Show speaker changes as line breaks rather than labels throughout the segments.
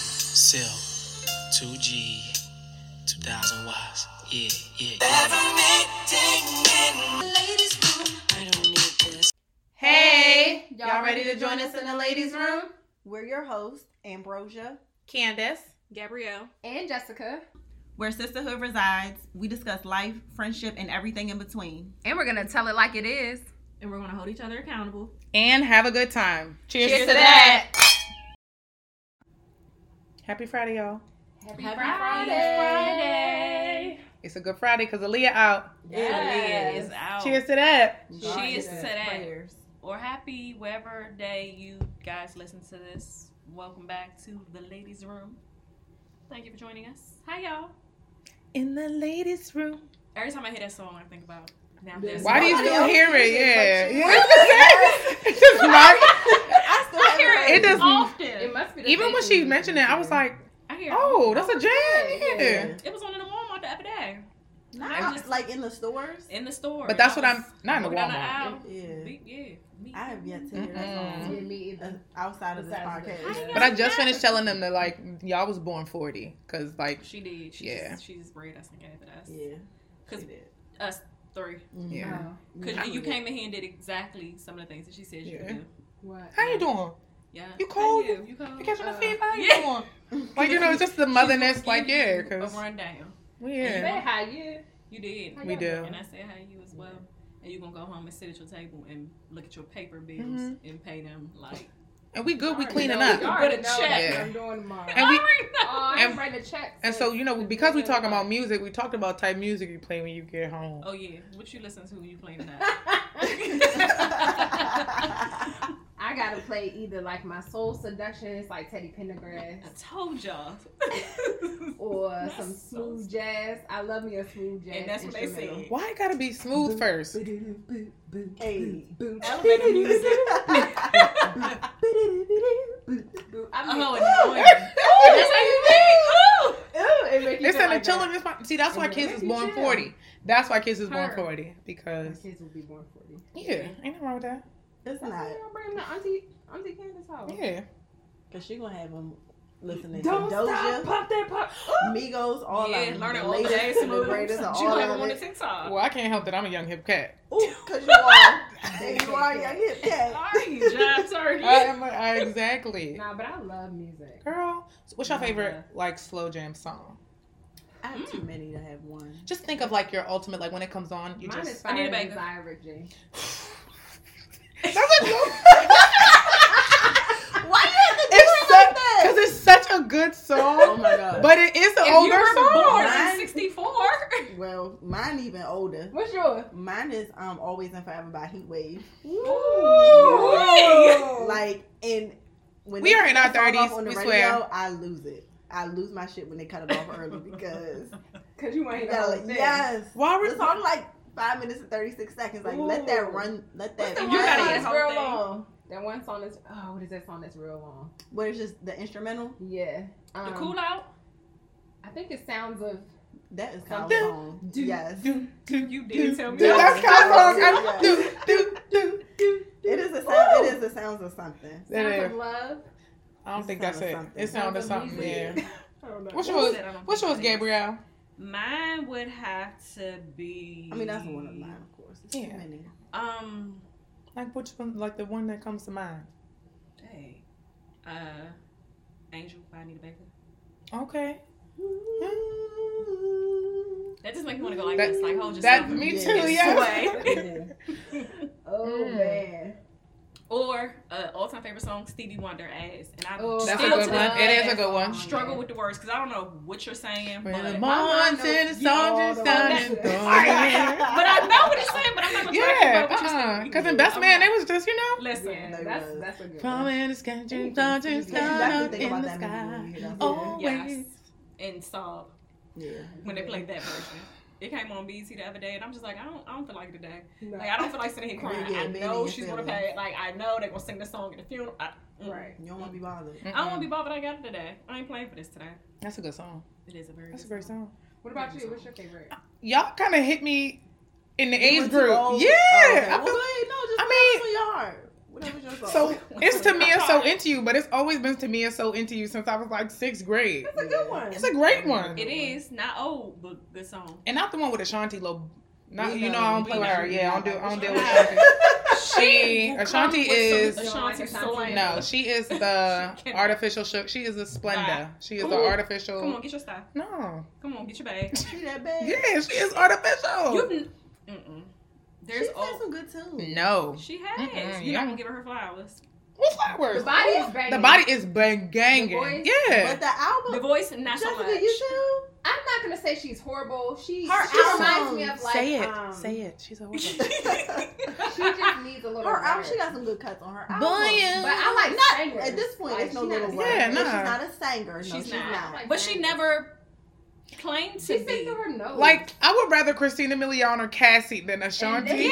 Sell 2G, 2000 watts. Yeah, yeah. yeah. Ladies room. I don't need this.
Hey, y'all ready to join us in the ladies' room?
We're your hosts, Ambrosia.
Candace,
Gabrielle.
and Jessica.
where sisterhood resides. We discuss life, friendship, and everything in between.
And we're going to tell it like it is.
And we're going to hold each other accountable.
and have a good time. Cheers,
Cheers
to
to
that. Happy Friday, y'all!
Happy,
Friday.
It's a good Friday because Aaliyah out.
It is out.
Cheers to that.
Cheers to that. Or happy whatever day you guys listen to this. Welcome back to the ladies' room. Thank you for joining us. Hi, y'all.
In the ladies' room.
Every time I hear that song, I think about now. there's-
Why do you
Nobody
still
else
hear it?
hears
Yeah,
it but you.
yeah. it's just not.
I still haven't
hear
heard
It does.
It
Often.
must be the
Even when she mentioned it, I was like,
I hear. it.
"Oh, that's a jam." Yeah.
It was on in the Walmart the other day.
Not like in the stores.
In the store.
But that's
I
what I'm
was
not in the
walking down
Walmart.
aisle.
Yeah,
Be- Yeah. me.
I have yet to hear that
Mm-mm.
song
Yeah, me
uh,
either.
outside of this
Besides this.
podcast.
But I just finished telling them that like y'all was born forty because like
She did. She
Yeah.
Just, she just bred us and gave it us.
Yeah,
Cause
she did.
us three.
Mhm.
yeah.
Oh,
Cause
Mhm.
you came in here and did exactly some of the things that she said you
Yeah.
could do.
what?
How you doing?
Yeah.
You cold?
Thank You, you cold?
You catching the
Uh,
fever? How you
yeah.
doing? Like you know, it's just the motherness.
Give
Like yeah,
you
because
a rundown.
yeah,
Say hi, you.
You did.
How
we
y'all doing?
do.
And I said hi to you as well. And you gonna go home and sit at your table and look at your paper bills
Mhm.
and pay them like.
And we good. We
Alright,
cleaning
no,
up.
you already
Put a
know
check.
what I'm doing tomorrow.
And we-
I already know.
oh, I'm
and-
writing a check.
And so you know, because we talking about music, we talked about type music you play when you get home.
oh yeah. What you listen to? when You playing that?
Mhm.
I got to play either like my soul seduction, it's like Teddy Pendergrass,
I told y'all.
or
Not
some
Soul
smooth jazz. I love me a smooth jazz.
And that's what they
instrumental.
said.
Why it gotta be smooth first?
Hey.
Elevator music.
Boo, I mean,
Oh,
ooh,
annoying. That's how you think. Ooh.
ooh, it make you
They
feel
said the
like
children
that.
is fine. See, that's why
And
kids
then
is
you
born
chill.
forty. That's why kids is born
Her.
forty
My
because
kids will be born 40.
yeah, ain't nothing wrong with that.
It's
That's
not
why y'all bring them to Auntie, Auntie Candace's house.
Yeah,
because she gonna have them listening to
Don't stop,
Doja,
pop that pop.
Migos, all
yeah,
of them.
learning
The
all the
latest
dance
and the
moves.
greatest of
She
all
gonna have
of
them on the
it.
TikTok.
well, I can't help that I'm a young hip cat.
Ooh, because you are. There you are, young hip cat.
Sorry, job
I
target.
am Uh, a, I, exactly.
Nah, but I love music.
Girl, what's your
Nah,
favorite like slow jam song?
I have too many to have one.
Just think of like your ultimate like when it comes on, you
Mine is
just.
I need a
Fire and Desire
bagel.
G.
That's a good.
Why you have to do
It's
it like
such-
that?
Cause it's such a good
Oh
song,
my god.
but it is an
if you
older
were born
song.
in
Mine-
'64,
Well, mine even older.
What's yours?
Mine is um always and forever by Heatwave.
Oh.
Ooh.
Like and when
We
they
are
cut
in our
that song
30s,
off on the
we
radio,
swear.
I lose it. I lose my shit when they cut it off early because
Cause you want to
you
hear the whole
gotta,
thing.
yes,
Why
it's
were
only like five minutes and thirty six seconds. Like let that
Ooh.
run. Let
What's
that.
the
run.
one
You
gotta
gotta
hear
it's
the whole
real
thing.
long. That one song is oh, what is that song that's real long?
Where it's just the instrumental.
Yeah.
the
Um,
cool out.
I think it sounds of
That is kind
Something.
of long. Yes,
do, do,
You did
do,
tell me
do.
that.
That's kind of long.
Yeah.
I- Do do do.
it is a sound. It is the sounds of something.
That
sounds
is-
of love.
I don't
It
think that's
sounded
it.
something.
It sounded
Sounds
something. Yeah.
amazing. I don't know.
What's
What was
yours?
that? I don't
What's
think
yours,
that is.
Gabrielle?
Mine would have to be.
I mean that's one of mine, of course. It's
Yeah.
too many.
Um,
Like which one? Like the one that comes to mind?
dang. Uh, Angel by Anita Baker.
Okay.
That just makes me want to go like
That-
this, like hold yourself.
That me
Yeah.
too. Yes.
Yeah.
Oh
Mm.
man.
or uh, all-time favorite song, Stevie Wonder, "Ass," and I
Oh,
That's a
still
good
to
one.
this
It
day
is a good one.
struggle with the words because I don't know what you're saying,
When
but
the mountains and the
You all
soldiers
know
down in
that.
the-
But I know what it's saying, but I'm not gonna
Yeah,
try to keep up
uh-uh.
with you.
Cause in Best
I'm
Man,
not.
they was just you know.
listen.
Yeah,
They
that's
was.
that's a good
From
one.
in the sky,
Yeah.
soldiers
Yeah,
You
down
have
up
to think
in
about
the
that movie when
sky.
you hear that song.
Always.
Yes. And sob
Yeah.
when they played that version. It came on BT the other day, and I'm just like, I don't, I don't feel like it today.
No.
Like I don't feel like sitting here crying.
Yeah,
I
man,
know
you
she's
feel
gonna
it.
pay. Like I know they're gonna sing the song at the funeral. I, mm.
Right.
You don't want to be bothered.
I don't want to be bothered. I got it today. I ain't playing for this today.
That's a good song.
It is a very.
That's a
good
great song.
What about you? What's your favorite?
Y'all kind of hit me in the
You
age
went too
group.
old.
Yeah.
Oh, okay.
I
Well,
feel-
wait, no,
I
just I
mean-
mean, your heart. Whatever's your song.
So it's Tamia so into you, but it's always been Tamia so into you since I was like sixth grade.
That's a good one.
It's a great one,
It is not old, but good song.
and not the one with Ashanti Lob. Not
We
you know
know,
I don't
we
play with
know,
her.
we
Yeah, I don't
know
do I don't
about
deal with Ashanti.
Ashanti.
She Ashanti is
Ashanti Solange.
no, she is the
She can-
artificial shook. She is the Splenda. She is the
Ooh.
artificial.
Come on, get your stuff.
No,
Come on, get your bag.
She that bad.
yeah, she is artificial.
You, n- mm-mm. There's
She's got
old.
some good tunes.
no,
She has.
Mm-mm,
You're
yeah.
not gonna give her her flowers.
what flowers?
The body is banging.
The body is bang
The
ganging.
voice-
Yeah,
But the
The
album,
voice, not so
Jessica,
much.
you too?
I'm not gonna say she's horrible. She
Her
she
album-
reminds me of like
say it,
um,
say it. She's a
she
she just needs a little.
Her album, she
work.
got some good cuts on her
but
album.
Boy,
I like
Not-
singers.
At this point,
Like,
it's no
she not
little
a Oh
word.
Yeah,
singer.
And
nah.
She's not a singer. No,
She's
she's,
not.
not.
Like,
but she never claimed to
She
be.
sings through her nose.
Like I would rather Christina Milian or Cassie than Ashanti.
And-
yeah,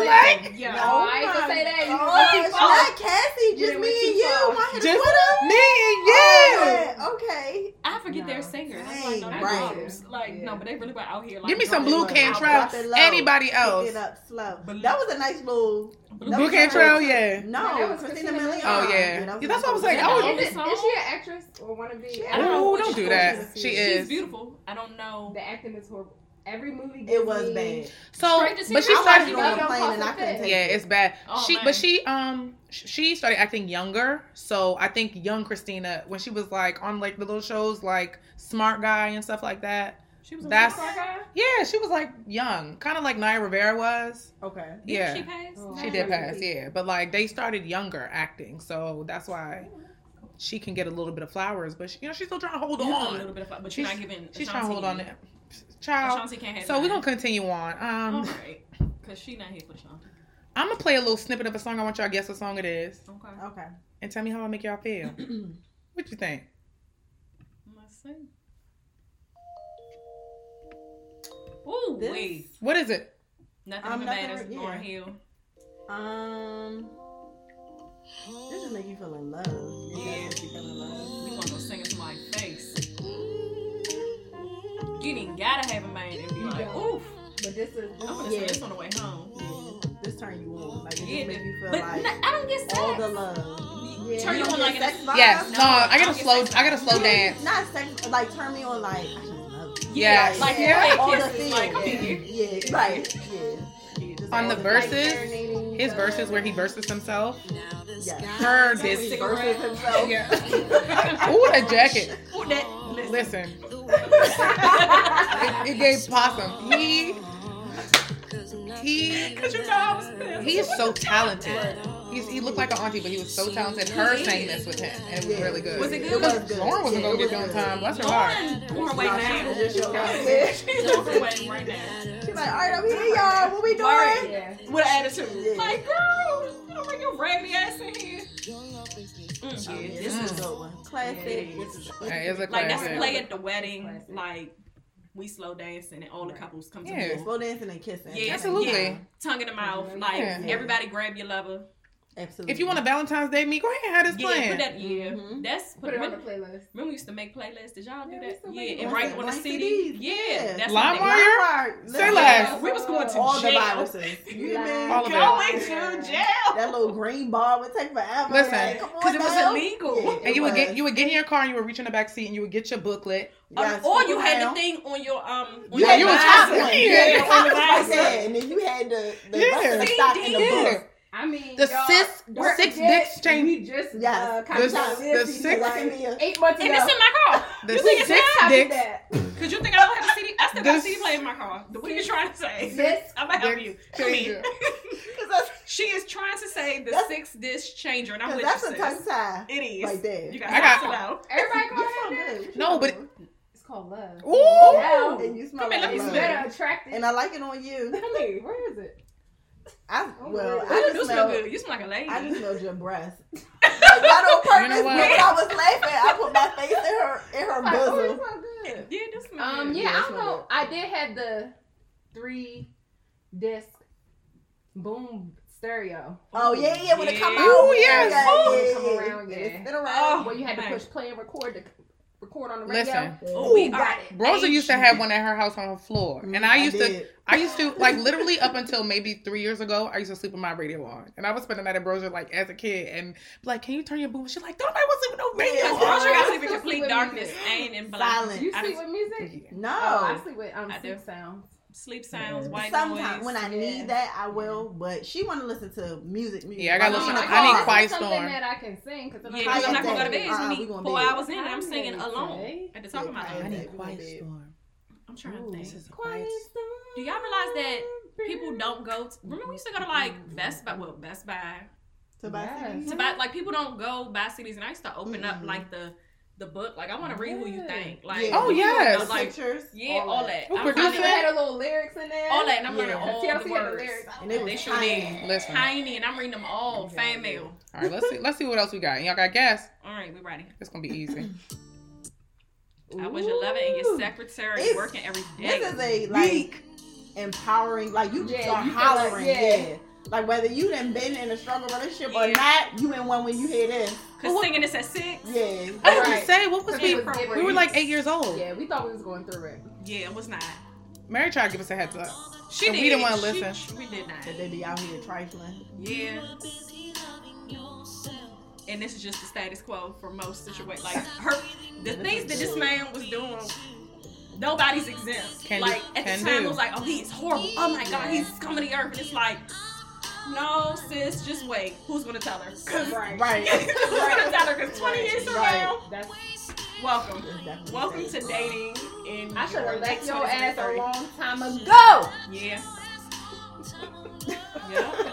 like
Yeah.
No, I ain't gonna
Oh my
say that. You
gosh,
went too far.
Not Cassie,
You
just
went
me
too
and you.
far.
I hit
Just
Twitter. Oh,
me and you.
Yeah. Okay.
I
No.
forget they're singers. I'm like, no,
Dang,
they're
right.
moms. Like,
Yeah.
no, but they really were out here. Like,
Give me some
Blue
Blue
doing
Cantrell.
Cantrell.
albums.
Drop it low.
Anybody
Pick
else?
it up slow.
Blue-
That was a nice little. that
Blue
was a
Cantrell,
nice-
yeah.
No,
Yeah, that was
Christina
Christina
Milian.
Oh yeah,
that
yeah that's what I was like.
Yeah,
Oh,
that
is,
was-
it, is she an actress or wanna be?
She-
I don't know
Ooh,
what
don't
she
do
is.
that. She
She's
is.
beautiful. I don't know.
The acting is horrible. Every movie.
It
gives
was
me-
bad.
So,
Straight to
but she
see-
I watched
started.
it
Love
on
Don't
the plane
Cost
and
a
I couldn't
Fifth.
take
Yeah,
it.
it's bad.
Oh,
she,
man.
but she, um, sh- she started acting younger. So I think young Christina, when she was like on like the little shows like Smart Guy and stuff like that.
She was a
That's-
Black Guy?
Yeah, she was like young, kind of like Naya Rivera was.
Okay.
Didn't
Yeah,
She
she,
passed.
Oh.
No.
She
did pass. Yeah, but like they started younger acting, so that's why she can get a little bit of flowers. But she, you know, she's still trying to hold
You have A
on.
little bit of, but you're
She's-
not giving.
She's
Ashanti
trying to hold on.
any.
To, child.
Ashanti can't have
So we're
none.
gonna continue on. Um,
All right, cause she not here for Ashanti.
I'm gonna play a little snippet of a song. I want y'all to guess what song it is,
Okay.
Okay.
and tell me how I make y'all feel. what you think?
Let's see. Ooh,
This-
wait.
What is it?
Nothing
I'm
even
nothing
matters.
re- yeah.
Lauren Hill.
Um. This just make you feel in love.
Yeah. We want to sing it to my face. You didn't gotta have a man and be like, oof.
But this is.
I'm gonna sing
Yeah.
this on the way home.
This turn you on. Like it just
Yeah,
make you feel
but
like
no, I don't get
all the
sex.
love.
Yeah.
Turn you
don't
on
get
like
sex
an
vibes?
Yes. No,
No,
I
I'll
gotta
get
slow.
sex
I gotta slow dance.
Not sex. Like turn me on. Like I just love. you.
Yes.
like
Yeah.
all
All
kisses.
the things.
Like, come
yeah.
here.
yeah. Right. Yeah. Just
On
all
the
things.
verses,
Like,
His verses where he verses himself.
Now this
Yeah.
guy
Her
His
this.
verses himself.
Yeah.
Ooh, what a jacket.
Ooh, that- listen.
Listen,
the world
it, it gave possum. He
Cause nothing
he.
even
Cause you know I was there.
He is so talented.
matters.
He's, he looked like an auntie, but he was so talented. Her sang this with him, and it was really good.
Was it good?
It was good.
Lauren wasn't
Yeah,
gonna
it
get
was
there on
good.
time. Bless her heart.
Lauren, on her way
Nah, she was
now.
just your
Yeah,
outfit.
She's on her way right now.
She's like, all right, I'm here, y'all. What we
Right.
doing?
Yeah.
With an attitude.
Yeah.
Like, girl, you don't bring your raggedy ass in here.
Yeah,
Mm.
this is a good one. Classic. This is
Yeah, it's a
Like, that's
Classic.
a play at the wedding.
Classic.
Like, we slow dancing and all the couples come
Yeah.
together.
Slow dancing and kissing.
Yeah,
Absolutely.
Yeah. Tongue in the mouth. Like,
Yeah.
everybody grab your lover.
Absolutely.
If you want a Valentine's Day meet, go ahead and have this
Yeah, put
plan.
that, yeah.
Mhm.
That's, put,
Put it on the
remember,
playlist.
remember we used to make playlists. Did y'all do
Yeah, we
that?
still
Yeah,
make
and
them.
write on the
Blank
CD.
CDs,
Yeah,
yeah.
that's
Lime
what
wire? Say less.
Yes.
they- We was going to
All the
jail.
viruses. You hear me?
of
All
it.
Going to jail.
That little green ball would take forever.
Listen,
like, come on
Because it was
now.
illegal. Um,
Yeah.
And you would
was.
get you would get in your car and you would reach in the back seat and you would get your booklet.
Yes,
or
come
you
on
had
now.
the thing on your um. On
You had
you
the
was
top
just-
one.
yeah,
You had
yeah,
the top
on the
one like
visor.
that, and then you had the the
Yeah.
rest of the stock in the
Yeah.
book.
I mean,
The
y'all,
sis-
don't
six
forget,
dicks change-
We just
Yes.
uh,
The
kind
s- the six-
eight months
And
ago.
it's in my car.
The
You think
six
it's
dicks.
that.
Because you think I don't have a CD? I still got a
This-
CD player in my car. What are you trying to say?
This-
I'm going to help
this
you. Come here.
changer.
she is trying to say the
That's-
six disc changer, and I'm
Because
with
that's
you,
a
sis.
tongue tie.
It is.
Right there.
You got
I got-
to out.
Everybody
You
call
smell
it that.
good. What you
No, but-
doing?
It's called love.
Ooh.
Yeah.
and you smell
Come here,
like
let me
It's
love.
smell.
better attractive.
And I like it on you.
Come here, where is it?
I
Oh,
well,
Lord.
I
you do
just
smell
smelled,
good. You smell like a lady.
I just smelled your breath. like, not on purpose.
You know what?
When I was laughing, I put my face in her in her
Like, oh,
bosom.
it's not good.
yeah, this smell
Um,
good.
yeah,
Yeah,
I
it's
don't
not
know.
good.
I did have the three disc boom stereo.
Oh yeah, yeah. When it come
Yeah.
out,
Ooh, yes.
yeah,
Ooh.
yeah,
Come
yeah,
around,
yeah.
yeah.
It's been around.
Oh,
Where you had to
man.
push play and record to record on the radio.
Listen,
Oh, we
Ooh,
are.
got it.
Rosa used to have one at her house on her floor, and Mm, I used to, I used to like literally up until maybe three years ago, I used to sleep with my radio on, and I would spend the night at Rosa like as a kid, and be like, can you turn your boob? She's like, don't I want to sleep with no radio
Yeah.
on.
Roger got sleep in
Still
complete
sleep
darkness,
with
ain't in black.
Silent.
You
I
sleep
just-
with music?
Yeah.
No.
Oh, I sleep with um,
I
sleep
do.
sounds.
Sleep sounds,
Yeah.
white
Sometimes
noise.
when I
yeah.
need that, I will. But she want to listen to music. music.
Yeah, I gotta
While
listen
I'm
to-
in the
I need
car.
quiet
oh, something
storm.
that I can sing because
Yeah, because I'm not gonna go to bed. It's
Uh,
gonna be
we gonna
four
bed.
hours in, and I'm singing alone at the top of my
Yeah,
I
lungs.
need
Yeah.
quiet storm.
I'm trying to think.
This is a quiet.
Do y'all realize that people don't go? To, remember, we used to go to like Best Buy. Well, Best Buy.
To buy
Yes.
To
CDs.
buy, like people don't go buy CDs, and I used to open up
Mhm.
like the the book. Like I want to read who you
Yeah.
think. Like
Oh,
we gonna
yes.
have
Like,
pictures.
yeah, all that.
Who
I'm
produced
finding
They had a little lyrics in there.
all that, and I'm learning
Yeah.
all
TLC
the
had the
words.
lyrics.
And it
They
was
sure did.
tiny.
Listen, all
Tiny, and I'm reading them all. Fan mail.
right, let's see, let's see what else we got. Y'all got gas?
All right, we ready.
It's gonna be easy.
I was your lover and your
Ooh.
secretary
It's-
working every day.
This is a like empowering. Like you
Yeah,
are
you feel like-
hollering.
yeah.
yeah. Like whether you done been in a struggle relationship or
Yeah.
not, you in one when you hear this.
Cause singing this at six.
Yeah.
I didn't
Right.
say what was
It
we?
was different.
We were like eight years old.
Yeah, we thought we was going through it.
Yeah, it was not.
Mary tried to give us a heads up.
She
And
did.
we didn't wanna
She-
listen.
she- we did not.
That they be out here trifling.
Yeah. And this is just the status quo for most situations. Like her, the things that this man was doing, nobody's exempt.
Can do-
like at
can
the time,
do.
it was like, oh, he is horrible. Oh my God, he's coming to earth, and it's like, no, sis, just wait. Who's gonna tell her? 'Cause-
Right.
Right.
Who's gonna tell her? Because twenty years from
Right.
now,
That's,
welcome,
It's definitely
welcome to
safe.
dating. And
I should have left your ass a long time ago.
Yeah. yeah.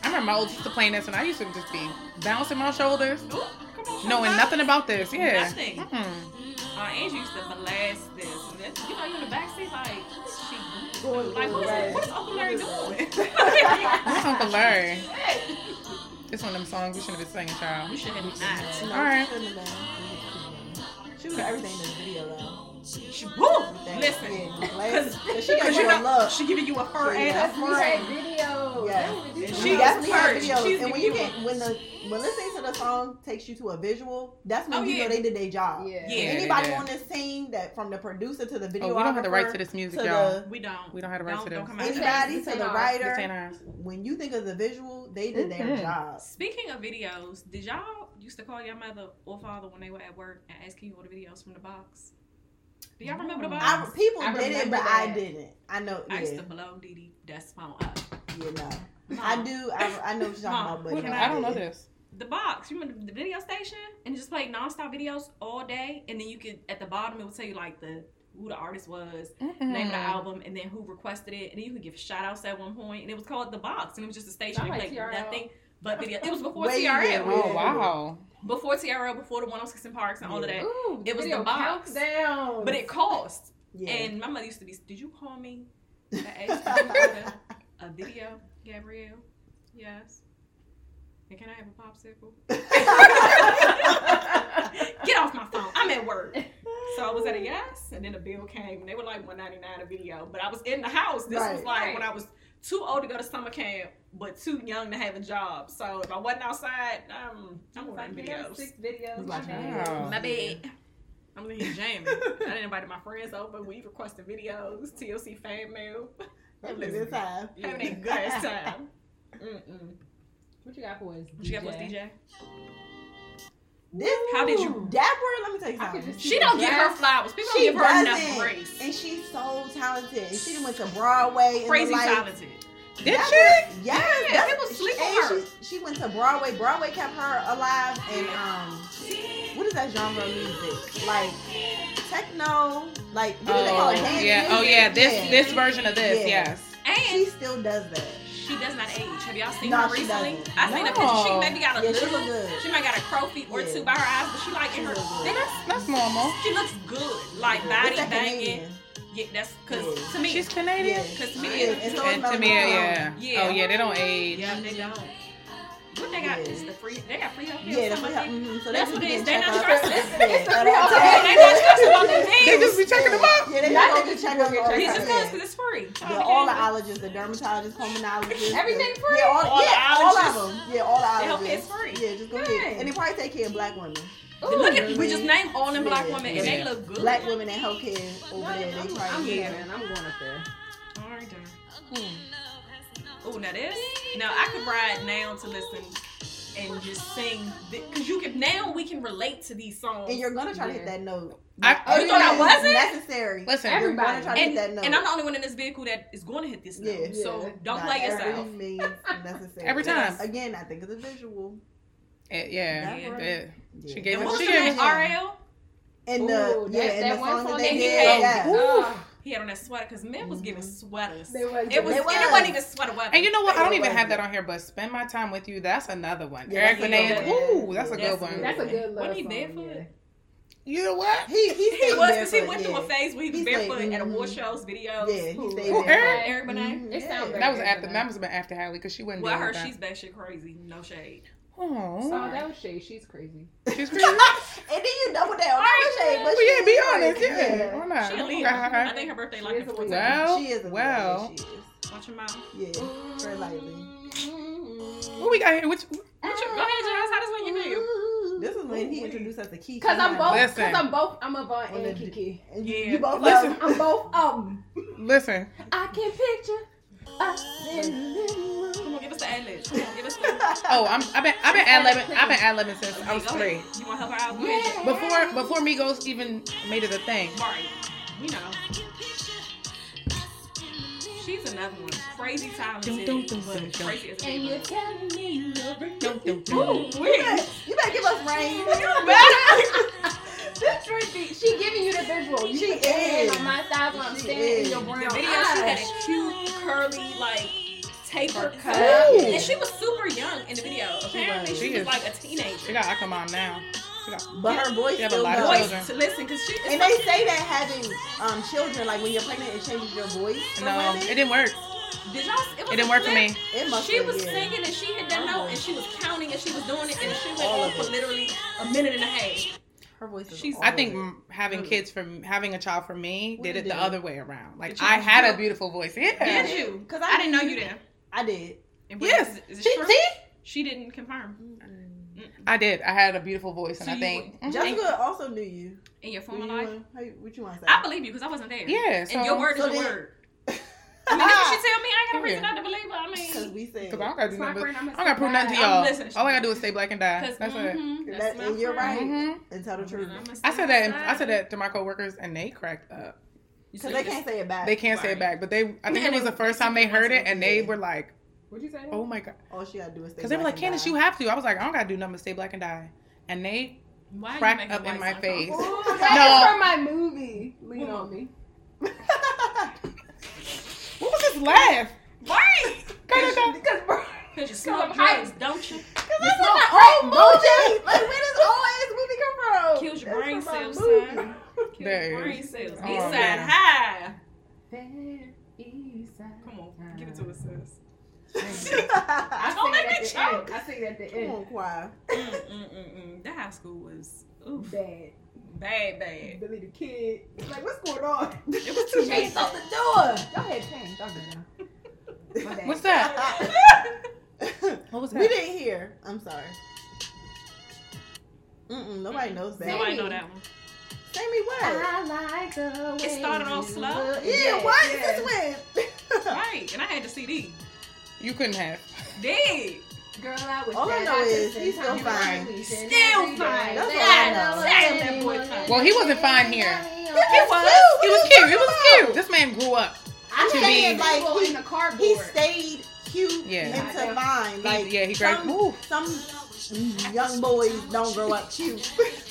I remember my old sister playing this, and I used to just be bouncing my shoulders,
Ooh, come on,
knowing
Shabbat.
nothing about this. Yeah.
Nothing.
Mm-mm.
Uh, Angie used to blast this. And that's, you know, you in the backseat, like, what is she doing?
Going
Like, what is,
right.
what is Uncle Larry doing?
My Uncle Larry. It's one of them songs we shouldn't have been singing,
you
child.
should have not.
No,
All right.
she shouldn't have been. She was everything in this video though.
She, woo!
Everything.
Listen.
Yeah,
Because
glasses. she got
you
you
know,
a look.
she giving you a fur
Yeah.
ass.
Because we had videos.
Yeah.
That was-
And
She
was
definitely had
purged.
videos.
She was
and when
the
you
people.
can, when the when listening to the song takes you to a visual, that's when
Oh,
you
yeah.
know they did their job.
Yeah.
Yeah.
Anybody
they did.
on this team that from the producer to the
Oh,
video,
we don't have the rights to this
to
music, y'all.
the
We don't.
We don't have the rights to
Don't
this.
come out of that.
anybody
This
to
ain't
the
ours.
This ain't
writer.
ours.
When you think of the visual, they did their
Mhm.
job.
Speaking of videos, did y'all used to call your mother or father when they were at work and ask you all the videos from the box? Do y'all remember the
No.
box?
I, people
I
did it,
remember
but I
that.
didn't. I know.
I
Yeah,
used to blow Dee Dee that's phone up.
yeah, no.
Mom,
I do. I, I know what
Mom,
you're talking about, but
what
no,
can
I don't know
didn't.
this.
the box. You remember the video station, and it just played nonstop videos all day. And then you could at the bottom it would tell you like the who the artist was, name of the
Mm-mm.
album, and then who requested it. And then you could give shout outs at one point, and it was called the box, and it was just a station
Not
that
like
played
TRL.
nothing but video. It was before
Way
TRL,
different.
Oh wow.
before TRL, before the 106 and Parks and all of that.
Ooh,
It was the
video
box.
countdown.
But it cost.
Yeah.
And my mother used to be, did you call me? to ask me about a, a video, Gabrielle? Yes. And can I have a popsicle? Get off my phone. I'm at work. So I was at a yes, and then the bill came, and they were like one ninety nine a video. But I was in the house. This was
Right.
like
Right.
when I was too old to go to summer camp, but too young to have a job. So if I wasn't outside, um, I'm
I'm
ordering
like, yeah,
videos.
six videos. My
Wow.
bad.
Wow.
My bed. I'm gonna be jamming. I didn't invite my friends over. We requested videos, TLC fan mail,
That was a good time.
having a good ass time. Mm-mm.
What you got for us?
What you got for us, DJ?
This,
How did you-
That word, let me tell you
I
something.
could just-
She don't get her flowers. People don't
She
give her enough
doesn't.
grace.
and she's so talented. And she done went to Broadway. And
Crazy
the, like,
talented.
Did
That
she?
was- Yes.
Yeah,
that's-
people sleep
and
on her.
She, she went to Broadway. Broadway kept her alive. And um, what is that genre of music? Like techno. Like what do they call it?
Oh
Dance
yeah. Oh
music?
yeah. This
Yeah.
this version of this.
Yeah.
Yes.
And
She still does that.
She does not age. Have y'all seen
No,
her
she
recently?
doesn't.
I seen a picture. She
No.
maybe got a
Yeah, she
little.
look good.
She might got a crow feet or
Yeah.
two by her eyes, but she like in
She
her.
look good.
Then that's-
That's normal.
She looks good, like body
It's that
banging.
Canadian.
Yeah, that's cause
Yeah.
to me.
She's Canadian.
Yeah.
'Cause
Yeah,
me and-
and so
And
it's
Tamir,
Mel Brown.
yeah.
Yeah.
Oh yeah. They don't age.
yeah, they don't. What they got
Yeah.
is the free. They got free health care.
Yeah,
or
that's
something
what
like
happened. Mhm. So
That's
they
what
just
it is.
be
They're
getting
not
checked
stressed.
out.
It's-
it's the
Yeah,
real thing.
that's what
that. They
I'm saying.
not stressed about their
They
nails.
just be checking them out.
Yeah,
Y'all
they just go
niggas
get
just go
checked out
get checked
all the
It's
out.
just
time.
cause 'cause it's free.
Yeah, all the allergists, the dermatologists, pulmonologists.
Everything
the,
free?
Yeah, all,
All the
yeah, all of
allergists?
them. Yeah, all the
The health
allergists.
care is free.
Yeah, just go get
Dang.
it. And they probably take care of black women.
Look at we just named all them black women and they look good.
Black women in healthcare over there,
I'm
they probably
here and
yeah.
I'm going up there.
All right, then. Mm-hmm. Oh, now this. Now I could ride now to listen and just sing because you can now we can relate to these songs.
And you're gonna try to hit
Yeah.
that note.
I-
But
you thought I
it's
wasn't?
necessary.
Listen,
you're gonna
Everybody.
try to hit
and,
that note.
and I'm the only one in this vehicle that is going to hit this note.
Yeah.
So
Yeah.
don't
By
play
every
yourself.
means necessary.
Every time.
Again, I think it's a visual.
Eh, yeah,
Yeah.
yeah.
Yeah.
She
And
gave
what
us.
was
She
the
gave
name?
us.
RL?
And the
Ooh,
yeah,
that- that
and the
one
song that
song
they
that he
did.
had.
Yeah.
Oh,
He had on that sweater because men was giving sweaters.
they were-
It was,
They
it
Mm-hmm. was.
wasn't even sweater weather.
And you know what? I don't even
Yeah.
have that on here, but spend my time with you. That's another one.
Yeah,
Eric
that's
Benet.
good.
Ooh, that's a
That's
good one.
good.
That's a good love
Wasn't he
song,
barefoot?
yeah.
You know what?
He he,
He
stayed
was because he
barefoot,
went
yeah.
through a phase where he was
He's
barefoot
like,
at award
mhm.
shows, videos.
Yeah, he
Cool.
stayed
Who,
barefoot.
Eric?
Eric Benet.
Mhm,
Mm-hmm. It sounds
yeah.
That was
Eric
after.
Benet.
That must have been after Hallie because she wasn't.
Well, I
doing
heard
that.
she's batshit crazy. No shade.
Mm.
So
Oh,
that was shade. She's crazy.
she's pretty. well,
and then you double down.
Alright,
Right, shade, but she
yeah, be
is
honest.
crazy.
Yeah, why not?
She a
Look
leader.
at her.
I think her birthday
She
like
is
the
a
fourth.
leader.
Well,
She is a
well.
well. She is.
Watch your mouth.
Yeah, very lightly.
What we got here? Which
What you, go ahead, Jazz. How does one you knew?
This is when he introduced us to Keisha.
Cause I'm both.
Listen.
Cause I'm both. I'm a Von
Wanna
and
do-
Kiki.
And you,
Yeah.
you both
Listen.
love-
I'm both of 'em.
listen,
I can picture us in the
Come on, give us the ad lib. Come on, give us the.
oh, I'm I've been I've been ad libbing I've been ad libbing since I
Okay,
was
go
three.
ahead. You want to help her out? with
Yeah.
it?
Before before Migos even made it a thing.
Right. You know. She's another one. Crazy talented.
Dum, dum, dum,
but
dum, dum.
crazy as a
And you're
bitch.
telling me you love me.
Ooh, wait.
You better give us rain.
This drink be- she giving you the visual. You
She
put your hand
is.
on my thighs while I'm
She
standing
is.
in your brown
The video, she had
eyes.
a cute, curly, like, taper cut.
Ooh.
And she was super young in the video. Apparently,
was.
she,
She
was
is.
like a
She
teenager.
got Aka Mom now.
But her voice
She have a
still
lot of
goes.
Voice
children.
to listen, because she.
And they say that having um, children, like when you're pregnant, it changes your voice. for
No,
women.
it didn't work.
Did y'all? It, was
It didn't
a
work for
clip.
me.
It must
She
have,
was
yeah. Uh-huh.
singing and she hit that note and she was counting and she was doing it and she went
All
on
of
for
it.
literally a minute and a half.
Her voice is
She's-
all
I think
over.
mm, having kids from having a child for me
What
did
it
it the
did?
other way around. Like
Did you-
I had
you-
a beautiful voice.
Yeah.
Yeah.
Did you?
Cause
I didn't know you did.
I did.
And what-
Yes.
Is, is
She,
it true?
see?
She didn't confirm. Mm-hmm.
I did. I had a beautiful voice, and
So
I
you-
think Mhm.
Jessica also knew you.
In your
What
former
you
life,
want- how you- what you want to say?
I believe you because I wasn't there.
yeah. So
And your word is
So
your
then-
word. I mean, that's what she tell me. I ain't got
Come
a reason
here.
not to believe her. I
Because
mean,
we said.
Cause I don't gotta do
it's my
nothing. but-
friend. I'm
I don't gotta prove nothing to
I'm
y'all.
listening.
All I gotta do is stay black and die.
'Cause,
That's it.
mhm, that's
That-
my
and you're
friend. Mm-hmm.
right.
hmm
And tell the truth.
And I'ma
I said that.
stand
I said
by
that to my coworkers, and they cracked up.
it.
Because they can't say it back.
They can't say it
Right.
back, but they. I think
Man,
it was
they-
the first time they heard it, and they
Yeah.
were like,
What'd you say?
"Oh my god!"
All she got to do is stay
Because they were like,
black and
"Candace, you
die.
have to." I was like, "I don't gotta do nothing but stay black and die," and they
Why you
cracked
making
up in
whites
my face.
uncomfortable?
That is from my movie. Lean on me.
What was this laugh?
Right.
Go, go, go.
Because bro,
Because you
I'm
smoke
hype.
drugs, don't you?
this is
not
my old
OJ! Like, where does all ass movie come from?
Kills your
That's
brain
from my
cells,
movie.
son. Kill
There
your
it
brain
is.
cells. East
Oh,
side
man.
high.
Fair East Side.
Come on,
Mm.
give it to us, sis.
Come
I
Don't
sing
make
it at
me
the
choke.
end. I sing it at the
on,
end.
choir.
Mm, mm, mm, mm. That high school was oof,
Bad.
bad, bad.
The little kid. It's like, what's going on?
It was too
Changed
bad.
off the door. Y'all had changed. Y'all did now. My bad.
What's that? What was
we
that?
didn't hear. I'm sorry. Mm-mm, nobody knows that.
Nobody know that one.
Sammy
Ah,
what?
I like the way
It started off
you
slow.
look.
Yeah,
Yes,
what?
yes.
This win.
Right, and I had the CD.
You couldn't have.
Dead.
Girl, I was
All I
dead.
know
just
is
spent
he's still
time with
fine.
you.
Still fine.
That's all
I
I know.
Damn, that boy fine.
Well, he wasn't fine here.
He was.
He was cute. He was cute. This man grew up.
I'm
To
saying
be-
like
like,
in the cardboard.
He stayed cute
Yeah.
and divine.
He-
Like
yeah, he
some-
grabbed. Ooh.
Some young boys don't grow up cute.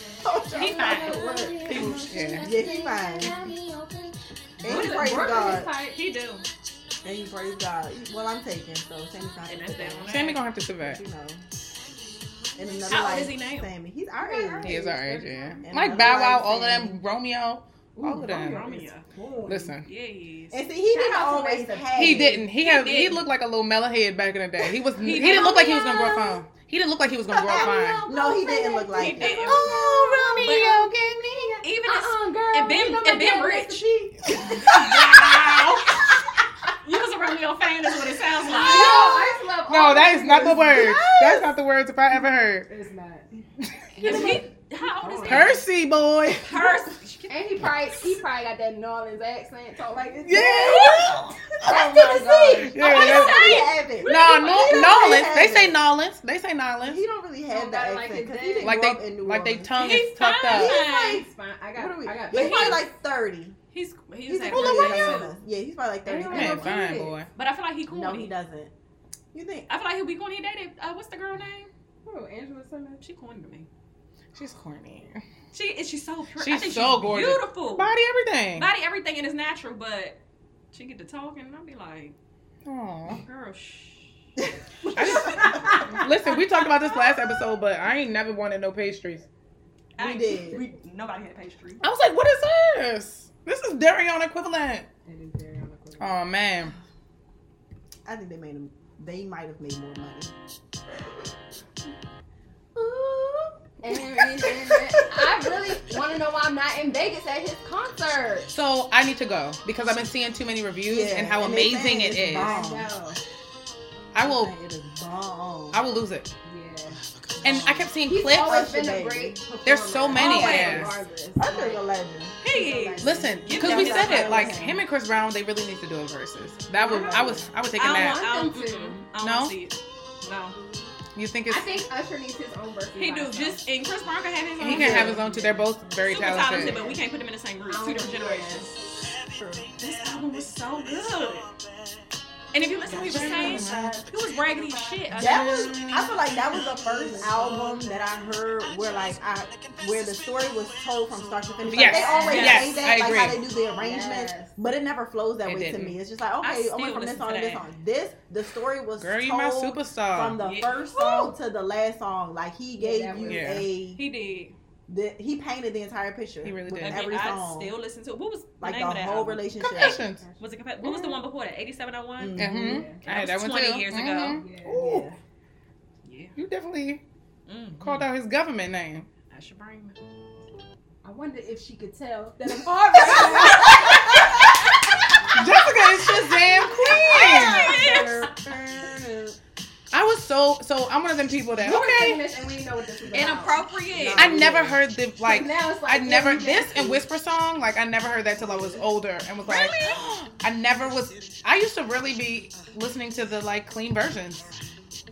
He fine.
Yeah.
Yeah, he fine. And
What
you
is- Brooklyn is
praise God.
tight. He do.
And you praise God. Well, I'm taking, so Sammy's not
And that's that one.
Sammy gonna have to survive.
But, you know. In another
How old
life,
is he now?
Sammy. He's our age.
He is our age, yeah.
And
Like
another
Bow Wow,
life
all of them,
thing.
Romeo, all of them.
Romeo.
Listen,
Yeah, he is.
And see, he
Shout
didn't
out to
always
Raisa.
have.
he didn't. He had. He
didn't.
looked like a little mellow head back in the day. He was. He,
did.
didn't look like he was gonna grow up fine. He didn't look like he was gonna grow up fine.
No, he didn't look like
He
it.
didn't.
Oh,
Romeo,
give
Even his-
Uh-uh, girl.
And been-
You know my
and been
dad was
rich.
the G.
Uh-uh.
you was a Romeo fan, is what it sounds
No, Oh,
like.
I just love all
No, that is not the
niggas.
word. That's not the words if I ever heard.
It's not.
If he, how
Percy boy.
Purse. and he probably he probably got that New Orleans accent. So like,
Yeah.
That's Tennessee.
Yeah,
I want
that's-
to say it.
Nah,
He
no,
don't
Nolans.
really
They
have
say
it.
Nolans. They say Nolans.
He don't really have
Don't
the
gotta like
accent
his
because he didn't
dad.
Like
grow up in
they,
New
like they
Orleans.
tongue
He's
is tucked
fine.
up.
He's
it's fine. I
What are
got.
we?
I got.
He's probably
pictures.
like thirty.
He's he's,
He's
had
like
Well,
really
look
good
at
accent.
him.
Yeah, he's probably like thirty.
Yeah,
He
Man,
don't really
fine
have it.
boy.
But I feel like he cool.
No,
when
he
he-
doesn't. You think?
I feel like he'll be cool. when He dated. Uh, what's the girl name?
Who, Angela Simmons?
She corny to me.
She's corny.
She is. She's so pretty. I
She's
think
so
she's
gorgeous.
Beautiful.
Body everything.
Body everything and it's natural, but she get to talking and I'll be like,
Aw.
girl, shh.
Listen, we talked about this last episode, but I ain't never wanted no pastries.
I-
We did.
We, nobody had pastry.
I was like, what is this? This is Darion equivalent.
It is very unequivocal.
Oh man.
I think they made him. They might have made more money.
And, and- and- and I really want to know why I'm not in Vegas at his concert.
So I need to go because I've been seeing too many reviews
Yeah,
and how
and they
amazing
say
it
it's
is.
bomb.
know.
I will
It is bomb.
I will lose it.
Yeah.
And I kept seeing
He's
clips.
always been a
Today.
great performer.
There's so many,
Always,
yes.
regardless.
Usher's a legend.
Hey,
Listen,
Give
because
them
we
his
said it,
flowers.
like him and Chris Brown, they really need to do a versus. That would I was I would take a
I don't,
nap.
want-
I don't,
them to.
mm-mm. I don't
No?
see it. No.
You think it's
I think Usher needs his own birthday.
He do just and Chris Brown can have his own.
he can have his
too.
own too. They're both very
Super talented,
talented.
but we can't put them in the same group.
I
Two
don't
different
know.
generations.
True.
This album was so good. And if you listen to what he was saying, he was bragging his shit. I
That
said,
was. I feel like that was the first album that I heard where like I where the story was told from start to finish. Like,
Yes.
They always
Yes,
say that,
I
like how
agree.
they do the arrangements,
Yes.
but it never flows that
It
way
didn't.
to me. It's just like
I
okay, I
still
went from this
listen
song
to
to this
that.
song. This the story was
Girl,
told
you my
from
superstar.
the
Yeah.
first song to the last song. Like he
Yeah,
gave
that
you
was-
Yeah.
a
He did.
the, he painted the entire picture.
He really
with
did.
Every
Again, I
song,
still listen to it. What was the
like the
name of that
whole
album?
relationship.
Confessions.
Was it Confessions? What was the one before that? 8701?
Mm.
Mm-hmm.
hmm I had that
That was
one
20
too.
years ago.
Mhm.
Yeah.
Ooh,
Yeah.
you definitely
Mm.
called out his government name.
I should bring
I wonder if she could tell that I'm already.
Jessica is Shazam queen. I was so so. I'm one of them people that
We were singing
okay.
this and we didn't know what this was about.
Inappropriate.
I never heard the like.
But now it's
I
like, yeah,
never
you
this
just-
and whisper song like I never heard that till I was older and was like I never was I used to really be listening to the like clean versions.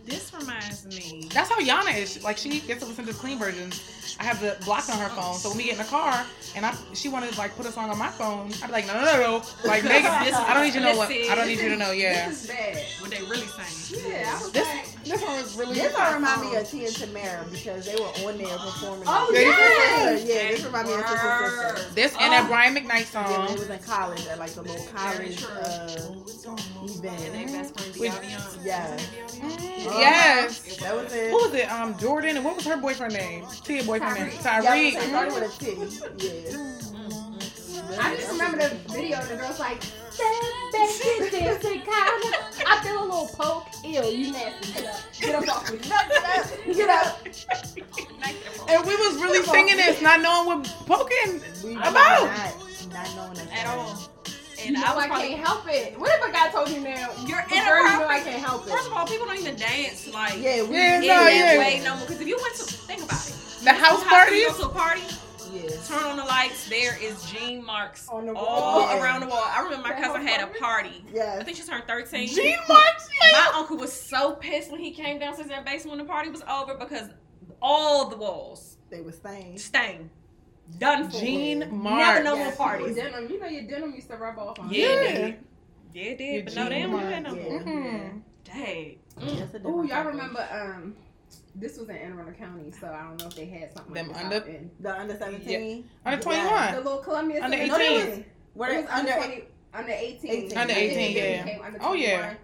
This reminds me.
That's how Yana is. Like she gets to listen to clean versions. I have the block on her phone, so when we get in the car and I she wanted to like put a song on my phone, I'd be like no no no, no. like make this I don't need you to know what I don't need you to know yeah.
This is bad.
What they really saying.
Yeah, I was
This
like,
this one was really
This one remind me of T and Tamara because they were on there performing.
Oh,
yeah,
yes!
yeah. This remind me of Sister Sister.
this and that Brian McKnight
Yeah, when they
song.
was in college at like the little
Very
college
true.
uh,
And they
event.
best friend
With-
Dion.
Yeah,
Mm, yes.
that was it.
What was it? Um, Jordan and what was her boyfriend name? Tia boyfriend name?
Yeah, I was
Tyreek.
gonna say, started with a T. Yeah.
I just remember the video and the girl's like, "Stand back, get this, and kinda-" I feel a little poke. Ew, you nasty. Get up. Get up off me.
Get up.
And we was really singing this, not knowing what poking.
We
About.
did Not, not knowing that
At all.
You
And I
know
was
I
probably.
can't help it. What if a guy told you now?
You're
But girl, you know I
inappropriate.
can't help
First
it.
of all, people don't even dance like
Yeah, we
Yeah,
in
no,
that
yeah.
way no more. Because if you went to think about it,
The house
you have to
party.
Go to a party.
yeah.
Turn on the lights. There is jean marks
On the
all
wall.
around the wall. I remember my
That
cousin
house
had a party. I
Yes.
think she turned 13.
Gene Marks.
My uncle was so pissed when he came downstairs in the basement when the party was over because all the walls
They were saying.
stained, done for.
Gene
Never no
Marks.
more
Yes.
parties.
Denim, you know your denim used to rub off on
Yeah,
you.
it did. Yeah, it did. But no, they
Eugene
don't do that
Marks,
no
yeah.
more.
Mhm.
Dang.
That's a
Ooh,
different
y'all
topic.
remember um this was in Anne Arundel County, so I don't know if they had something
Them
like this
under-
out in-
the under seventeen?
Under
Yeah.
twenty
the
one.
little Columbia
Under
City-
18.
it was-
Where
it
it's
was
under
under 20, under 18.
Under
18.
And then
18,
it
yeah.
became under
Oh, yeah.
21.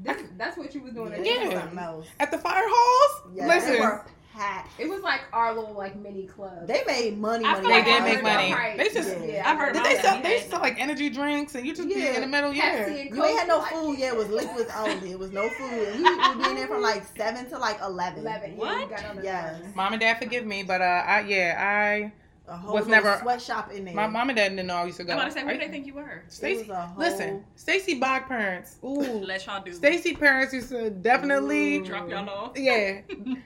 This, that's what you was doing. at
Yeah.
that time.
something else.
At the fire halls.
Yeah, they
Listen,
were packed.
It was like our little like mini club.
They made money.
I
money
feel
they
like
did
I
make
heard
money.
that right.
They just
Yeah.
yeah,
I've heard
did
about
they
that.
sell?
We
They
had
sell like energy drinks and you just be
Yeah.
in the middle.
Pepsi
Yeah.
and
We ain't had no
Coke,
food
like,
yet. It was liquids only. It was no food. And we would be in there from like seven to like eleven.
Eleven.
What?
Yeah, you got on the
Yes.
eleven.
Mom and Dad forgive me, but uh, I yeah I
a whole
Was
little
never-
sweatshop in there.
My mom and dad didn't know I used to go.
I'm about to say, who
I-
do they think you were?
It
Stacey,
was a whole-
listen, Stacy Bog parents. Ooh,
Let y'all do.
Stacy parents used to definitely.
Ooh.
Drop y'all off.
Yeah,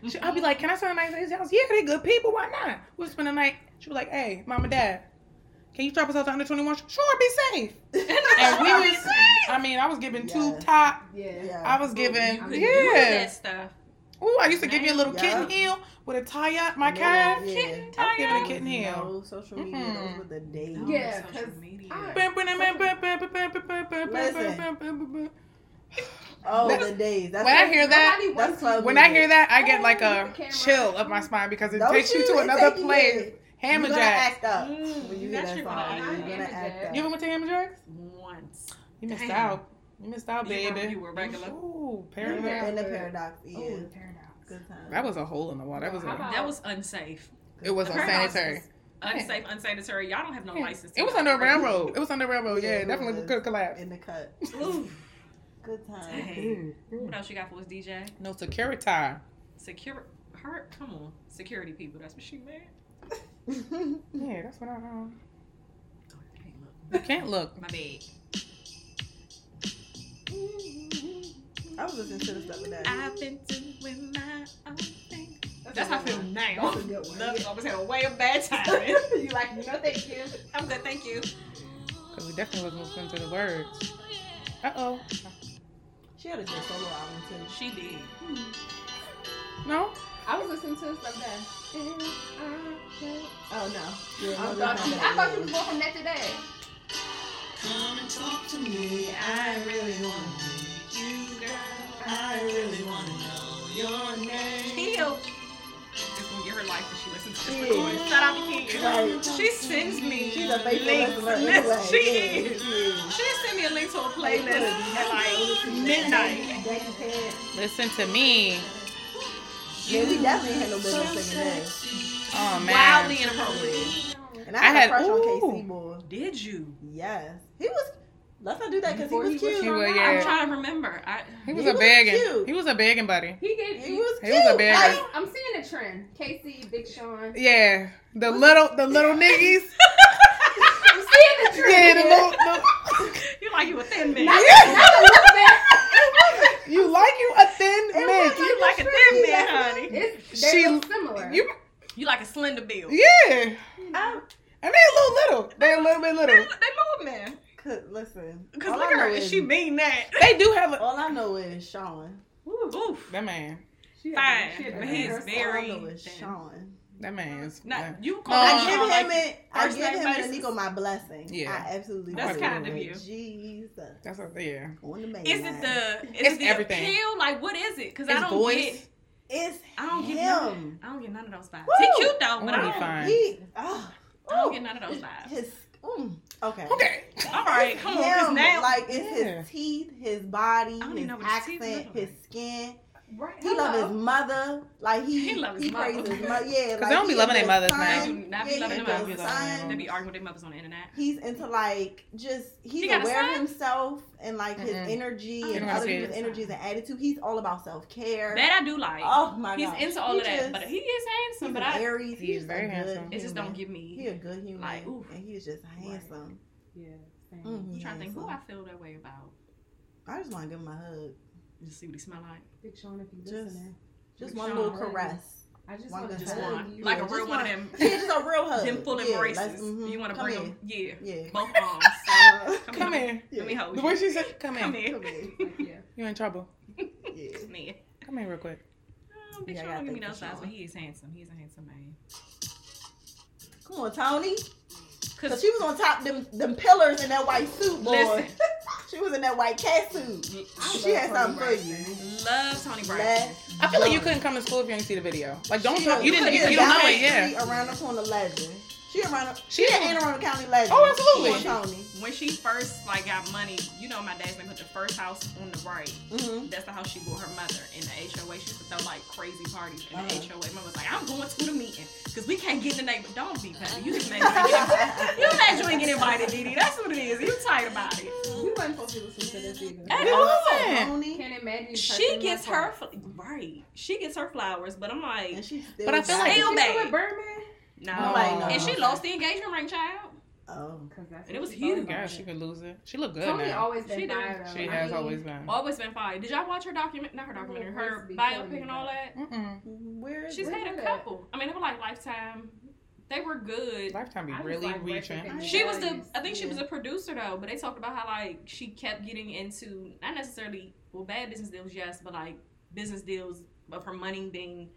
She- I'd be like, "Can I spend the night at Stacy's house?" Yeah, they good people. Why not? We'll spend the night. She was like, "Hey, mom and dad, can you drop us off to under 21? Sure, be safe." And we was, I mean, I was giving two
Yes.
top.
Yeah.
Yeah.
I was giving,
You could do
yeah.
that stuff.
Ooh, I used to give you a little
Yeah.
kitten heel with a tie up my
Yeah,
calf.
yeah.
I
Kitten
was giving a
tie-up.
kitten heel.
No social media.
Mhm.
Those were the days.
Yeah.
social
'cause
media.
I-
Oh,
That's-
the days. That's
When I
what-
hear that,
Nobody
that's
wants to-
club
When I hear
music.
that, I get like
Oh,
a
the camera.
chill up my spine because it
Don't
takes you to
it
another
take you
place.
there.
Hammer
You're gonna
Jack.
act up
Mm,
when you
you
hear
got
that
you
song.
right.
You're gonna
Hammer
act
Jack.
up.
You ever went to Hammer Jacks?
Once.
You missed
Damn.
out. You missed out,
You were-
baby.
you were regular.
Ooh,
Yeah.
paradox.
in the paradox. Yeah.
Oh, the paradox.
Good time.
That was a hole in the wall. That was
How
a,
about-
That was unsafe.
it was
The paradox
unsanitary.
was Unsafe, unsanitary. Y'all don't have no
Yeah.
license. to
It was
go
under a
out.
railroad. It was under a railroad.
Yeah,
Yeah,
it
definitely
was.
could collapse.
in the cut.
Ooh,
Good time.
Dang. What else you got for us, DJ?
No security. tie.
Secure her. Come on, security people. That's what she meant.
Yeah, that's what I know.
Oh, I can't look.
You can't look.
My bad.
I was listening to the stuff with that.
I've been doing my own thing. That's how I feel now.
That's a good one.
Love is always had a way of bad timing.
you like, no, thank you.
I'm good, thank you.
Because we definitely wasn't listening to the words. Uh oh.
She had a good solo album too.
She did.
No?
I was listening to this like
Oh no. Yeah,
I thought
no, that's
you,
not
I
what
thought
it
you was
is.
going from that today.
Come and talk to me. I really want to meet you, girl. I really want to know your name. Heal. It's gonna give her life when she listens to this
Yeah.
recording. Shout out to Kia.
Right.
She sends me
She's a faithful
links.
listener anyway.
Yes, she
Yeah,
is.
yeah.
She sent me a link to a
Faithful
playlist at like
listener.
midnight.
Jack and Ted.
Listen to me.
Yeah, we definitely had no business singing that.
Oh, man.
Wildly inappropriate.
And I,
I
had,
had-
a crush on
ooh.
KC boy.
Did you?
Yes, he was. Let's not do that because he
Before
was
he
cute.
was
You were,
I'm
yeah.
trying to remember. I
He was
He
a
was
begging.
cute.
He was a begging buddy.
He gave
he was
He
cute.
was a bad
Like,
guy.
I'm seeing a trend. KC, Big Sean.
Yeah. The little, the little niggas.
I'm seeing a trend.
Yeah, the little, the,
you like you a thin man.
Not, not a look back.
you like you a thin man.
You like a thin man, honey.
It's, they
She-
look similar.
You,
You like a slender bill. Um,
yeah.
I
And they a little little. They a little bit
They,
little.
they move, man.
could listen.
Cause
All
look
I
at her,
know
and
is-
she mean that.
They do have a.
All I know is Sean.
Oof.
That man.
She
Fine,
had- she had
but
the
he's
rehearsal.
very-
All I know is
thin.
Sean.
That man is. that-
Not you
Oh,
call
Uh,
I
him
give
Sean
him
like,
it. I
first
give him
name
and
basis.
Nico my blessing.
Yeah.
I absolutely.
That's
do.
kind of you.
Jesus.
That's a, yeah.
On the main
Is
line.
it the is
It's
it the
everything.
appeal? Like what is it? Because I
His
don't
voice.
get
It's
I don't get none.
him.
I don't get none of those vibes.
Woo!
He cute though,
I'm
but I
gonna
don't,
be fine.
He. Oh,
I don't get none of those vibes.
His. Mm, okay.
Okay.
All right,
It's
come on, 'cause
him.
now
like it's
Yeah.
his teeth, his body,
don't even
his
know what his teeth
accent,
look
his
like.
skin.
Right.
He love his mother. Like he
He love his mother.
praises his mother. Yeah,
'Cause
like,
they don't be
he
loving
into
their mothers, man.
they
science.
do not
um, Yeah,
be
he
loving
be
their
into
mothers.
loving their
science.
They be arguing with their mothers on the internet.
He's into like just he's
He got a
aware of
son?
himself and like his
Mm-mm.
I
energy
don't
and
know
other
his
people's
son.
energies and attitude. He's all about self care.
That I do like.
Oh my
he's
god,
into all of that, but he is handsome.
he's
But
an
I
He's
Aries. He's
very
very
handsome.
handsome.
it just don't give
He
me.
a good human,
Like, oof.
and he's just handsome.
Yeah. same.
Mm,
I'm
he
trying to think who
handsome.
I feel that way about.
I just want to give him a hug.
Just see what he smell like.
Big Sean, if you
Just-
listening.
Just
Big
one
Sean,
little
I love you.
caress.
I just
one
want to
just
hug
one.
you.
Like a
Uh-huh. just
real one of them.
want- Yeah, just a real hug.
Them full
Yeah,
embraces.
let's- mhm.
You want to
Come
bring
in.
them? Yeah.
Yeah.
Both arms.
Uh,
Come here.
yeah.
Let me hold
The
you.
way she said, come
Come
here.
here.
Come here.
Like, yeah.
You're in trouble.
Yeah.
Come here.
Come here real quick.
Um, Big
Yeah, I
Sean
gotta
don't give me
think
those
for
eyes,
Sean.
but he is handsome. He's a handsome man.
Come on, Tony. Cause
Cause
she was on top of them them pillars in that white suit, boy.
Listen.
she was in that white cat suit.
I
She had something for you.
love Tony Braxton.
Let-
I feel like you couldn't come to school if you didn't see the video. Like, don't
She
talk.
a-
You didn't.
you
You,
couldn't
you don't know
deny
it. Yeah.
She around the corner legend. She around. The,
She
she
was-
an Anne Arundel County legend.
Oh, absolutely.
She on Tony.
When she first like got money, you know my dad's been put the first house on the right.
Mm-hmm.
That's the house she bought her mother in the HOA. She used to throw like crazy parties in
Uh-huh.
the HOA. Mom was like, I'm going to the meeting because we can't get in the neighborhood. Don't be petty. You just made me get- You mad you ain't get invited, Didi. That's what it is. You tight about it.
We weren't supposed to listen to this either.
At
It
all.
wasn't.
Tony.
Can't imagine. you
She
touching my
gets
phone.
her fl- right. She gets her flowers, but I'm like,
And Oh, she still.
But I feel
got
like-
it.
She
Still
do
bad.
it, Birdman.
No.
Nobody knows.
And she lost the engagement ring, child.
Oh.
Because that's
And it
what
was
she thought
huge.
about
God,
it.
she could lose it. She look good
Tony
now.
always been
She done-
fine, though.
She
I
has
mean,
always been.
Always been fine. Did y'all watch her document? Not her documentary. Her
Be killing me,
biopic and all that.
Mm-mm.
Where is
She's
Where
had
was
a
it?
couple. I mean, they were like lifetime. They were good.
Lifetime be
I was
really
like,
reaching.
recognizing-
She was the.
Nice.
I think she was a producer though. But they talked about how like she kept getting into not necessarily well bad business deals, yes, but like business deals of her money being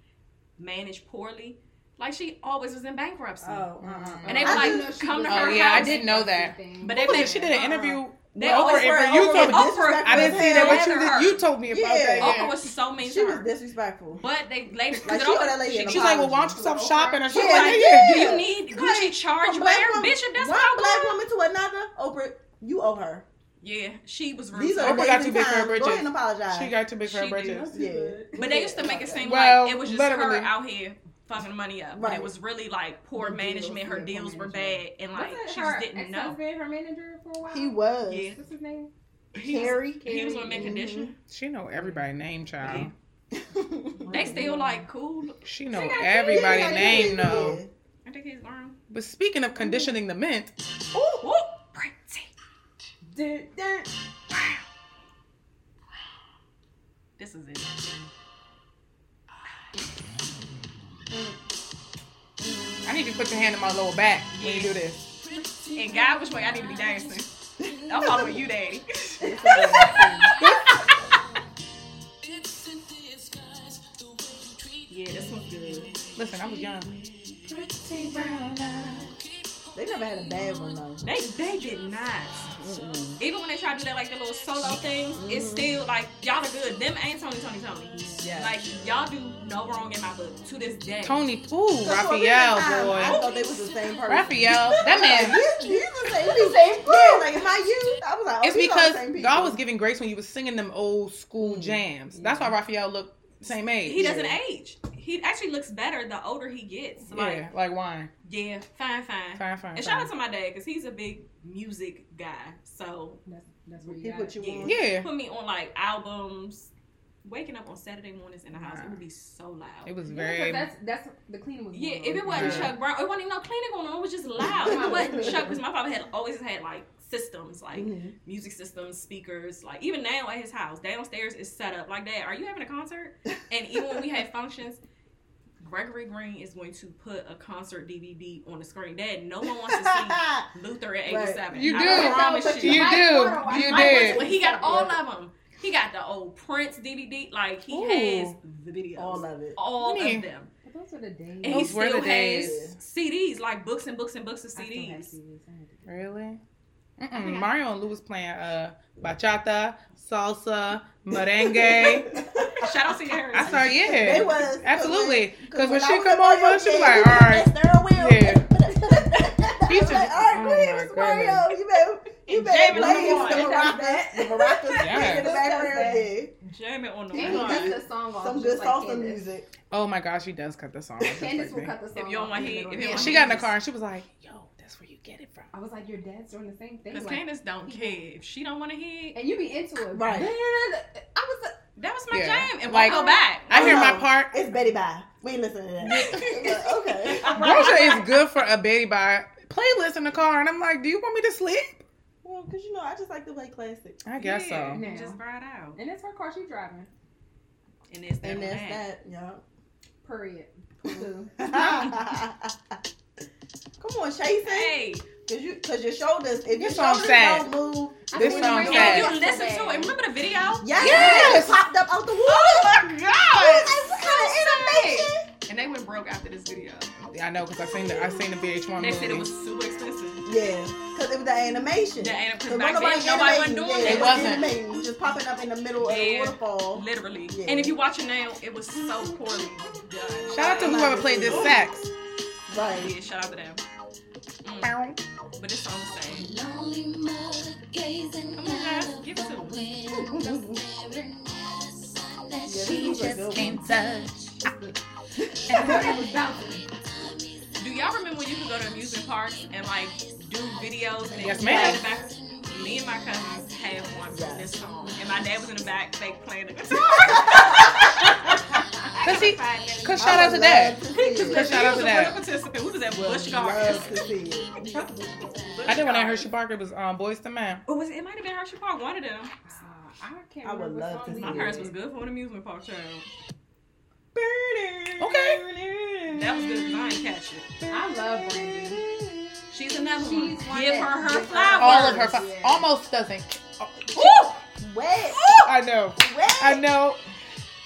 managed poorly. Like she always was in bankruptcy.
Oh, uh-uh.
And
I
they were
didn't
like,
know she
come
was
to
a
her
Oh, yeah, I
house.
did know that.
thing.
But
What
they
was it? Uh-uh.
made,
she did an interview.
They
with
always
Oprah and
were-
Bri- you
Oprah-
told me.
Oprah-
I didn't see that, but you
Oprah-
did, you told me about that.
Yeah.
Yeah.
Oprah was so mean
She
to
was
her.
disrespectful.
But they later
Like, she
Oprah-
owe that lady an
She's like, well, why don't
apology.
you stop shopping? And she's
Yeah,
like,
yeah.
yeah.
Do you need Gucci charge
From
wear?
black woman-
Bitch, if that's
one
how
black
black
woman to another, Oprah, you owe her.
Yeah, she was rude.
These
to
are
her.
Oprah got
days
too
and
big for her
times. Go
britches.
ahead and apologize.
She got too big for her
She did.
britches.
yeah.
But they used to make it seem
Well,
like it was just
literally.
her out here fucking money up. But
Right.
it was really like poor
Her deals,
management. Her
yeah,
deals
poor
were bad,
management.
and like
Wasn't
she
her
just didn't know.
ex-husband her manager for a while?
He was.
Yeah.
What's his name?
He was-
Carrie.
He was on
Mhm.
mid condition.
She know everybody name, child.
Mm-hmm. They still like cool.
She know
She got
everybody
Yeah,
name, though.
yeah.
I think he's learned.
But speaking of conditioning the mint,
Woo, pretty.
Dun, dun.
This is it.
I need you to put your hand in my lower back when you do this.
And God, which way I need to be dancing? I'm following you, Daddy. Yeah, this one's good.
Listen, I was young.
They never had a bad one though.
They they did not.
Mm-mm.
Even when they try to do that like the little solo things, it's still like y'all are good. Them ain't Tony Tony Tony.
Yeah.
Like y'all do no wrong in my book to this day.
Tony, ooh,
So for a period
Raphael,
of time, I
boy.
thought they was the same person.
Raphael, that man.
Like, you, you the same people.
same
yeah, like in my youth, I was like, oh,
It's
these are the same
because
people.
God was giving grace when you was singing them old school jams. That's why Raphael looked same age.
Mm. He doesn't age. He actually looks better the older he gets.
Yeah,
Like
like wine.
yeah, fine, fine.
Fine, fine.
And shout out to my dad because he's a big music guy. So
That's, that's what
He
you got.
put you
Yeah.
on.
Yeah,
put me on like albums. Waking up on Saturday mornings in the house, it would be so loud.
it was
Yeah, 'cause
very.
that's that's the cleaning was.
Yeah,
going
if it
on.
wasn't
Yeah.
Chuck Brown, it wasn't even no cleaning going on. It was just loud. but Chuck, because my father had always had like systems, like
Mhm.
music systems, speakers. Like even now at his house, downstairs is set up like that. Are you having a concert? And even when we had functions, Gregory Green is going to put a concert DVD on the screen. Dad, no one wants to see Luther at
Right.
87.
You
I
do.
promise
You
you.
Mike Porter,
do.
I-
You
Mike Porter
did.
Well, he got all of them. He got the old Prince DVD. Like he
Ooh.
has the videos,
All of it.
all
Man.
of them.
But Those are the days.
And he
Those were the
still has
days.
CDs, like books and books and books of
I still have
CDs.
CDs. I had to-
Really?
think
Mm-mm.
I-
Mario and Lou was playing uh, bachata, salsa, merengue.
Shout out to Harris.
I saw, yeah.
They was
Absolutely. Because when
I
she
was
come
a Mario
over, she was
kid,
like,
we
all
put
right.
that steering wheel.
Yeah. He
I was
just-
like, all right,
oh
go ahead,
my
Mr. Mario. You better, you
And
better
Jamie
play
Lamar.
some maracas. The maracas
Yes.
in the background. Yeah.
Jamming on the
They
Yeah.
cut
one.
the song off.
Some
just
good
like
salsa
Candace.
music.
Oh my gosh, she does cut the song. That's
Candace will
crazy.
cut the song.
If you
off
don't
in
want
the
heat,
middle
if
of
you
it.
don't
She got in the car and she was like, yo, that's where you get it from.
I was like, your dad's doing the same thing.
Because
Like,
Candace don't care. If she don't want to hit,
and you be into it,
Right.
Then, I was. like,
that was my
Yeah.
jam. And
Like-
like, go back.
I hear my
no.
part.
It's Betty Bye. We ain't listening to that. Like, okay.
Rosa is good for a baby by playlist in the car. And I'm like, do you want me to sleep?
Well, because you know, I just like to play classics.
I guess
Yeah,
so.
Now.
Just ride out.
and it's her car she driving.
And it's that.
And
one act.
that's that, y'all.
Period. Poo.
Come on, Chasing.
Hey,
Cause you, cause your shoulders. If your
This song
shoulders
sad.
don't move,
I
This
think
song
it's
and
sad.
raining
you listen
so
to it.
bad.
Remember the video?
yes,
Yes.
it popped up out the wall.
my god!
What kind of Oh animation?
And they went broke after this video.
I know because I seen the I seen the VH1
They said it was
movie.
super expensive.
Yeah, cause it was the animation.
The anim- 'cause
It
back then,
wasn't
nobody
animating.
wasn't doing
yeah,
that.
It
It
wasn't
wasn't.
animating. It was just popping up in the middle of the
Yeah.
waterfall.
Literally.
Yeah.
And if you watch it now, it was so poorly done.
Shout out to whoever played this sax.
Right.
Yeah, shout out to them. Mm, But this song was sad. Come on, guys, give it to them.
She just can't
Everybody was bouncing.
Do y'all remember when you could go to amusement parks and like do videos and
Yes,
you
ma'am.
play the back? Me and my cousins had one from
Yes.
this song, and my dad was in the back fake playing the guitar.
Cause she, cause shout
I
out
would
to that.
love to see it.
Cause shout out to that.
participant. We was at
Would
Bush Gardens.
love to see it.
I did when I heard she Parker it was um Boys to Man.
It Oh, was. It might have been Hershey Park. One of them.
Uh,
I can't
I would
remember
love
what
to
song.
see
My
it.
parents was good for an amusement park child.
Okay.
That was good. 'cause I ain't catch it.
I love Brandy.
She's another
She's
one.
one
Give
that-
her her
give her-
flowers.
All of her fi-
Yeah.
almost doesn't.
Wet,
I know.
wet.
I know.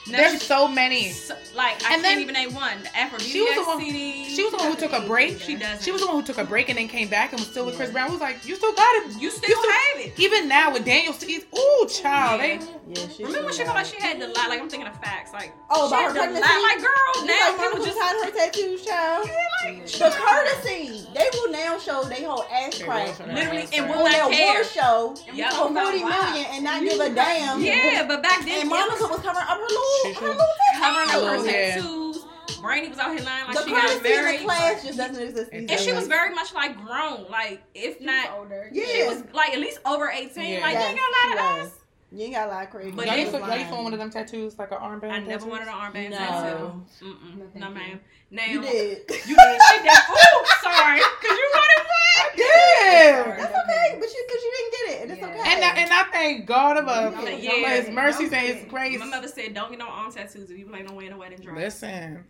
Now
There's
she's
so many.
so- like I
And
can't
then-
even name one. The Afro
She was the one-
CD.
She was the one who took a break.
She doesn't.
She was the one who took a break and then came back and was still with Chris
Yeah.
Brown. We was like, you still got it.
You still
You still-
have it.
Even now with Daniel, he's ooh child. They,
Yeah.
Yeah, she
Remember when she
should
felt like
have.
she had the lie? Like I'm thinking of facts. Like
Oh,
she had
about her
the
pregnancy?
lie. Like girl,
You
now
like
people
Monica
just
had her tattoos, child.
like
The courtesy, they will now show they whole ass
They will
crack
show
on
that.
literally
That's
and
right.
will
that
not care.
war show
Yep.
for forty million and not give a damn.
Yeah, but back then
um, And Monica was covering up her
She
little, her
should.
little
covering up
Oh,
her
yeah.
tattoos. Brandy was out here lying like
the
she got
courtesy in the
married.
class just doesn't exist. these
And she was
days.
very much like grown, like if
She's
not,
older.
Yeah.
she was like at least over eighteen.
Yeah.
Like you
Yes,
ain't gonna lie
she
to us.
was. You ain't got a lot of crazy.
But
y'all
they
used to-
was
y'all used to want one of them tattoos, like an armband.
I
tattoo?
never wanted an armband
No.
tattoo. Mm-mm.
No,
No,
thank you.
ma'am. Now
You did.
You did. She did. Ooh, sorry. Cause you wanted
I did.
That's okay, but you because you didn't get it, and it's
Yeah.
okay.
And I, and I thank God above
Yeah.
for
Yeah.
His mercies and His
Okay.
grace.
My mother said, "Don't get no arm tattoos if you plan on wearing a wedding dress."
Listen,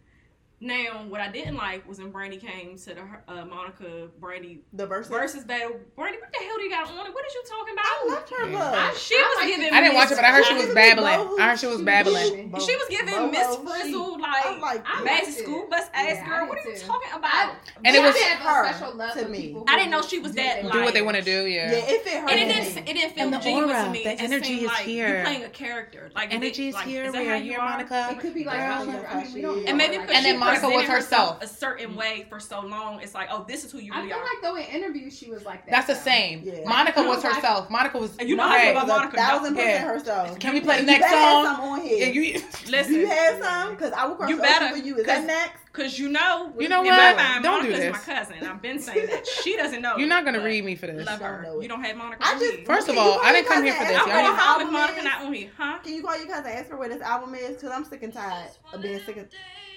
Now, what I didn't like was when Brandy came to the uh, Monica Brandy
the verse.
versus battle. Brandy, what the hell do you got on? it? What is you talking
I
about?
loved her
Yeah.
I-
look.
she was
I like
giving.
I didn't watch it,
Miss-
but I heard she
Why
was
did we
babbling.
both-
I heard she was babbling.
She was giving
Bobo,
Miss
she- oh,
Frizzle
I
like,
liked
I'm
it.
basic school bus ass
Yeah, I
girl.
did
What are you
too.
talking about?
And it
I
was-
have a special
her
love
to
for
me.
people
I
who
didn't know she was
do
that
things.
Do what they
Liars.
want to do,
Yeah,
yeah.
it fit her.
And it
name.
didn't. It didn't feel
And the
genuine
aura,
to me.
the
It just
energy
seemed
is
like
here.
You're playing a character. Like
Energy
it,
is
like,
here.
Is that
we
how
are
you
here,
are?
Monica.
It could be like,
Girl,
how she-
like
I mean, we don't
she-
know
And maybe
her
because
like
And
she
then Monica was
presented
herself. Mm.
a certain way for so long, it's like, oh, this is who you
I
really
feel
are.
like though in interviews she was like that.
That's the
though.
same.
Yeah.
Monica
You know,
was
like-
herself. Monica was.
And you know how I
Hey,
feel about Monica.
thousand
Yeah.
percent herself.
Can we play the
You
next
better have
song?
some on
Yeah,
here. you,
you,
Listen,
have some? Because I will cross
You
you better,
better,
for you. Is that next?
Cause you know,
You know
in
what?
My mind,
Don't do
Monica's
this.
My cousin, I've been saying that she doesn't know.
you're not gonna
but
read me for this.
Love her.
Don't know it.
You don't have Monica.
I
on
just
here.
First
Can
of all,
you
I didn't
call
come
your
here for
cousin
this.
and
I'm
Y'all
ask
going
didn't-
home
her what
with
his
Monica
album
not on here, huh?
is? Can you call your cousin and ask her where this album is? Because I'm sick and tired of being sick. Of...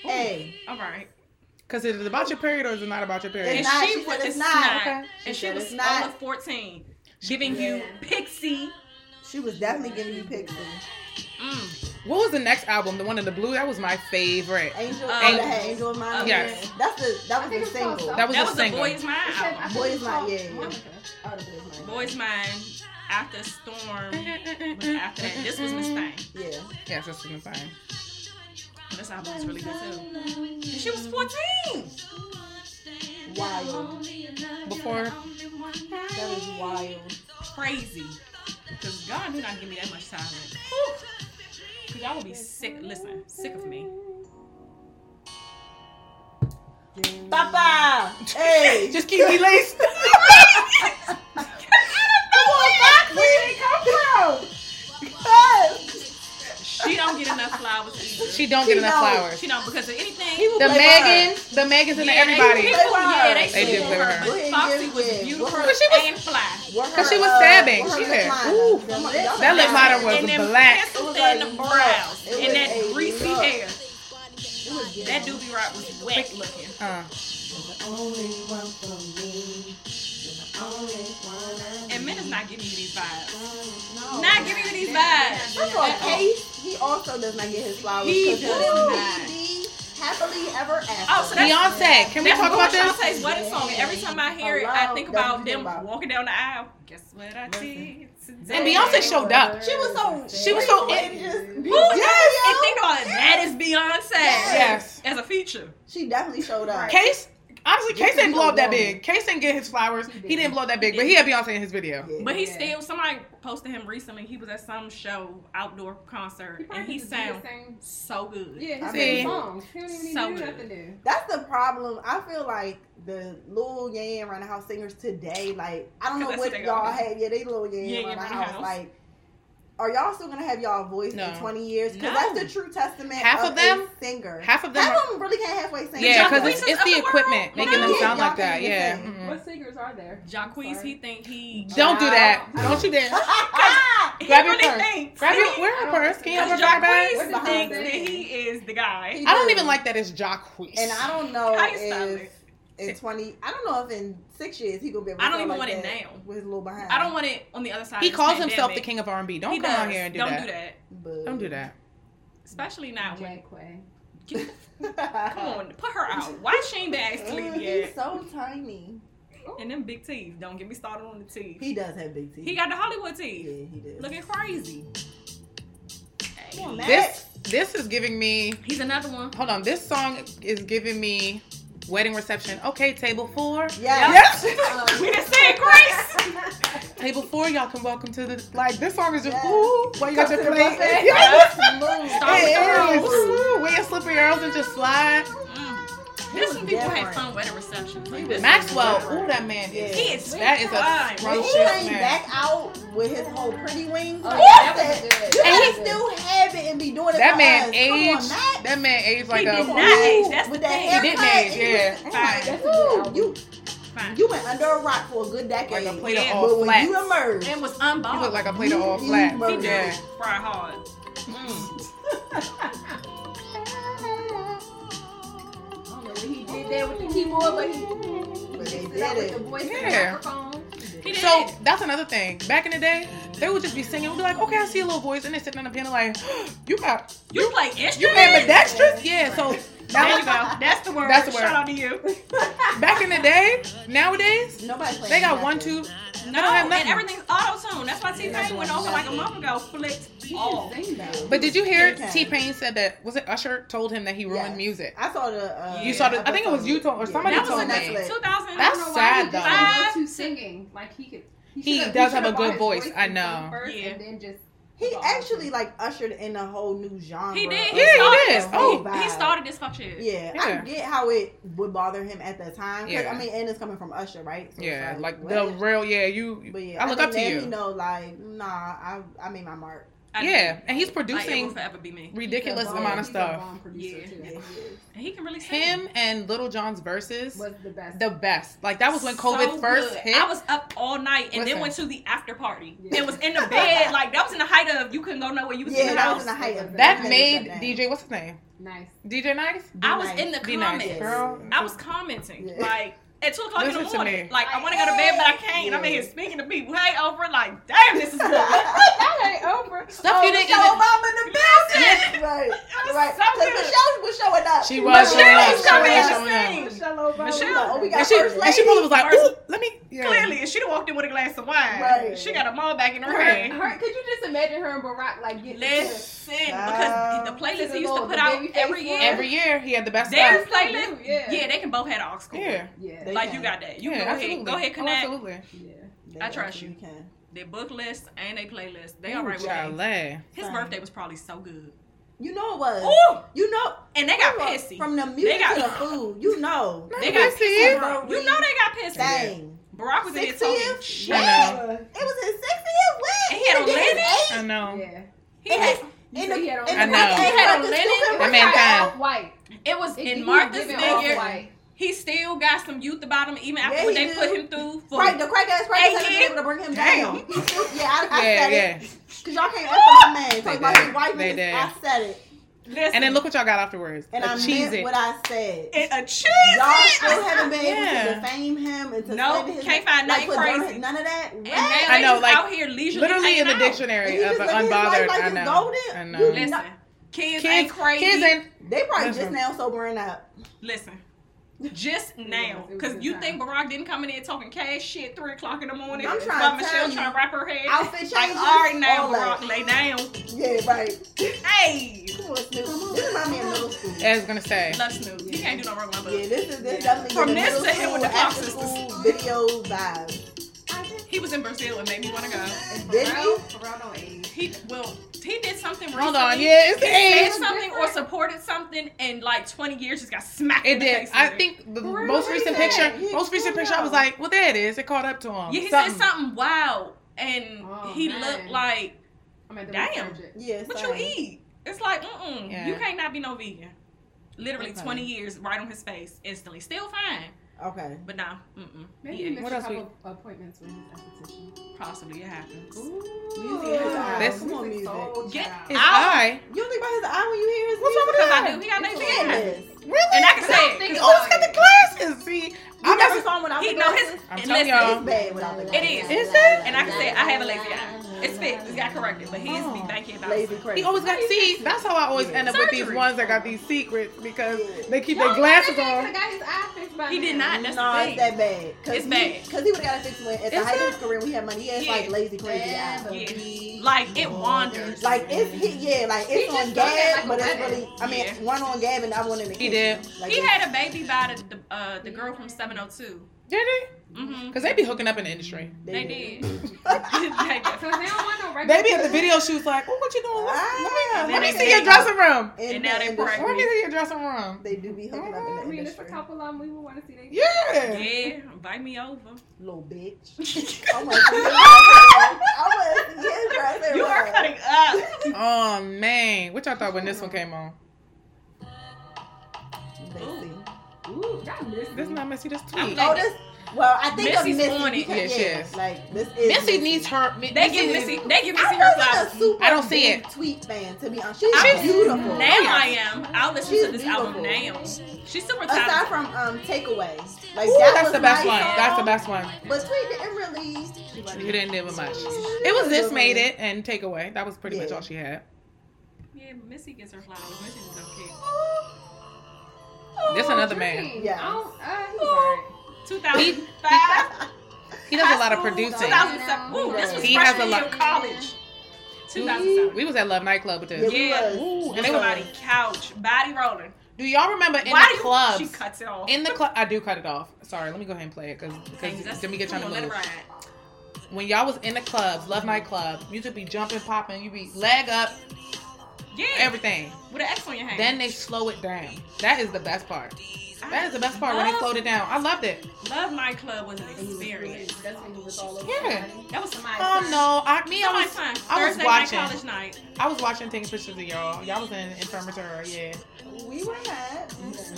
Hey,
All right.
Cause is it about your period or is it not about your period?
It's
And
not.
she
She said
was-
it's
it's
not.
not.
Okay.
And she
said
was
it's not.
only 14, giving you
Yeah.
Pixie.
She was definitely giving you pictures.
Mm.
What was the next album? The one in the blue? That was my favorite.
Angel,
Uh,
Angel, had Angel in mind.
yes.
That's the
I
that
think
was the
it's called
single.
Soul.
That was
That
a
was the
single.
Boy's Mine
It said- I
album.
think
Boy
it's
is not-
called
yeah, yeah.
Monica. Oh, the boy is not.
Boy's Mine, After Storm, was after that. This was Miss Thing.
Yeah.
Yes, that's the thing.
This album was really good too. And she was 14.
Wild.
Before
That was wild.
Crazy. Because God did not give me that much time. Because y'all would be sick. Listen, sick of me.
Papa. Hey.
just keep me laced.
Come on, back where did it come from? Yes.
She don't get enough flowers either.
she don't
She
get enough
don't.
flowers.
She don't because of anything.
He will
The
play
Megan, the Megans, and the
Yeah, they-
everybody.
people- yeah, they,
They did
sleep
play
with
with
her.
her.
Go ahead
But
and
Foxy
give-
was
yeah,
beautiful
what her-
But she was-
and fly.
Cause she was stabbing. She said, ooh, that lip liner was
and then
black.
pencil
It was
thin
like
brows
black. It
and
was
that
a
greasy
look.
hair. That doobie rock was wet looking.
Uh,
And men is not giving you these vibes. Not giving you these vibes.
First of all, Case, he also does not get his flowers.
He
'cause
does
wouldn't we
not.
be happily ever after.
Oh, so that's
Beyonce, can we
That's
talk
Lil
about this?
Shantae's wedding song, and every time I hear it, I
Hello,
think
that's what
about
you
them
think about.
walking down the aisle. Guess what I did today?
And Beyonce showed up.
she was so.
She was so-
real and just-
Who does?
Yeah,
And
yo.
think about it. That is Beyonce.
Yes.
As a feature.
She definitely showed up.
Case, honestly,
This
Case didn't
is
blow
a
up that
woman.
big. Case didn't get his flowers. He didn't
didn't.
blow up that big, but he had Beyonce in his video.
Yeah.
But he
Yeah.
still somebody posted him recently. He was at some show, outdoor concert, and he sound so good.
Yeah,
I
his
mean-
same songs. He don't even need
So
to do
good.
nothing new.
That's the problem. I feel like the Lil Yan around the house singers today, like I don't know
That's
what
what they
y'all
are.
had. Yeah, they Lil Yan
Yeah,
around the house. Like are y'all still gonna have y'all voice
No.
in 20 years? Because
No.
that's the true testament
Half
of,
of them-
a singer.
Half of them.
Half
Are,
of them really can't halfway sing.
yeah, because
Voices
it's, it's
of the
the
world.
equipment making them
Yeah,
sound
y'all
like that.
can
Yeah.
sing.
Mm-mm.
What singers are there?
Jacquees,
Sorry.
he think he. Ah!
Don't do that. Don't you dare.
He
Grab your
really
purse.
thinks.
Grab your
he-
where her purse. Can you have her
Because
back bag?
Where's the
Jacquees thinks
husband?
that he is the guy.
I don't even like that it's Jacquees.
And I don't know
How you style
if
it?
in 20, I don't know if in six years he gonna be. Able to
I don't
sound
even
like
want it
that
now.
With his little behind.
I don't want it on the other side.
he
of
calls
pandemic.
himself the king of R&B. Don't
He
come
does.
out here and do
Don't
that.
do that.
But-
Don't do that.
Especially not when.
Jacquay.
Come on, put her out. Why Shane Bags
Ooh,
sleep
he's
yet?
so tiny.
And them big teeth. Don't get me started on the teeth.
He does have big teeth.
He got the Hollywood
yeah,
teeth.
he does.
Looking crazy.
Come on,
Hey.
Matt.
This this is giving me.
He's another one.
Hold on. This song is giving me wedding reception. Okay, table four.
Yes.
Uh,
We done said Grace.
Table four. Y'all can welcome to the like. This song is just
Yes.
ooh. Why you got
Come
your
to the
plate?
buffet.
Yes.
Start
It
with the
is.
rules.
Ooh, Wear your slippery girls and just slide.
Mm. There's some people who had fun wedding receptions. Like this.
Maxwell. Ooh, that man
Yeah.
is.
He is
That is a
fine.
When he
scrumptious
came
man.
back out with his whole pretty wings,
yeah,
like,
that
that,
was good.
you
That
gotta
was good.
still have it and be doing it.
That
for
man
us.
aged.
Come on, Matt.
That man aged like
He
a.
did not age. That's
With
the thing.
that
He didn't
haircut,
age,
he was-
yeah.
I'm like,
Fine. That's a
woo,
good
you
Fine.
you went under a rock for a good decade.
Like a plate
Yeah.
of
but
all
when
flats.
you emerged,
And was
He
unbothered.
looked like a plate of all
You-
flats.
you murdered.
Yeah.
Fry hard.
I don't know what he did there with the keyboard, but he
But they
mixed
did
it up with
it.
the voice
Yeah.
and the microphone.
He
So
did.
that's another thing. Back in the day, they would just be singing. We'd be like, okay, I see a little voice, and they're sitting on the piano like, you got
you play instruments.
you ambidextrous, yeah. So
There you
now,
go. That's the word.
That's the word.
Shout out to you.
back in the day, nowadays
Nobody playing
they got
nothing.
one, two.
No,
don't have
and
nothing.
everything's auto tune. That's why T Pain went over like a month ago, flipped
He
off.
can sing though.
But did you hear
Okay.
T Pain said that? Was it Usher told him that he ruined
Yes.
music?
I saw the. Uh,
You saw
the- I think it was you told- or somebody
That was
told
in
me.
Netflix.
2000.
I
That's
don't know
sad,
why
though.
he though. To singing, like he could.
He
should've-
does have
should've
a good
bought his
voice, I
and sung
know.
First
Yeah.
and then just
He actually like ushered in a whole new genre.
He did.
of-
He
Yeah, he
started
did.
This,
Oh,
he, he
vibe.
started this fuck shit.
Yeah,
Yeah.
I get how it would bother him at that time. 'cause,
Yeah.
I mean, and it's coming from Usher, right? So it's
Yeah, like
what?
the real. Yeah, you.
But yeah,
I look
think
up to
now
you.
He know, like, nah, I I made my mark.
I-
Yeah, and he's
Like, it will
producing
forever be me.
ridiculous
he's a bomb-
amount of
he's a
stuff.
bomb producer,
Yeah.
too.
Yeah,
And he can really sing.
Him and Little John's verses,
Was the best.
the best. Like that was when
So
COVID first
good.
hit.
I was up all night and
Listen.
then went to the after party.
Yeah.
It was in the bed, like that was in the height of you couldn't go nowhere. You was in
yeah
the
that
house.
was in the height of
that
Yeah.
made DJ. What's his name?
Nice.
DJ Nice.
I was in the
Be
comments.
nice, girl.
I was commenting
Yeah.
like at two o'clock in the
Listen to
morning.
me.
Like I want to go to bed, but I can't. I'm in here speaking to people. Hey, over. Like damn, this is good.
that ain't over.
Stuff you didn't even-
Obama in the
Listen.
building. Right,
It was
right.
so
Because
good.
Michelle was showing up.
She was showing
Michelle
up.
was
She
coming
was
in
showing up.
to sing.
Michelle Obama.
Michelle.
Like, oh, we got
And she,
first
and she
lady.
probably was like,
First-
ooh, let me. Yeah.
Clearly, and she done walked in with a glass of wine.
Right.
She got a all back in her
Her,
hand.
her, could you just imagine her and Barack like getting
Listen,
Nah.
because the playlist
She's a
he used to
little
put out
baby face
every year.
woman.
Every year he had the best
Their
stuff.
They
playlist.
do, yeah.
Yeah, they can both have an aux cord.
Yeah.
Yeah.
They
Like
can.
you got that. You
yeah,
go
absolutely.
ahead. Go ahead,
Oh,
connect.
absolutely.
yeah.
They
I trust
actually
you.
can.
Their book list and their playlist. They
Ooh,
all right with
child,
that.
lay.
His
Fine.
birthday was probably so good.
You know it was.
Ooh,
You know.
and they got
from-
pissy.
From the music
got-
to the food, you know.
they got
Pissy.
pissy. Barack. You
Every
know they got pissy.
Dang.
Barack was in there talking
60th?
shit.
Yeah.
It was his
And
60th win.
he had on
did his
linen?
eight.
I know.
Yeah.
He
And
had-
his-
You
In
said
the-
he had on
in
I
the
know.
back,
He had
like
a
the
linen-
stupid
That
ring
man
light.
fine.
white.
it was
If
in
he
Martha's
giving off
figure.
white.
He still got some youth about him, even after
Yeah,
what
he
they put
do.
him through. For
Right, the crack ass rappers
And
haven't
he-
been able to bring him
Damn.
down. He still, yeah, I, I
Yeah,
said
yeah.
it. Because y'all can't up on my man.
They
Talking about
did.
his white
They did.
man. I said it.
Listen,
And then look what y'all got afterwards.
And
A
I
cheese
meant
it.
what I said.
And a cheese.
y'all
it.
still haven't been able
Yeah.
to defame him and to
Nope,
slander his
can't find
like,
nothing
put dirt-
crazy.
None of that.
And
What?
now
I
they
know,
just
like,
out here leisurely
Literally in the
hanging out.
If
dictionary
you
of
just
an
look at his life
unbothered.
like
I
it's
know.
golden,
I
you-
know.
Listen, kids, ain't
Kids,
crazy.
kids ain't.
they probably
Listen.
just now sobering up.
Listen, just now,
it was
because
good
you
time.
think Barack didn't come in there talking cash shit three o'clock in the morning.
I'm trying
while
to
Michelle
tell you.
trying to wrap her head.
Outfit changes.
like, all right now,
all that.
Barack, lay down.
Yeah, right.
Hey,
Come on, Snoop. This remind me of middle school.
I was gonna say.
love Snoop. He can't do no wrong with my
Yeah,
book.
this is this
Yeah.
definitely
From
the
this
middle
to him with
school,
the Fox
after
sisters.
school video vibe.
He was in Brazil and made me want to go.
And
Did
Pharrell-
he?
Pharrell don't age.
He well, he did something. Recently.
Hold on. Yeah, it's
He
the
said
age.
something or supported something, and like 20 years just got smacked.
It
in the
did.
Face
I
with it.
think the
Where-
most
where
recent
he at?
picture,
He-
most recent
who
picture, I was
knows?
like, well, there it is. It caught up to him.
Yeah, he said something wild, and
Oh,
he
man.
looked like
I'm at the
Damn.
resurgent.
Yeah,
What
same.
you eat? It's like, mm-mm.
Yeah.
You can't not be no vegan. Literally
Okay.
20 years right on his face, instantly. Still fine.
Okay.
But nah, mm-mm.
Maybe
Yeah,
you missed
What
a
else we-
couple appointments with his esthetician.
possibly it happens.
Music.
This-
Come on, music.
Get
His
out.
eye.
You don't think about his eye when you hear his
What's wrong with
music?
Because
his
I
eye?
do. He got next thing.
Yes.
Really?
And I can say it.
Think
'cause
Oh, it's
about
got
it.
the glasses. See,
You
I'm
never
not.
saw him without
He
the
know his.
glasses?
I'm
and
telling
listen,
y'all.
It's bad without the
It
glasses.
is.
Is it?
And I can say I have a lazy eye. It's fixed. It's got corrected. But he is
Oh.
thinking about
Lazy
it.
crazy.
He always got see. That's how I always end up with these
Surgery.
ones that got these secrets because
Yeah.
they keep
Y'all
their glasses
know that
on.
nigga got his eye fixed by
He did
now.
not. That's
no,
the
it's
thing.
that bad. Cause
It's
he,
bad.
Cause he would have got a fix when at the
It's
height of
not-
his career when he had money. He has like
Yeah.
lazy crazy eyes.
Yeah. Like it wanders.
Like it's hit, yeah, like
He
it's
just
on
look at
Gab,
like
but
a
it's
rabbit.
really, I mean,
Yeah.
one on Gab and the other one in the kitchen.
He did.
Like,
he
it's-
had a baby by the the, uh, the girl from 702.
Did they?
Mm-hmm.
Because they be hooking up in the industry.
They did.
So
They did.
did.
they don't want no regular.
They be at the video shoots like, oh, what you doing? Let,
Ah,
let me, let me
they-
see your
they-
dressing room.
In
And now
the
they
industry.
pregnant.
Let me see your dressing room.
They do be hooking up in the
I mean, it's a
industry.
couple of them. We would want to see they.
Yeah.
Yeah, invite me over.
Little bitch. I want to see his dress. I want to see his dress.
You are cutting up.
Oh man, what y'all thought when this one came on?
Let's see.
Ooh, y'all missed
This
me.
not Missy. This tweet.
I'm
Oh, this. Well, I think
Missy's
of Missy.
on it.
Yeah, she is.
Like this is
Missy needs her. Mi-
They
oh, Missy
give
needs-
Missy. They give Missy her
I wasn't a
flowers.
super
I don't see
big
it.
Tweet fan, to be honest. She's,
I-
beautiful.
Now
yeah.
I am. I'll listen
She's
to this album now.
beautiful.
She's super
Aside
talented.
from um, takeaway, like
Ooh,
that
that's
was
the best
my
one.
song,
That's the best one.
But tweet didn't really.
You didn't do it much. It was this made it and take away. That was pretty much
Yeah.
all she had.
Yeah, but Missy gets her flowers. Missy is okay.
This another man.
Dream.
Yeah.
I don't- uh, he's alright.
2005.
He does a
High
lot of
school,
producing.
2007. Ooh, this was
He
he
has
freshman
a
year
lot-
of college. 2007.
We was at Love Nightclub with
Yeah,
this.
we
Yeah.
was.
Ooh,
On
and they were,
somebody's couch, body rolling.
do y'all remember in
Why
the
do
clubs?
She cuts it off.
in the club, I do cut it off. Sorry, let me go ahead and play it because
Things, that's-
let me get trying to
come on, let
move.
it ride.
When y'all was in the clubs, Love Night Club, you just be jumping, popping, you be leg up,
Yeah,
everything.
with an X on your hand.
Then they slow it down. That is the best part. That is the best part when they slowed it down. I loved it.
Love Nightclub was an
And he was really-
experience.
That's when he was all over.
Yeah.
somebody.
That was somebody's
Oh
time.
no, I me I
Somebody's
was
time.
I was
Thursday
watching.
night, college night.
I was watching taking pictures of y'all. Y'all was in infirmary, yeah.
We were not.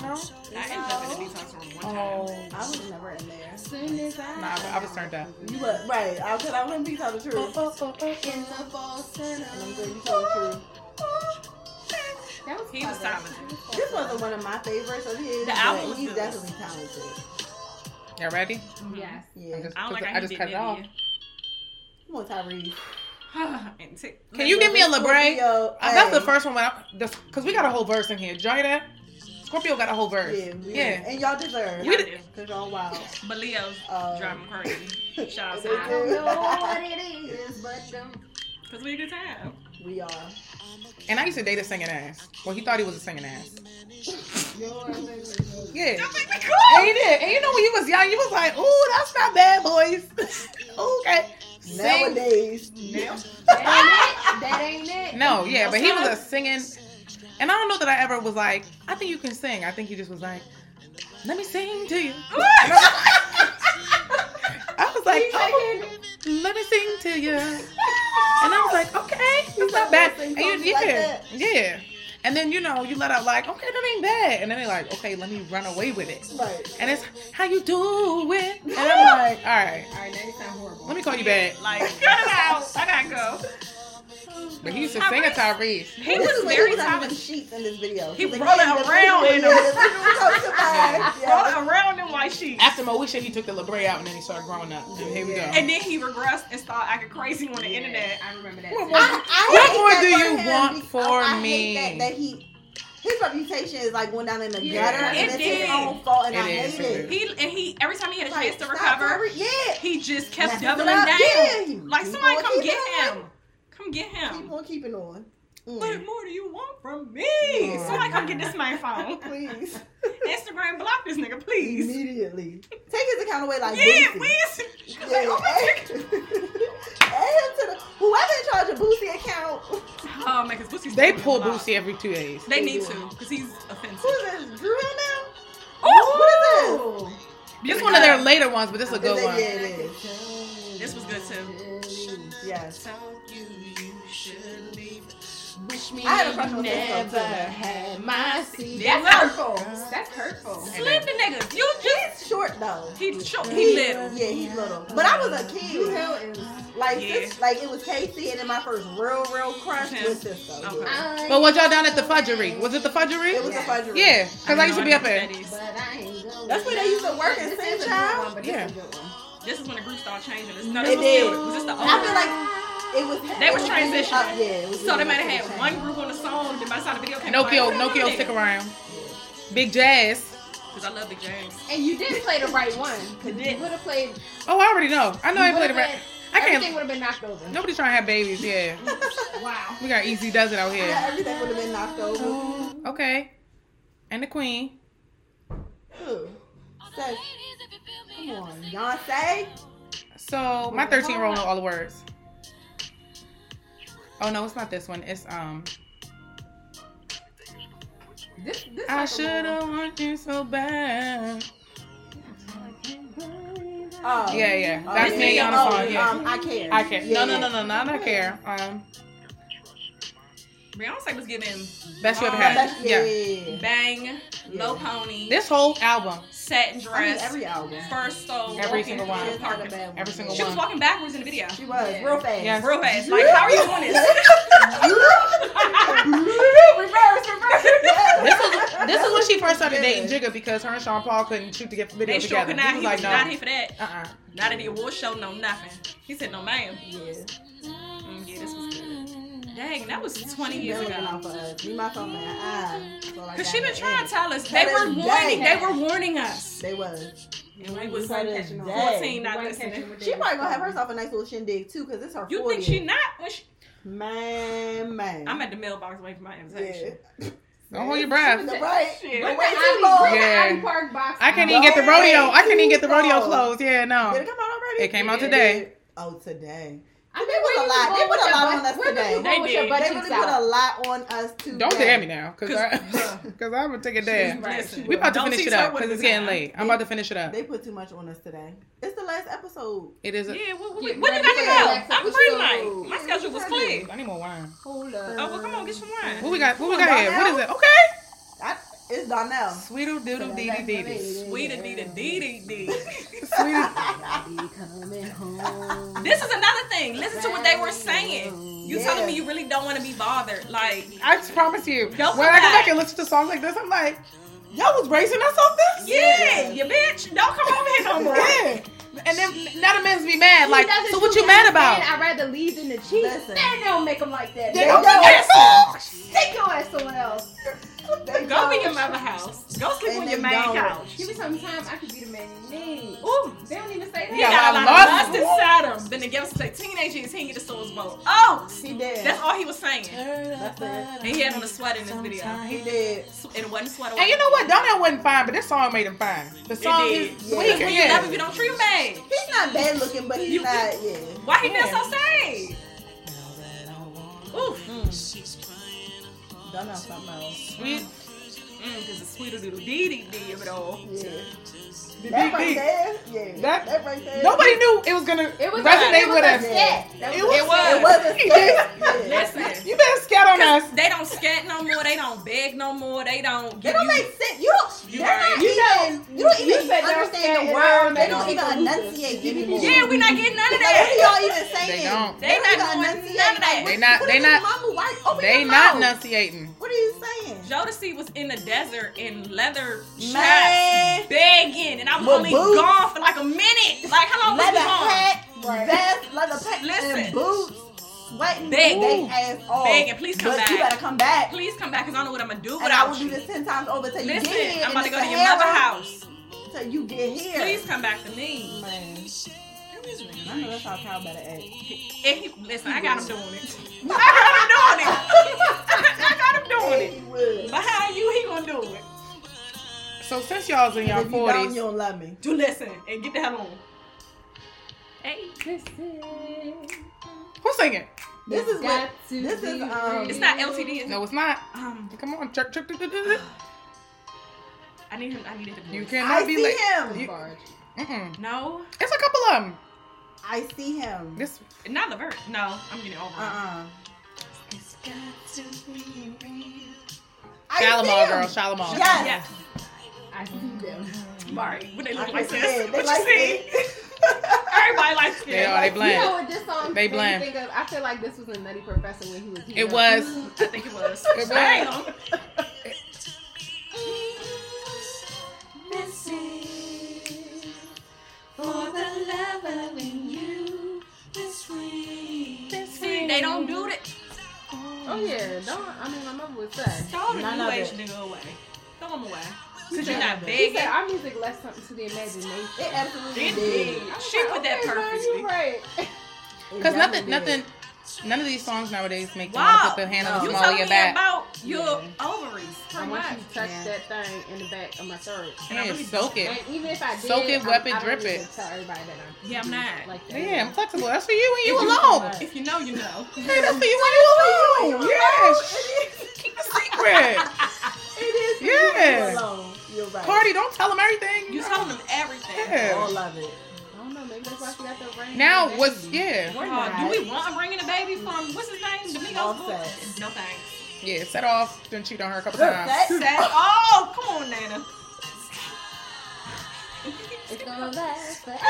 No,
I ended up in the detox room one time.
oh,
I was never in there.
Soon as I.
nah, I was turned up.
You were right. I was. I wouldn't be telling the truth.
In the fall center.
And I'm glad you told the truth.
That was
He was
clever.
silent.
He was clever.
This wasn't one of my favorites of his.
The
but
album was
he's
good.
definitely talented.
Y'all ready?
Mhm.
Yes.
I
Yeah.
just,
I don't like how
I
he
just
did
cut it off.
Come on, Tyrese.
that. And t-
Can you give me a LeBray?
Scorpio,
Uh, that's the
hey.
first one when I, this, cause we got a whole verse in here. Did y'all hear that? Scorpio got a whole verse.
Yeah, we-
Yeah.
And y'all deserve.
We
We
did- Oh.
did.
Cause y'all wild.
But Leo's
Um,
driving crazy. Shout out to
I
him.
don't know what it is, but them.
Cause we had a good time.
We are.
And I used to date a singing ass. Well, he thought he was a singing ass.
yours.
Yeah.
Don't make me
And
cry.
he did. And you know when you was young, you was like, "Ooh, that's not bad, boys." okay. Sing.
Nowadays.
That ain't it. That ain't it.
No, yeah, but he was a singing. And I don't know that I ever was like, "I think you can sing." I think he just was like, "Let me sing to you." And I was- I was like, oh, "Let me sing to you." And I was like, okay,
He's
it's not
like,
bad.
"Listen,
And
don't
you,
be like
yeah,
that."
yeah. And then you know you let out like, okay, that ain't bad. And then they like, okay, let me run away with it.
Right.
And it's how you do it. And I'm like, all right,
All right, now you sound horrible.
let me call you back.
Like, cut it out. I gotta go.
But he used to sing a Tyrese.
He
This
was
is when
very
he was out in
talented.
sheets in this video.
He
Like,
rolling
the-
around in
yeah,
them.
the little coat to buy. Yeah.
All around in white sheets.
After Moesha, he took the LeBray out and then he started growing up. And here we go.
And then he regressed and started acting crazy on the
Yeah,
internet.
I remember that.
What
too.
was-
I- I
What
hate
more
that
do
for
you
him
want
because
for
I hate
me?
that, that he, his reputation is like going down in the
Yeah.
gutter, and
It
it's
did.
his own fault, and
It
I
is,
hate
it
it.
is.
He and he every time he had a
Like,
chance to
stop
recover,
every- yeah.
he just kept
Messing it
doubling
up.
down.
Yeah.
Like
Keep
somebody
on
come
keeping
get
on.
him. Come get
Keep
him.
on keeping on. Mm.
What more do you want from me?
Yeah.
Somebody come get this man phone.
Please.
Instagram block this nigga, please.
Immediately. Take his account away like
Yeah,
Boosie.
please.
Yeah.
Like, oh my
add, add him to the whoever in charge of Boosie account.
God. Oh man, cause Boosie's
They
fucking
pull
blocked.
Boosie every two days.
They need to, cause he's offensive.
Who's this? Drew now?
Oh,
What is
Ooh.
this?
Oh!
This one of their later ones, but this is a
Is
good
it-
one.
Yeah, it is.
It's This was good too.
Yes.
Wish me
I had a crush on this
never
girl, too.
had my seat.
That's
That's
hurtful. That's hurtful.
Slip the niggas. You just
He's short though.
he short. He little.
Yeah, he's little. But I was a kid.
is.
Like,
Yeah.
sis- like it was Casey, and then my first real, real crush
Okay.
was Cisco.
Okay.
Yeah.
But was y'all down at the fudgery? Was it the fudgery?
It was a fudgery.
yeah, because I used to be up there.
But I ain't going.
That's where they used to work in
This
St.
is a
Child?
good one, but this
Yeah.
is a good one.
This is when the group started changing. This, no,
It
this was,
did.
it was this the
I
old
feel like it was.
They
it
was transitioning.
up- yeah. It was
So they might have had one group on the song, then by the time the video came
Nokia, Nokia, stick around. Big Jazz.
Because I love Big James.
And you did play the right one. Cause
did.
you would have played.
Oh, I already know. I know I played
would've
the rap.
been-
I
Everything
can't.
would have been knocked over.
Nobody's trying to have babies. Yeah,
Wow.
we got Easy Does It out
Yeah,
here.
everything would have been knocked over.
Oh.
Okay, and the Queen.
Who? Say, come on, Beyonce.
So my 13 year old know all the words. Oh no, it's not this one. It's um.
This, this
I
like a little-
should have wanted you so bad.
Oh.
Yeah, yeah.
Oh,
That's
yeah,
me
yeah.
on the
Oh,
song. Yeah.
Um, I care.
I care.
Yeah,
No, no,
yeah.
no, no, no. I don't care. Um,
Beyonce was giving
best you ever
Um,
had.
That's- Yeah.
Yeah.
yeah, yeah.
bang, low pony,
This whole album,
satin
I mean,
dress,
every album.
first soul,
Every
walking
single
through
one.
She
the
was not a
apartment.
bad one.
Every single
She was
one.
walking backwards in the video.
She was
Yeah.
real fast.
Yes.
Real fast. Like, how are you doing this?
reverse, reverse.
this was this is when she first started
Yeah.
dating Jigga because her and Sean Paul couldn't shoot to get video
they sure
together.
could not. He
he
was
was like,
not
no,
here for that.
uh-uh.
Not at the award show, no nothing. He said, no, ma'am.
Yeah.
Mm, yeah, this was good. Dang, that was 20
She
years
been looking
ago.
out for us. Leave my phone in her eye. That's all I
Cause
got
she been
to
trying to
add.
tell us. They were
Today.
warning. They were warning us.
They was.
And we was
Today.
14, not listening.
She probably gonna have herself a nice little shindig too, cause it's her 40th.
You think she not? When she,
Man, man.
I'm at the mailbox waiting for my invitation.
Don't hold your breath.
Right.
Shit.
Don't wait too long.
Ivy,
Yeah.
yeah. Ivy Park box.
I can't
No.
even get the
Don't
rodeo. I can't even get the
do
rodeo
so.
clothes. Yeah,
Did it
no.
come out already?
It came out
did.
today.
Oh, today.
I
They put a lot- they put a lot on us today.
They
They
did.
But they really put a lot on us today.
Don't dare me now, cause
'Cause-
I, cause I'm gonna take it down.
Right.
Listen,
We about to
don't
finish
tease
it
her
up
with
because it's
the
getting
time.
late. I'm about to finish it up.
They put too much on us today. It's the last episode.
It is. A,
Yeah, what, what,
Get
what you
ready
got
for
to
that
go?
next
I'm free
episode.
tonight. My schedule was clear.
I need more wine.
Hold up.
Oh, well, come on, get some
What
wine.
we got? What we
Come on,
got here? What
Donnell.
is it? Okay.
I, it's Donnell.
Sweetle doodle dee dee dee dee.
Sweet Adita dee dee dee.
Sweetle.
Be coming home.
This is another thing. Listen to what they were saying. You
Yeah.
telling me you really don't want to be bothered. Like,
I promise you. When I
Don't
go
come back.
back and listen to songs like this, I'm like, y'all was raising us on this.
yeah, you bitch. Don't come over here no more.
Yeah. And then now the men's be mad.
He
Like,
doesn't
so what
shoot
you mad
down,
about?
man, I'd rather leave than the cheat.
Listen.
Man, they don't make them like that.
They
man.
don't
Don't
make
get mad.
Take your ass somewhere else.
They
Go
don't.
be your mother house. Go sleep
And
on
they
your man
don't.
couch.
Give me some time. I could be the man you need.
Ooh.
They don't even say that.
He
Yeah,
got a
I
lot of
love
lust
you.
inside him. Then they give us the teenage years, he ain't get his soul's boat. Oh!
He did.
That's all he was saying. And
That's it.
he had on a sweater in this video.
He did.
And it wasn't sweater.
And you know what? Donnell wasn't fine, but this song made him fine. The song
did.
is
Yeah.
sweet.
Because
When you
yeah.
love him, you don't treat him bad.
He's not bad looking, but he's
You-
not. Yeah.
Why he been
Yeah.
so sad? Ooh.
Donnell something else.
Sweet.
Mm, because the sweeter doodle dee dee dee of it all.
Yeah.
Dee,
That
dee,
right
dee.
there. Yeah.
That-
that right there.
Nobody knew it was gonna
It was
resonate
a, it was
with
a
us.
set. That
It
was-
was.
was.
It wasn't. yeah.
Listen.
You better scat on us.
'Cause They don't scat no more. They don't beg no more. They don't.
They
give
don't
you-
make sense. You don't.
You
they're
are-
not
you know,
even. You don't
you
even
said they're
understand the
saying
word. They don't
environmental
even enunciate anymore.
Yeah, we not getting none of
Like, what are
that.
y'all even saying?
They don't.
They not
even
doing
enunciate.
none of that.
Like,
They
what-
not-
what
they
is
not-
Mama, why, open
They
your
not
mouth.
enunciating.
What are you saying?
Jodeci was in the desert in leather chaps
Man,
begging, and I was
With
only
boots.
gone for like a minute. Like how long was
leather
we gone?
hat, vest, leather pants,
Listen.
and boots, sweating
Begging.
they ass off.
Begging, please come
but
back.
you better come back.
Please come back, cause I don't know what I'm gonna do
and I
without
will do
you.
this ten times over till you get
Listen,
here.
I'm
in
about to
the
go to your
Sahara
mother house.
Till you get here.
Please come back to me.
Man, I know that's how Kyle better act.
And he, listen, I got him doing it. I got him doing it. I got him doing it.
He would.
Behind you, he gonna do it.
So since y'all's in y'all
If you don't, you
forties,
don't love me.
Do listen and get the hell on. Hey,
who's singing?
This is what.
Got to
this is,
be
um,
real.
it's not LTD. It's,
No, it's not.
Um,
Come on, chirp, chirp, chirp, chirp, chirp.
I need him. I need him.
You
I
cannot be
see
late.
him.
You- Mm-mm.
No,
It's a couple of them.
I see him.
This
Not the verse. No, I'm getting over.
uh uh
It's got to be real.
I
Shalimar
see
girl,
him.
Shalimar.
Yes.
Yes.
I see them.
Right. When they
I
look
can
like
see
this.
it. They
What
like
you see? Everybody likes skin.
They are. They
You know
bland.
what this song
They
made me
bland.
think of? I feel like this was a Nutty Professor when he was.
It
young.
was.
I think it was.
was.
Damn.
Missing for the lover in you this week.
They don't do that.
Oh yeah, don't. I mean, my mother would say.
Throw the
None
new
of
age
it.
nigga away. Throw him away. Cause you're
None
not
of it.
big.
She said our music left something to the imagination.
It absolutely
It
did.
did.
I was
She
like,
put that
okay, girl,
perfectly.
you right.
It
Because
definitely
nothing,
did.
nothing, none of these songs nowadays make you
Wow.
want to put the hand on the
You
No.
small of
told me
your back.
about your ovaries.
I
Pretty
want
much.
you to touch
Yeah.
that thing in the back of my throat.
And I
Yeah,
really
soak
And
it.
even if I did,
Soak it,
I-
wep it,
I don't
drip
even
it.
Tell everybody that I'm.
Yeah, I'm not.
Like that.
Yeah, I'm flexible. That's for you when you
If you
alone.
want.
If you know, you know.
Hey, that's for you when you alone. Yes.
Keep the secret.
Secret.
It is.
Yes.
Alone. You're right.
Cardi, don't tell them everything.
You
know.
told them everything.
Yeah.
All of it.
I don't know. Maybe that's why she got the ring.
Now what's yeah.
We're
Uh,
not.
do we want a bringing a baby from what's his name? Domingo's book?
Offset.
No thanks.
Yeah, set off, then cheat on her a couple
Look,
times.
that-
Sad. Oh, come on, Nana.
It's gonna last forever.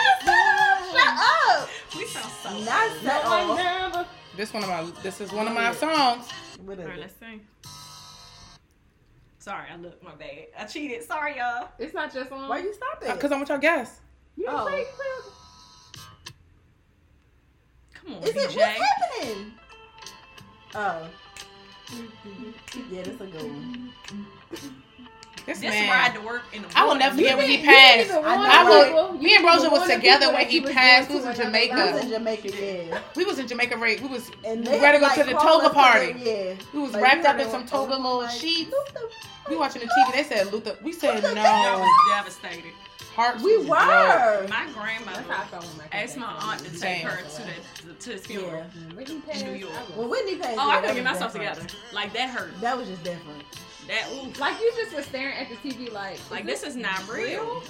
Shut up.
We sound so.
Not set
My
off.
number.
This one of my this is one of my songs.
What is
All right,
it?
let's sing. Sorry, I looked my bad. I cheated. Sorry, y'all.
It's not just on.
Why you stop it?
Because I want y'all guess.
You
Oh.
play
Come on,
Is it what's
DJ.
happening? Oh. Yeah, that's a good one.
This,
This
man.
ride to work in the morning.
I will never forget when he
You didn't
passed.
even
I
warn
know, right?
people. You
Me and
didn't
Brosia
even
was
warn the
together
people
when
that
he
was
passed.
going
We was
to
in
another
Jamaica.
I was
island.
in Jamaica, yeah.
We was in Jamaica right. We was
And
We
they
ready to go
like,
to the
called
toga
us together,
party.
Yeah.
we was
Like,
wrapped
we
up in
were
some
like,
toga
oh
little
my-
sheets.
What the
We watching the TV. They said Luther. We said
Y'all
no.
was devastated.
Hearts
We
was broke.
were.
My
That's
grandmother
how I felt when my kid
asked my
passed.
aunt to take
Damn.
her to the to his funeral.
Yeah.
When he passed,
New York.
I
When
was-
Whitney passed,
Oh,
yeah,
I
that
couldn't get
was
myself
different.
together. Like that hurt.
That was just different.
That ooh.
Like you just were staring at the TV like
Like this is not real.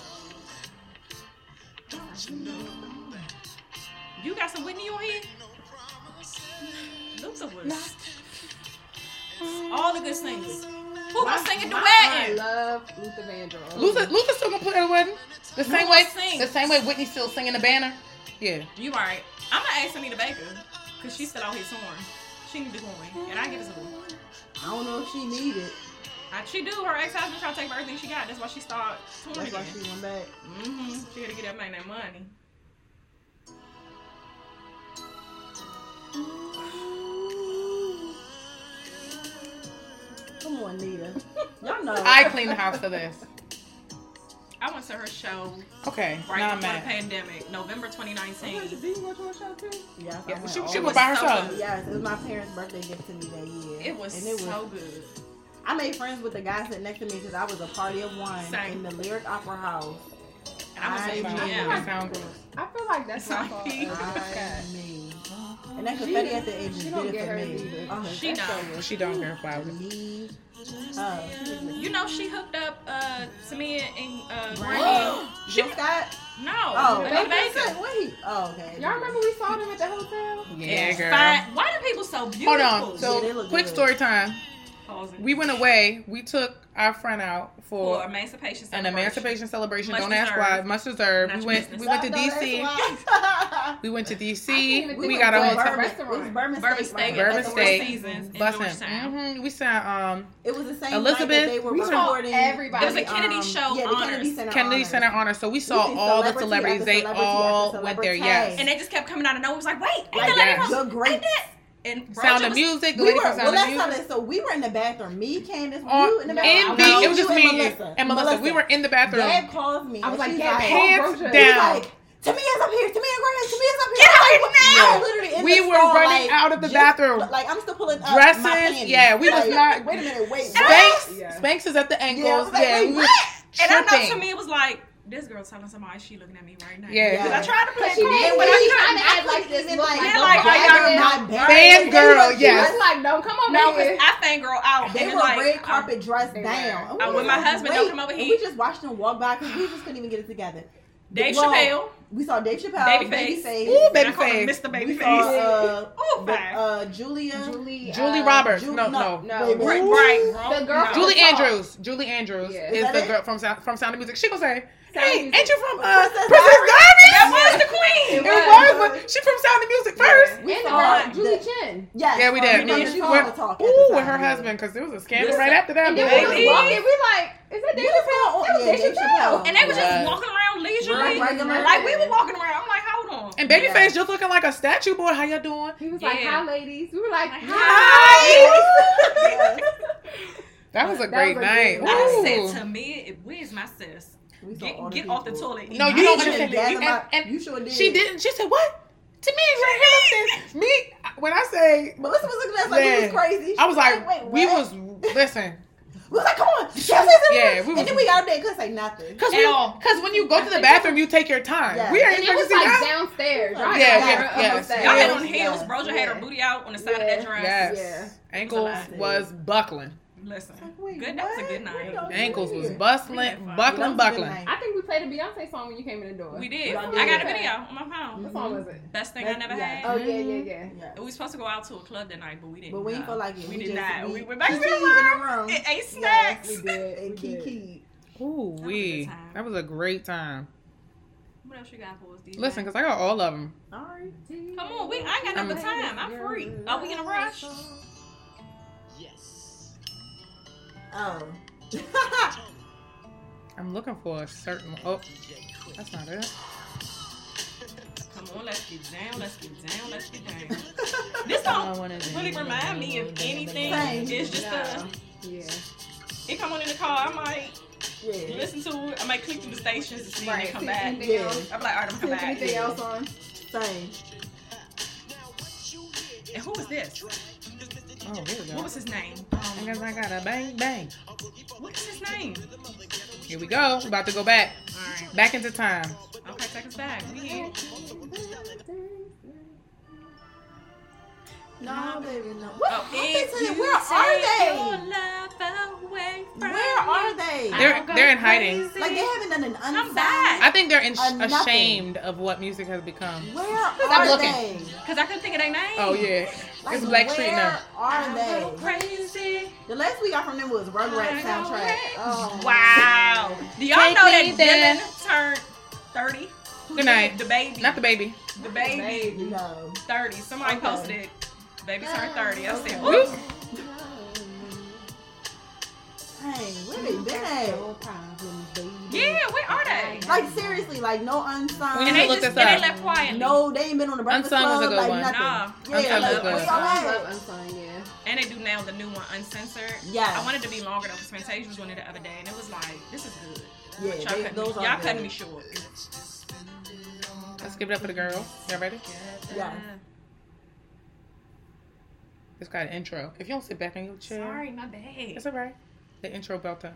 You got some Whitney on here? Luther was all the good singers. Who gonna sing at the
I
wedding?
love Luther Vandross.
Luther, Luther still gonna play at the wedding. The same
gonna
way.
sing.
The same way Whitney still singing the banner. Yeah.
You right. I'm gonna ask Anita Baker because she's still out here touring. She need to go in, and I get this one.
I don't know if she needed.
I, she do. Her ex-husband tried to take everything she got. That's why she started touring
That's why
again.
she went back.
Mm-hmm. She gotta get that man that money.
Come on, Nita. Y'all know.
I cleaned the house for this.
I went to her show
Okay.
right
now I'm
before the
mad.
pandemic, November 2019.
Did you go to a show too? Yes, I
Yeah,
went
she-
all
she
the
was
way.
by herself.
good.
Yes, it was my parents' birthday gift to me that year.
It was
and it was
so good.
I made friends with the guy sitting next to me because I was a party of one
Same.
in the Lyric Opera House.
And I was
I
like,
Sound-
yeah.
sound gross.
I feel like that's my fault.
Sorry.
I mean, and that confetti at the end is
She don't
bitter
get
for
her
me.
either.
Oh,
She
That's
not.
so
She don't care flowers.
me. Uh,
You know she hooked up uh Tamia and uh Brandy.
Brandy.
She-
Jill Scott.
No,
Oh,
Anita
I was
Baker.
gonna say, Wait. Oh, okay.
Y'all remember we saw them at the hotel?
Yeah,
It's
girl.
fine. Why are people so
Hold
beautiful?
on.
Yeah, they
So
look
quick
good.
story time.
Pausing.
We went away. We took our friend out for
for emancipation.
an
celebration.
emancipation celebration.
Much
Don't ask
deserved.
why. Much deserved.
Not
we
your
went.
business.
We went to
No, that's
DC.
why.
We went to
even
DC.
think
We
of
got
what
a
Burma-
hotel.
It was Burma
Bourbon
Steak.
steak.
Bourbon
Bourbon
steak.
steak. Seasons in
busing.
Georgetown.
hmm We saw um
It was the same night
Elizabeth,
that they were
we saw
recording.
everybody.
There was a
Um,
Kennedy show
yeah, the
honors,
Kennedy Center.
Kennedy
Honors.
Center Honor. So we saw
see
all the
celebrity
celebrities.
after
They
celebrity
all
after
went there.
celebrity.
Yes.
and they just kept coming out of nowhere. It was like, wait, ain't
Like,
the lady
yes.
from
The great.
ain't that? And
Sound
Roger
of
was-
music. The
We
lady
were,
from
well,
Sound of
that's how
Music.
that. So we were in the bathroom. Me, Candace,
On-
you in the
in
bathroom.
I
the-
was-
it was just me and
Melissa.
and Melissa. We were in the bathroom.
Dad calls me.
I was
and
like,
she's
"Dad,
Hands
Brosia.
He's
down.
like, Tamia's up here. Tamia's right here. Tamia's up here.
Get
I'm
out
like,
now.
I'm literally in
We
the
were
stall,
running
like,
out of the
just-
bathroom.
Like I'm still pulling up
Dresses,
My panties.
yeah, we was not-
Like, Wait a minute. Wait.
Spanks.
what? Yeah.
Spanks is at the
Yeah, I was
ankles.
like,
Yeah.
wait,
we were
what?
And I know
tripping.
to me it was like, this girl telling somebody she looking at me right now.
Yeah.
Because I tried to play
She
it cool,
did.
but
But
I
she
couldn't.
tried to act like this.
Even
and like,
Yeah,
don't
like,
bother
I
me.
got
not
Fangirl,
They were- she
yes.
was like, don't come on
No,
now.
because I fangirl out.
They
and then,
were
like, uh,
red
I-
carpet dressed
They were.
down. And we
I-
was
when my
like,
husband
wait,
don't come over
and
here-
We just watched them walk by because we just couldn't even get it together.
Dave
Well,
Chappelle.
we saw Dave Chappelle,
Babyface.
Babyface.
Ooh,
I call
Babyface.
him Mr.
we saw
Babyface.
uh,
Oh,
the-
fine.
uh, Julia.
Julie,
Julie
uh,
Roberts.
Ju-
no, no.
no.
Wait,
Right,
Ooh.
right, wrong.
The girl-
Julie
Talk.
Andrews. Julie Andrews
Yeah.
is
Is
the
that
girl from Sound, from Sound of Music. She gonna say,
Sound of
"Hey,
Music.
ain't you from uh,
Princess
Princess
Diaries.
Diaries?"
That was the queen.
It
It
was,
was.
but she from Sound of Music first.
And the
saw
girl, Julie Chen.
Yes.
Yeah, we
Oh,
did.
know
We
she
did.
was
We're-
on talk at
Ooh,
the
with
time,
her
yeah.
husband, because there was a scandal
Listen,
right after that.
And then we
boy.
was walking, we like, is that Dave
What is
Chappelle? That
going on?
was
Yeah,
Dave
Dave
Chappelle.
Chappelle.
And they were
Right.
just walking around leisurely.
Right, right.
Like we were walking around. I'm like, hold on.
And Babyface just looking like a statue boy. How y'all doing?
He was like,
Yeah.
hi, ladies. We were like,
Like,
hi.
That was a
That
great
was a
night.
good
I
night.
Ooh.
said to me, it- where's my sis?
We saw
Get,
all
get
the
off the
people.
toilet.
No, you
You
don't
should
understand.
gather
You-
my-
and- and
you sure did.
She didn't. She said, "What?" To me, right here, me. When I say,
Melissa was looking at us like
Yeah.
we was crazy.
I was
She
like,
wait,
we
what?
was listen.
We was like, come on. Yes, yes, yes,
Yeah,
yes.
we was-
and then we got up there and couldn't say nothing.
Cause
At
we,
all.
cause when you go to the bathroom, you take your time.
Yeah.
We ain't
And it
expecting
was
to see
like
that.
downstairs.
Yeah,
Right?
yeah,
Like,
yeah,
up
yeah.
upstairs.
Y'all had
Yeah.
on heels. Broja had her
Yeah.
booty out on the side
Yeah.
of that dress.
Yes,
Yeah.
ankles
It's a lot.
was buckling,
Listen,
Like, wait,
good. That was a
what?
good
We
night.
don't
ankles
do
was
it.
Yeah,
bustling,
fine.
buckling,
That was a good
buckling.
night.
I think we played a Beyonce song when you came in the door.
We did.
Y'all did.
I got a video on my phone.
What song was it?
Best thing I
That-
never
yeah.
had.
Oh, yeah, yeah, yeah.
Yeah.
We were supposed to go out to a club that night, but we didn't.
But we
go.
ain't feel like
We,
it. We
did
just-
not.
we-
We went back to
we
the
did in
room.
the room.
It ate
Yes,
snacks.
We did.
And
we did.
Kiki.
Ooh
good
wee,
time.
that was a great time.
What else you got for us, DJ?
Listen, cause I got all of them.
All right.
Come on, we. I ain't got no
I'm-
time. I'm free. Are we in a rush?
Yes.
Oh.
I'm looking for a certain. Oh, that's not it.
Come on, let's get down. Let's get down. Let's get down. This don't really remind me of anything.
Same.
It's just a.
No.
Yeah.
It come on in the car. I might
yeah.
listen to it. I might click through the stations to see
Right.
and come
See
back.
anything else?
I'm like, all right, I'm
See
gonna come
anything
back.
else on?
Same.
And who was this?
Oh, here we go.
What was his name?
I
Um,
guess I got a bang bang.
what is his name?
Here we go. We're about to go back,
All right.
back into time.
Okay, take us back. We here.
No, baby, no. What
Oh,
happened
if
to them?
you
Where are
take
they?
your love away from
Where are
me,
they?
I'll
They're-
go
they're in hiding.
crazy.
Like they haven't done an
I'm
unsigned.
back.
I think they're in-
Uh, nothing.
ashamed of what music has become.
Where are
looking.
they?
Cause I couldn't think of their name.
Oh yeah,
Like,
it's Black
where
Street now.
are
I go
they?
crazy.
The last we got from them was Rugrats
I go
soundtrack. Oh.
Wow. Do y'all
Take
know
me
that
there.
Dylan turned 30?
Good night.
The baby.
Not the baby.
the baby.
No.
30. Somebody
Okay. Oh,
posted it. Baby turned 30. I said,
Whoop.
whoop.
Dang, where they been at?
Yeah, where are they?
Like seriously, like no
We
unsigned.
And
need
they
to look
just and
this
they
up.
left quietly.
no, they ain't been on the Breakfast
Unsigned was
Club.
a good
like
one.
nothing.
Nah.
Yeah,
Unsigned was
like,
good.
where
I
y'all at?
love Unsigned, yeah.
And they do now the new one, Uncensored.
Yeah.
I wanted to be longer though, because Fantasia was doing it the other day, and it was like, this is good.
Yeah,
but y'all,
they-
cutting,
those
me,
are
y'all
good.
cutting me short.
Let's give it up for the girl. Y'all ready?
Yeah.
It's got an intro. If you don't sit back in your chair,
Sorry, my bad.
it's alright. The intro belt up.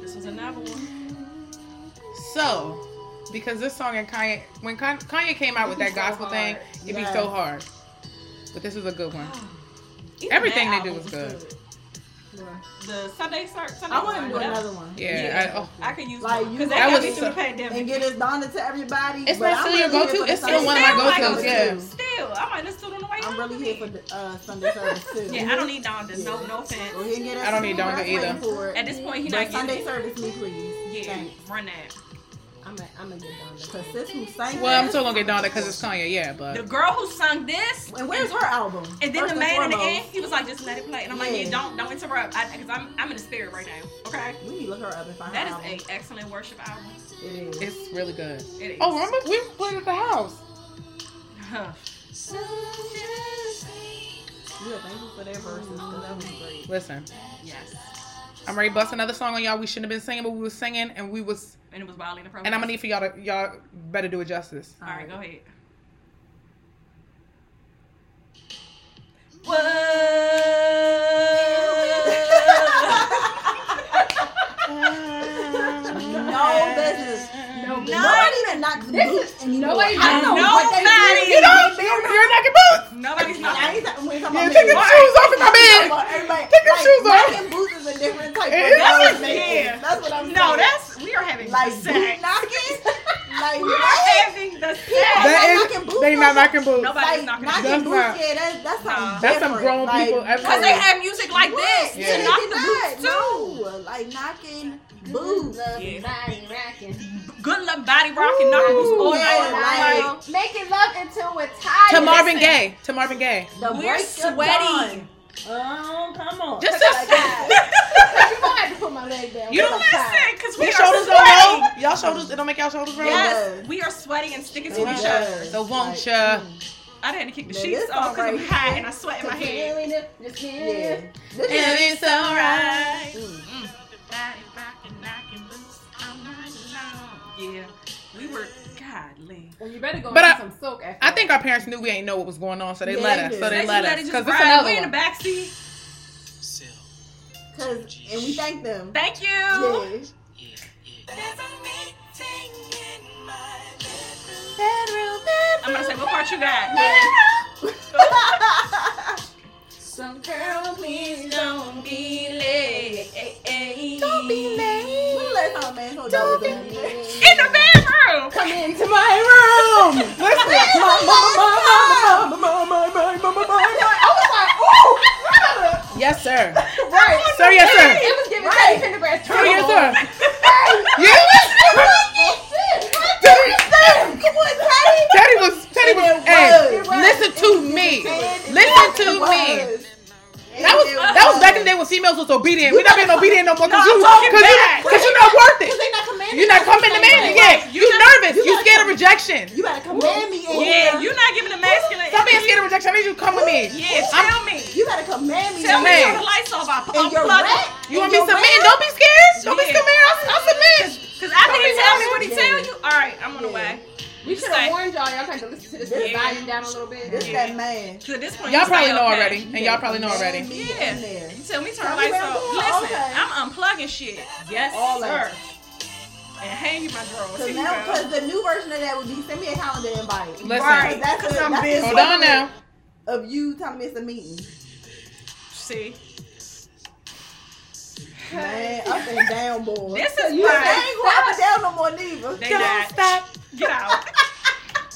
This was another one.
So, because this song and Kanye, when Kan- Kanye came out with that
It'd be so
gospel thing,
hard.
it'd
Yes.
be so hard. But this is a good one.
Even
Everything
that
they do
album
is good.
The Sunday Sur- Sunday
I want to
Sun,
do
whatever.
another one.
Yeah. I, oh,
I could use
Like,
one
you-
because
That
that got me
was
through the
so-
pandemic.
And get his Donna to everybody.
It's
but
not
I'm
still your
really here
go-to,
for the
it's
Sunday
still one of my
Still
go-tos,
service.
like,
yeah.
Still, I might listen to it on the way
I'm
home.
really here for the uh, Sunday service too.
Yeah, I don't need Donda. No, no
Go
offense.
ahead and get us
I don't need
what I was
Donda
waiting
either.
for.
At this point, he
But
not getting
Sunday
it.
service me, please.
Yeah,
Thanks.
run that.
I'm a, I'm a good Donna.
Cause sis who sang
well, I'm
this-
still gonna get Donna because it's Kanye, yeah, but
The girl who sung this,
And where's her album?
and then
First
the man in the
foremost.
end, he was like, just let it play. And I'm like,
Yeah.
yeah, don't, don't interrupt, I, because I'm, I'm in the spirit right now. Okay,
We need to look her up and find
that
her
is
album.
a excellent worship album.
It is.
it's really good.
It is.
Oh, remember we played at the house.
Huh.
Yeah, thank you for that verses. 'cause that was great.
Listen,
Yes,
I'm ready to bust another song on y'all. We shouldn't have been singing, but we was singing, and we was.
and it was wildly inappropriate.
And I'm gonna need for y'all to y'all better do it justice.
All right, go ahead. Whoa.
no business.
No,
Nobody even knocks
This
boots
is-
anymore.
nobody-
I know what they
Nobody.
do.
You
don't- You're knocking boots.
Nobody's not.
I ain't talking- we ain't talking
Yeah,
about
take
me.
your shoes off in my bed.
Everybody,
Take your
like,
shoes off.
knocking boots is a different type of
It is.
That's what I'm saying.
No, that's
like
the
boot
sack.
knocking, like
We're
what?
having the
People
sex.
not
That
knocking
is,
boots
they not
on
knocking boots.
Nobody- Nobody's
Like
knocking
boots.
knocking boots, yeah, that's that's something
Nah.
That's some
different.
grown
like,
people everywhere.
Because they have music like this
Yeah.
to
they
knock
did
the
not.
boots too.
No, like knocking
Boo.
boots.
Loving,
Yeah.
body rocking.
Good luck body rocking, knock the boots all
yeah,
night
like-
long.
Making love until we're tired.
To Marvin Gaye. To Marvin Gaye.
The
We're
break of
sweaty.
dawn. Um, come on.
Just
Like that.
You might have to put my leg down.
You
Cause
don't
I'm tired.
listen, because we
Your
are
shoulders don't
sweating.
roll. Y'all shoulders, it don't make y'all shoulders roll.
Yes, we are sweating and sticking to
It
each other.
does.
So won't
Like, mm,
ya?
I didn't kick the
Now
sheets
this
off because I'm
alright.
high and I sweat in my head.
Feeling it, just feeling
Yeah.
it.
This is-
And it's alright.
Mm. Yeah, we were godly.
Well, you better go
But
get
I-
some silk after
I think our parents knew we ain't know what was going on, so they
Yeah,
let
they
us.
did.
So they
Basically,
let
let
us.
it
Because
just
it's
ride.
another
We in the
one.
backseat.
Still,
'cause- and we thank them.
Thank you.
Yeah.
yeah, yeah.
I'm gonna say, what part you got?
Some girl, please don't be late.
Don't be late. What the last time man told y'all was gonna be late?
In the bedroom.
Come into my room.
Listen,
My mama, my mama, my mama, my mama.
yes, sir.
Right.
Sir, yes, sir.
It was giving right. Teddy Pendergrass.
Sir, yes, sir.
Come on, Teddy.
Teddy was, Teddy
It
was,
was.
hey,
It was.
listen to me.
It
Listen to
was.
me.
It
That was, that was back in the day when females was obedient. We're not being obedient no more because you, cause you, cause you're not worth
Cause
it.
they not commanding
You're not
us to
coming to
say
man
no.
yet. You're nervous. You're scared of rejection.
You gotta command me in
Yeah,
here.
you're not giving the masculine.
Stop being scared of rejection. I need you to come with me.
Yeah, tell me.
You gotta command me.
Tell me
Man.
turn
in here.
the lights off. I
And your
unplug it.
rat-
You
and
want me
your
to submit?
rat-
Don't be scared. Don't be
Yeah.
scared. I'll, I'll submit.
Cause after
Don't
he
be
tell me what he
nervous.
tell you, all right, I'm on the way.
We should have warned y'all. Y'all kind of listen to this. This volume down a little
It's
bit.
Yeah.
that man.
So at this point,
Y'all
he's like,
probably know
okay.
already. And y'all probably know
Command
already.
me in
Yeah.
there.
You tell me turn the
Tell me
lights
where I'm
off.
going.
Listen,
Okay.
I'm unplugging shit. Yes,
All
sir.
that.
And hang you my drawers.
So
Here you
now,
go.
because the new version of that would be send me a calendar invite.
Listen.
Right, that's
Because
a-
I'm
that's
busy.
a
Hold on now.
Of you telling me it's a meeting.
See,
Man, up and down, boy.
this is
You ain't going up
why
and down no more, neither.
they not Get out.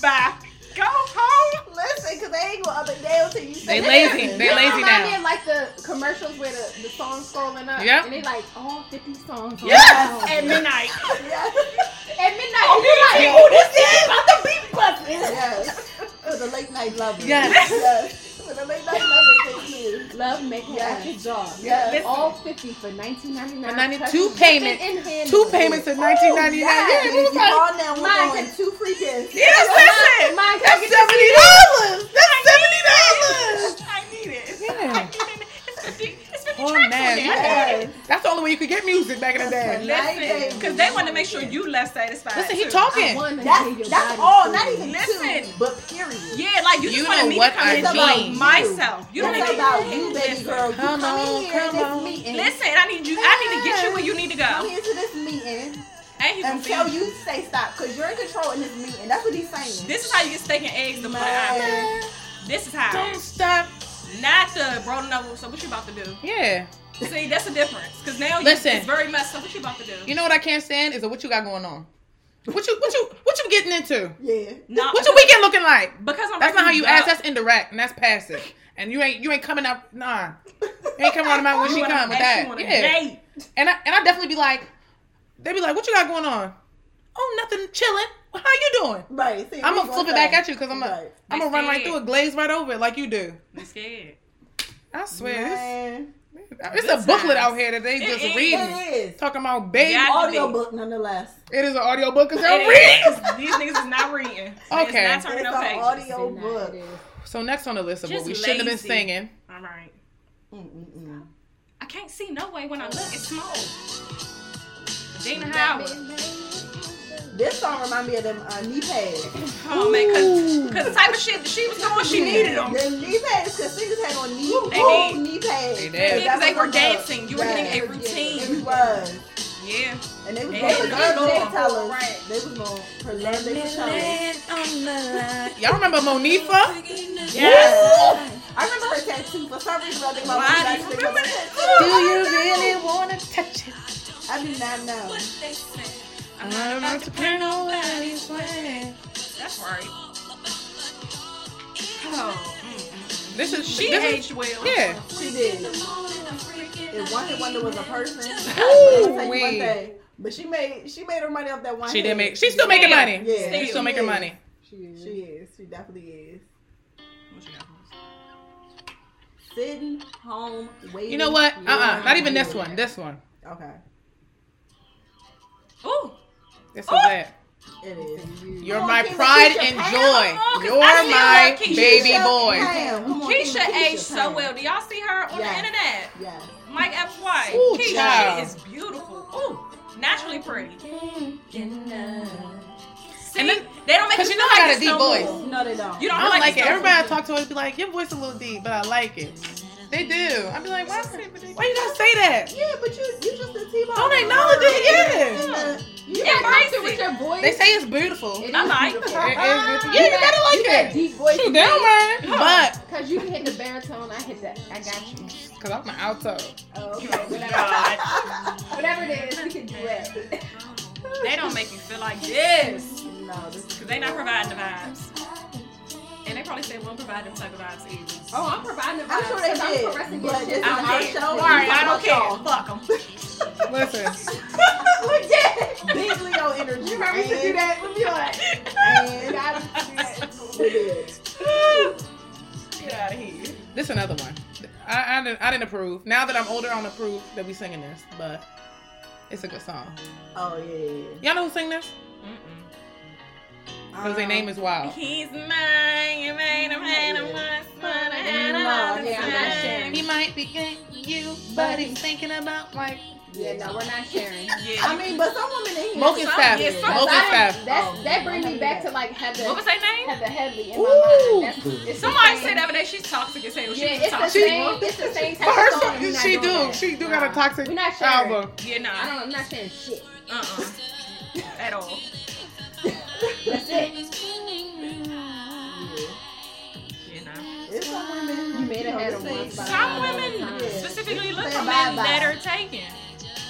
Bye. Go home.
Listen, because they ain't going up and down till you say
They lazy.
nothing.
They lazy
remind me
now.
of like the commercials where the, the songs scrolling up.
Yep.
And they like all 50 songs. on
Yes.
the
At midnight.
Yes.
album. At midnight. Oh,
Hey,
midnight.
oh,
this is about the beat Yes. For the late night lovers.
Yes.
yes. For the late night lovers, they do.
Love making
Yes.
at your job.
Yes.
Listen.
All 50 for 19.99.
For 92
plus shipping
payments.
and handling.
Two payments in 1999.
Oh, Yes.
Yeah,
And
we
if
was
you
like,
call now, we're
Mike.
going two free gifts.
yes, listen.
Mine, can I
That's
get
seventy dollars. That's seventy dollars.
I need it.
Yeah.
I need it. It's 50, it's 50
Oh
tracks
man,
on
you
there.
had it. that's the only way you could get music back in the day.
Listen, because they want to make sure you less satisfied.
Listen, he
too.
I
talking.
want to hear your
That's, that's
body
all.
sing.
Not even two,
Listen.
but period.
Yeah, like you,
You
just wanted
know
me
what
to come
I
in and be like
mean.
myself. You don't
That's
even
about you, baby
listen,
girl. You
Come on,
come, in here
come
to this
on.
meeting.
Listen, I need you. I need to get you where you need to
Come
go.
here to this meeting
And he
until
confused.
you say stop, cause you're in control in this meeting. That's what he's saying.
This is how you get steak and eggs to put out.
Man.
This is how.
Don't stop.
Not the rolling over. So what you about to do?
Yeah.
See, that's the difference. Cause now you,
Listen.
it's very much. So what you about to do?
You know what I can't stand is the what you got going on. What you what you what you getting into?
Yeah.
no,
What your weekend looking like?
Because I'm
That's not how
ready
you
to
ask.
go.
That's indirect and that's passive. And you ain't you ain't coming out. Nah, you ain't coming out of my when
You
she
wanna
come with
ask, you
that.
wanna
Yeah.
date.
And I and I definitely be like, they be like, what you got going on? Oh, nothing, chilling. How you doing?
Right. See,
I'm
we
gonna flip
say.
it back at you because I'm gonna
Right.
I'm gonna run right
They
through it, glaze right over it like you do.
I'm scared.
I swear,
Man.
it's, it's
Good
a booklet
times.
out here that they
It
just
is.
reading,
It is.
talking about baby.
Yeah.
Audio book, nonetheless.
It is an audio book because they're
Hey,
reading.
These niggas is not reading.
Okay.
It's not
It's
turning
an
no pages.
Nah,
audio
it
book.
is.
So next on the list of what
Just
we shouldn't have been
lazy.
singing.
All right.
Mm-mm-mm.
I can't see no way when I look. It's small. Dana
That
Howard.
midnight.
This song remind me of them uh, knee pads.
Oh man, cause, cause the type of shit that she was doing, she needed them.
The knee pads, cause singers had on knee,
They
whole
did.
knee pads.
They did.
Yeah, 'cause they
That's what
were
I'm
dancing. You were
Right.
getting a
It
routine.
was.
Yeah.
And they was
They
going to
was
preserve
going.
tellers.
Right.
They was going to preserve their tellers.
Y'all remember Monifa?
I remember her tattoo. For some reason, I think my
Why
mom
do
got
you
sick of
remember
her
that?
tattoo.
Do you really wanna touch it?
I do not know.
I'm not about to play nobody's way.
That's right. Oh,
This is
she
this
aged
Is,
well.
yeah.
She did. If one hit wonder was a person,
Ooh,
I'll tell you one
wee.
thing. But she made she made her money off that one.
She
hit.
did make. She's still making
Yeah.
money.
Yeah,
She's still making
is.
money.
She is. She is. She definitely is.
What you got for
Sitting home waiting.
You know what? Uh
for
uh Not even
you.
this one. This one.
Okay,
us? Ooh,
This is
Oh.
it.
it is.
You're
Come
my
on, Keisha,
pride
Keisha,
and
pound
joy.
on, 'cause
You're
I still
my
love Keisha.
baby
Keisha,
boy.
pound. Come on,
Keisha
Keisha
aged so
pound.
well. Do y'all see her on
Yes.
the internet?
Yes.
Mike F. White.
Ooh,
Keisha
child.
is beautiful. Ooh, naturally pretty. See,
then-
they don't make
Cause
you
you know
feel
I got
like
a
it's
deep
no
voice.
more.
No, they don't.
You don't
I don't
like,
like
it's
it.
no
Everybody I
more.
talk to always be like, your voice a little deep, but I like it. They do. I'm be like, why, why you gotta say that?
Yeah, but you you just a T-bone.
Don't acknowledge it,
Yeah.
Yeah,
yeah.
nice
Concert with your voice.
They say it's beautiful. It is
I like it.
beautiful.
beautiful. Yeah, you gotta
You got
like it.
deep voice.
Shoot, down, man. But,
Cause you hit the baritone, I hit that. I got you.
cause I'm an alto.
Oh, okay. Whatever,
God.
whatever it is, we can do it.
They don't make you feel like this.
No, this is
Because they not providing the vibes. And they probably said, won't provide them type of vibes either.
Oh, I'm providing the
I'm
vibes,
sure they
'cause I'm
did,
caressing your
but
shit.
this is
I'm
our
dead.
show.
All
We
right, I
talk
don't
about
care. Fuck them.
Listen,
Legit.
Big Leo energy.
You remember to do that with your
And, and
Gotta do that.
it is.
Get out of here.
this another one. I, I, didn't, I didn't approve. Now that I'm older, I don't approve that we singing this, but it's a good song.
Oh yeah.
Y'all know who sing this?
yeah.
Cause their name is Wild.
He's mine. You made him, made him once, but I had him all the
Yeah, I'm not
time.
sharing.
might be getting you, thinking about like
Yeah, no, we're not sharing.
Yeah.
I mean, but some women in here.
Mocha
Some-
Staff.
yeah, some-
Mocha
That's-
Staff.
that's- that brings me back to like Heather.
What was her name?
Heather Headley in
Ooh.
my mind. That's, it's
Somebody
the same-
said the other day she's toxic as hell. She
Yeah, it's the
was
same.
toxic.
It's the same
But
type
her
of song.
song,
and we're not
she
doing
do.
that.
She do
Nah.
got a toxic
We're not sharing.
album.
Yeah,
I
nah.
don't. I'm not saying shit.
Uh-uh. At all.
That's it.
Yeah, nah.
It's some women.
You made a
know,
head
this
of
ain't-
one side.
Some women
Yeah.
specifically look
Say
for men
bye-bye.
that are taken.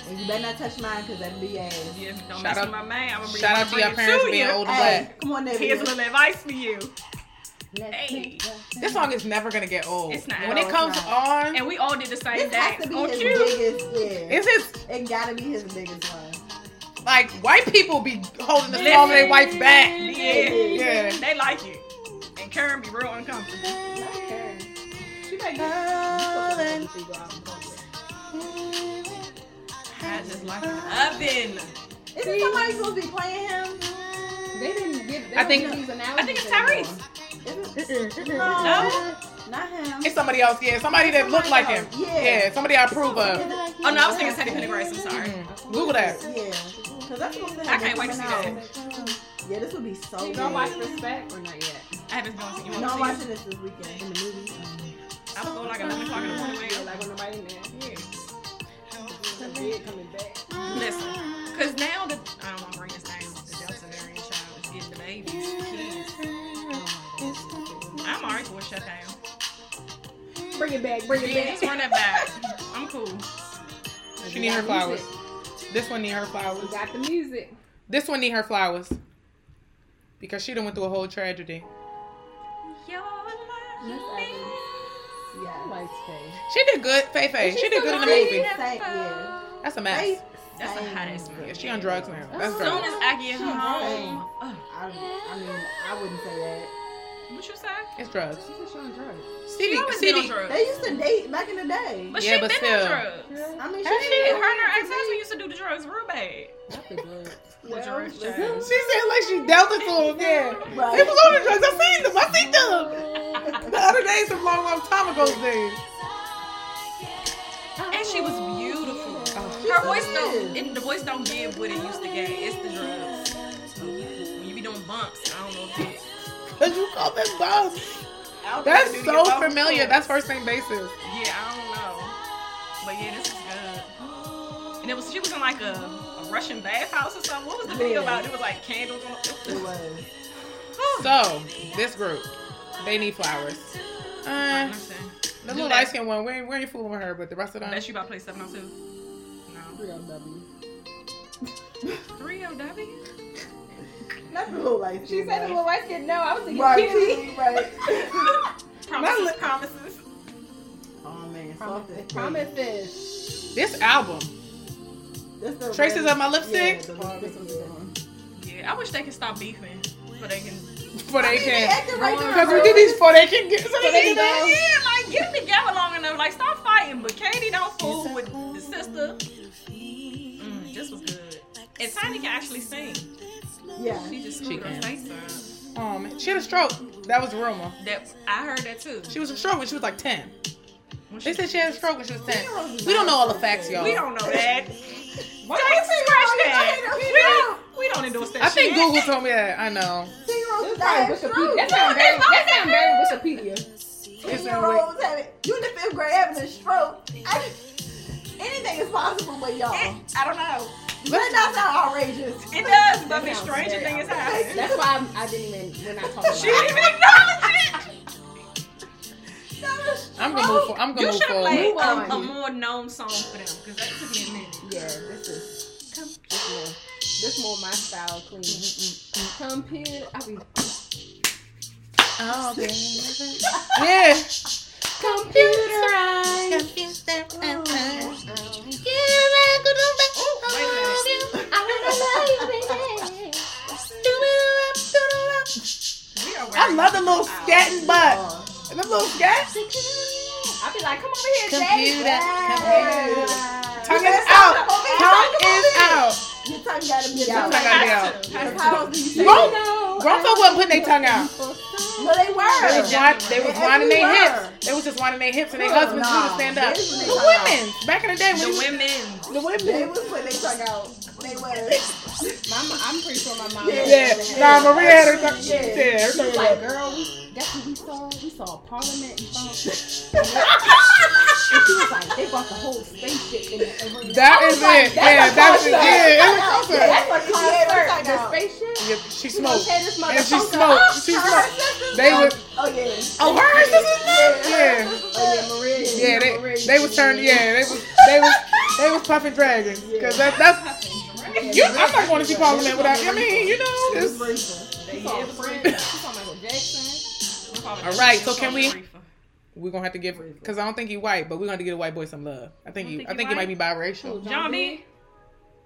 And you better not touch mine because that be ass.
Yeah, don't
Shout
mess with
out-
my man. I'm gonna bring
Shout out to your parents being
you.
old and
Hey,
black.
come on, there.
Here's a
Leo.
little advice for you.
Let's
Hey.
make love.
This song is never gonna get old.
It's not.
When
No,
it
it's
comes
not.
on,
And we all did the same
This has to
thing.
be
Oh,
his
cute.
biggest. Yeah.
it's his
It gotta be his biggest one.
like white people be holding the song of their wife's back.
Yeah.
Yeah.
They like it. And Karen be real uncomfortable.
She might get.
I just like an oven.
Isn't somebody supposed to be playing him?
They didn't give.
I
They don't
think-
give these analogies
I think it's
anymore.
Tyrese.
No,
No?
not him.
It's somebody else, yeah. Somebody that looked like him.
Yeah.
Yeah, somebody I approve of.
Oh no, I was thinking Teddy Pendergrass. I'm sorry.
Mm. Google that.
Yeah. Cause that's what I'm saying.
I can't wait to see
Coming
that.
out. Yeah, this would be so
You
good.
don't watch
No,
Respect or not yet?
I haven't been singing.
I'm
No, I was
watching this this weekend in the movie.
going like 11 o'clock in the morning.
Yeah, like when nobody in there.
Yeah.
The red coming back.
Listen, because now that I don't want to bring this down, the Delta variant child is getting the babies, the kids.
Um,
I'm alright with shut down.
Bring it back. Bring it
Yeah, just
back.
run it back. I'm cool.
She need her flowers. This one need her flowers.
We got the music.
This one need her flowers. Because she done went through a whole tragedy.
Your life.
Yeah.
Like
She did good, Faye Faye. She did good in the
They
movie.
sang- yeah.
That's a
They
mess.
That's a
sang-
hot ass movie.
Yeah,
As
she on drugs now. That's
Oh.
soon
drugs.
as I get home, Ugh,
I, I mean, I wouldn't say that.
what you say?
It's drugs.
She
Stevie,
always been on
Stevie,
drugs.
They used to date back in the day.
But
Yeah,
she
but
been
still.
on drugs.
I mean, she
Has she?
Her and
didn't.
her ex-husband used to do the drugs real bad. The drugs
She
child.
said like she dealt it to him. Yeah,
Right.
they was on the drugs. I seen them. I seen them. The other day, some long, long time ago. Days.
And she was beautiful.
She
Her voice
is.
don't, it, the voice don't give what it used to give. It's the drugs. When you be doing bumps, I don't know if it's.
Cause you call them bums.
I don't
That's
think I do
so
the bumps.
familiar. That's first name basis.
Yeah, I don't know. But yeah, this is good. And it was she was in like a, a Russian bathhouse or something. What was the video
Yeah.
about? It was like candles on.
It was.
So this group, they need flowers. Uh,
Listen,
the little light skin one, we ain't, we
oh
ain't fooling with her, but the rest of them.
bet you about to play 702. No.
Real W.
Three O W.
Not the little light
She
skin.
said the
right?
little white kid. No, I was thinking
Right,
Kitty.
Kitty, right.
Promises, promises.
oh man, soft
Promises.
as
Promises.
This album,
That's the
Traces
red-
of My Lipstick?
Yeah, the lipstick, yeah.
Yeah, I wish they could stop beefing, but they can.
before they can.
acting right there,
Because we
bro.
did these before they can get. So they
they
can
know.
get
Yeah, like get it together long enough. Like stop fighting. But Katie don't fool with the sister. Mm, this was good. And Tiny can actually sing.
Yeah.
She just screwed her face up.
Oh man, she had a stroke. That was a rumor.
That I heard that too.
She was a stroke when she was like ten.
When
They
she-
said she had a stroke when she was ten. We don't know all the facts, y'all.
we don't know that.
Why
Don't
you
scratch
say
that.
that?
We don't. We don't endorse that.
I think
shit.
Google told me that. I know.
Ten-year-olds
That
have
sounds
strokes.
Wikipedia. That sound very, that sound very Wikipedia.
It's in Wik-
Ten-year-olds have it. You in the fifth grade having a stroke. I- Anything is possible with y'all.
Eh, I don't know.
Let that sound outrageous.
It does, but the
sounds
stranger
very
thing is happening.
That's why I'm, I didn't even. We're not talking
She
about
didn't
it.
even acknowledge it. Oh,
That was
I'm gonna move. For, I'm gonna
You
move
should have
forward.
played
Move
um,
on.
a, more known song for them because that took me a minute.
Yeah, this is this more, this more my style, queen. Come here, I be
Oh, okay. yeah.
computerized.
We are
I
wearing-
love the little scatting butt.
Oh,
The little scat.
I be like, come over here,
Computer,
Jay.
computer. Tongue is
Yes,
out.
come over here,
Tongue
come
is out.
Your tongue gotta be
Tongue
out.
gotta be out.
Has to.
How do you say
Grown,
that?
grown folk wasn't putting their tongue out.
No, they were.
They was, whin- they was
Yes,
winding
we
their
were.
hips. They was just winding their hips and their husbands
Nah,
too to stand up.
this is
The
not-
women back in the day when
The
you-
women.
the
They
women.
was putting their tongue out. They was.
Mama, I'm pretty sure my mom.
Yeah.
Yeah, nah, Maria had her tongue.
Yeah.
Yeah, her tongue
She's
was
like,
out.
girl, we, that's what we saw. We saw Parliament and phone. and she was like, they bought the whole spaceship in the arena.
That is it. Yeah, that's it. Yeah, it was
Yeah,
awesome.
that's what concert.
The spaceship.
Yeah, she
You gonna
smoked.
tear this
And she
motherfucker
smoked.
up?
She smoked. They were.
Oh yeah.
Oh, her sisters. Yeah.
Oh yeah, Maria.
Yeah,
Maria,
they they was turned. Yeah, they was they was they was puffing dragons because that that's you. I'm not going to see Parliament without. I mean, you know. It's,
She saw Prince. She saw Michael Jackson.
all right, so can we? We're gonna have to give because I don't think he white, but we're gonna have to give a white boy some love. I think you. I think he might be biracial.
John B.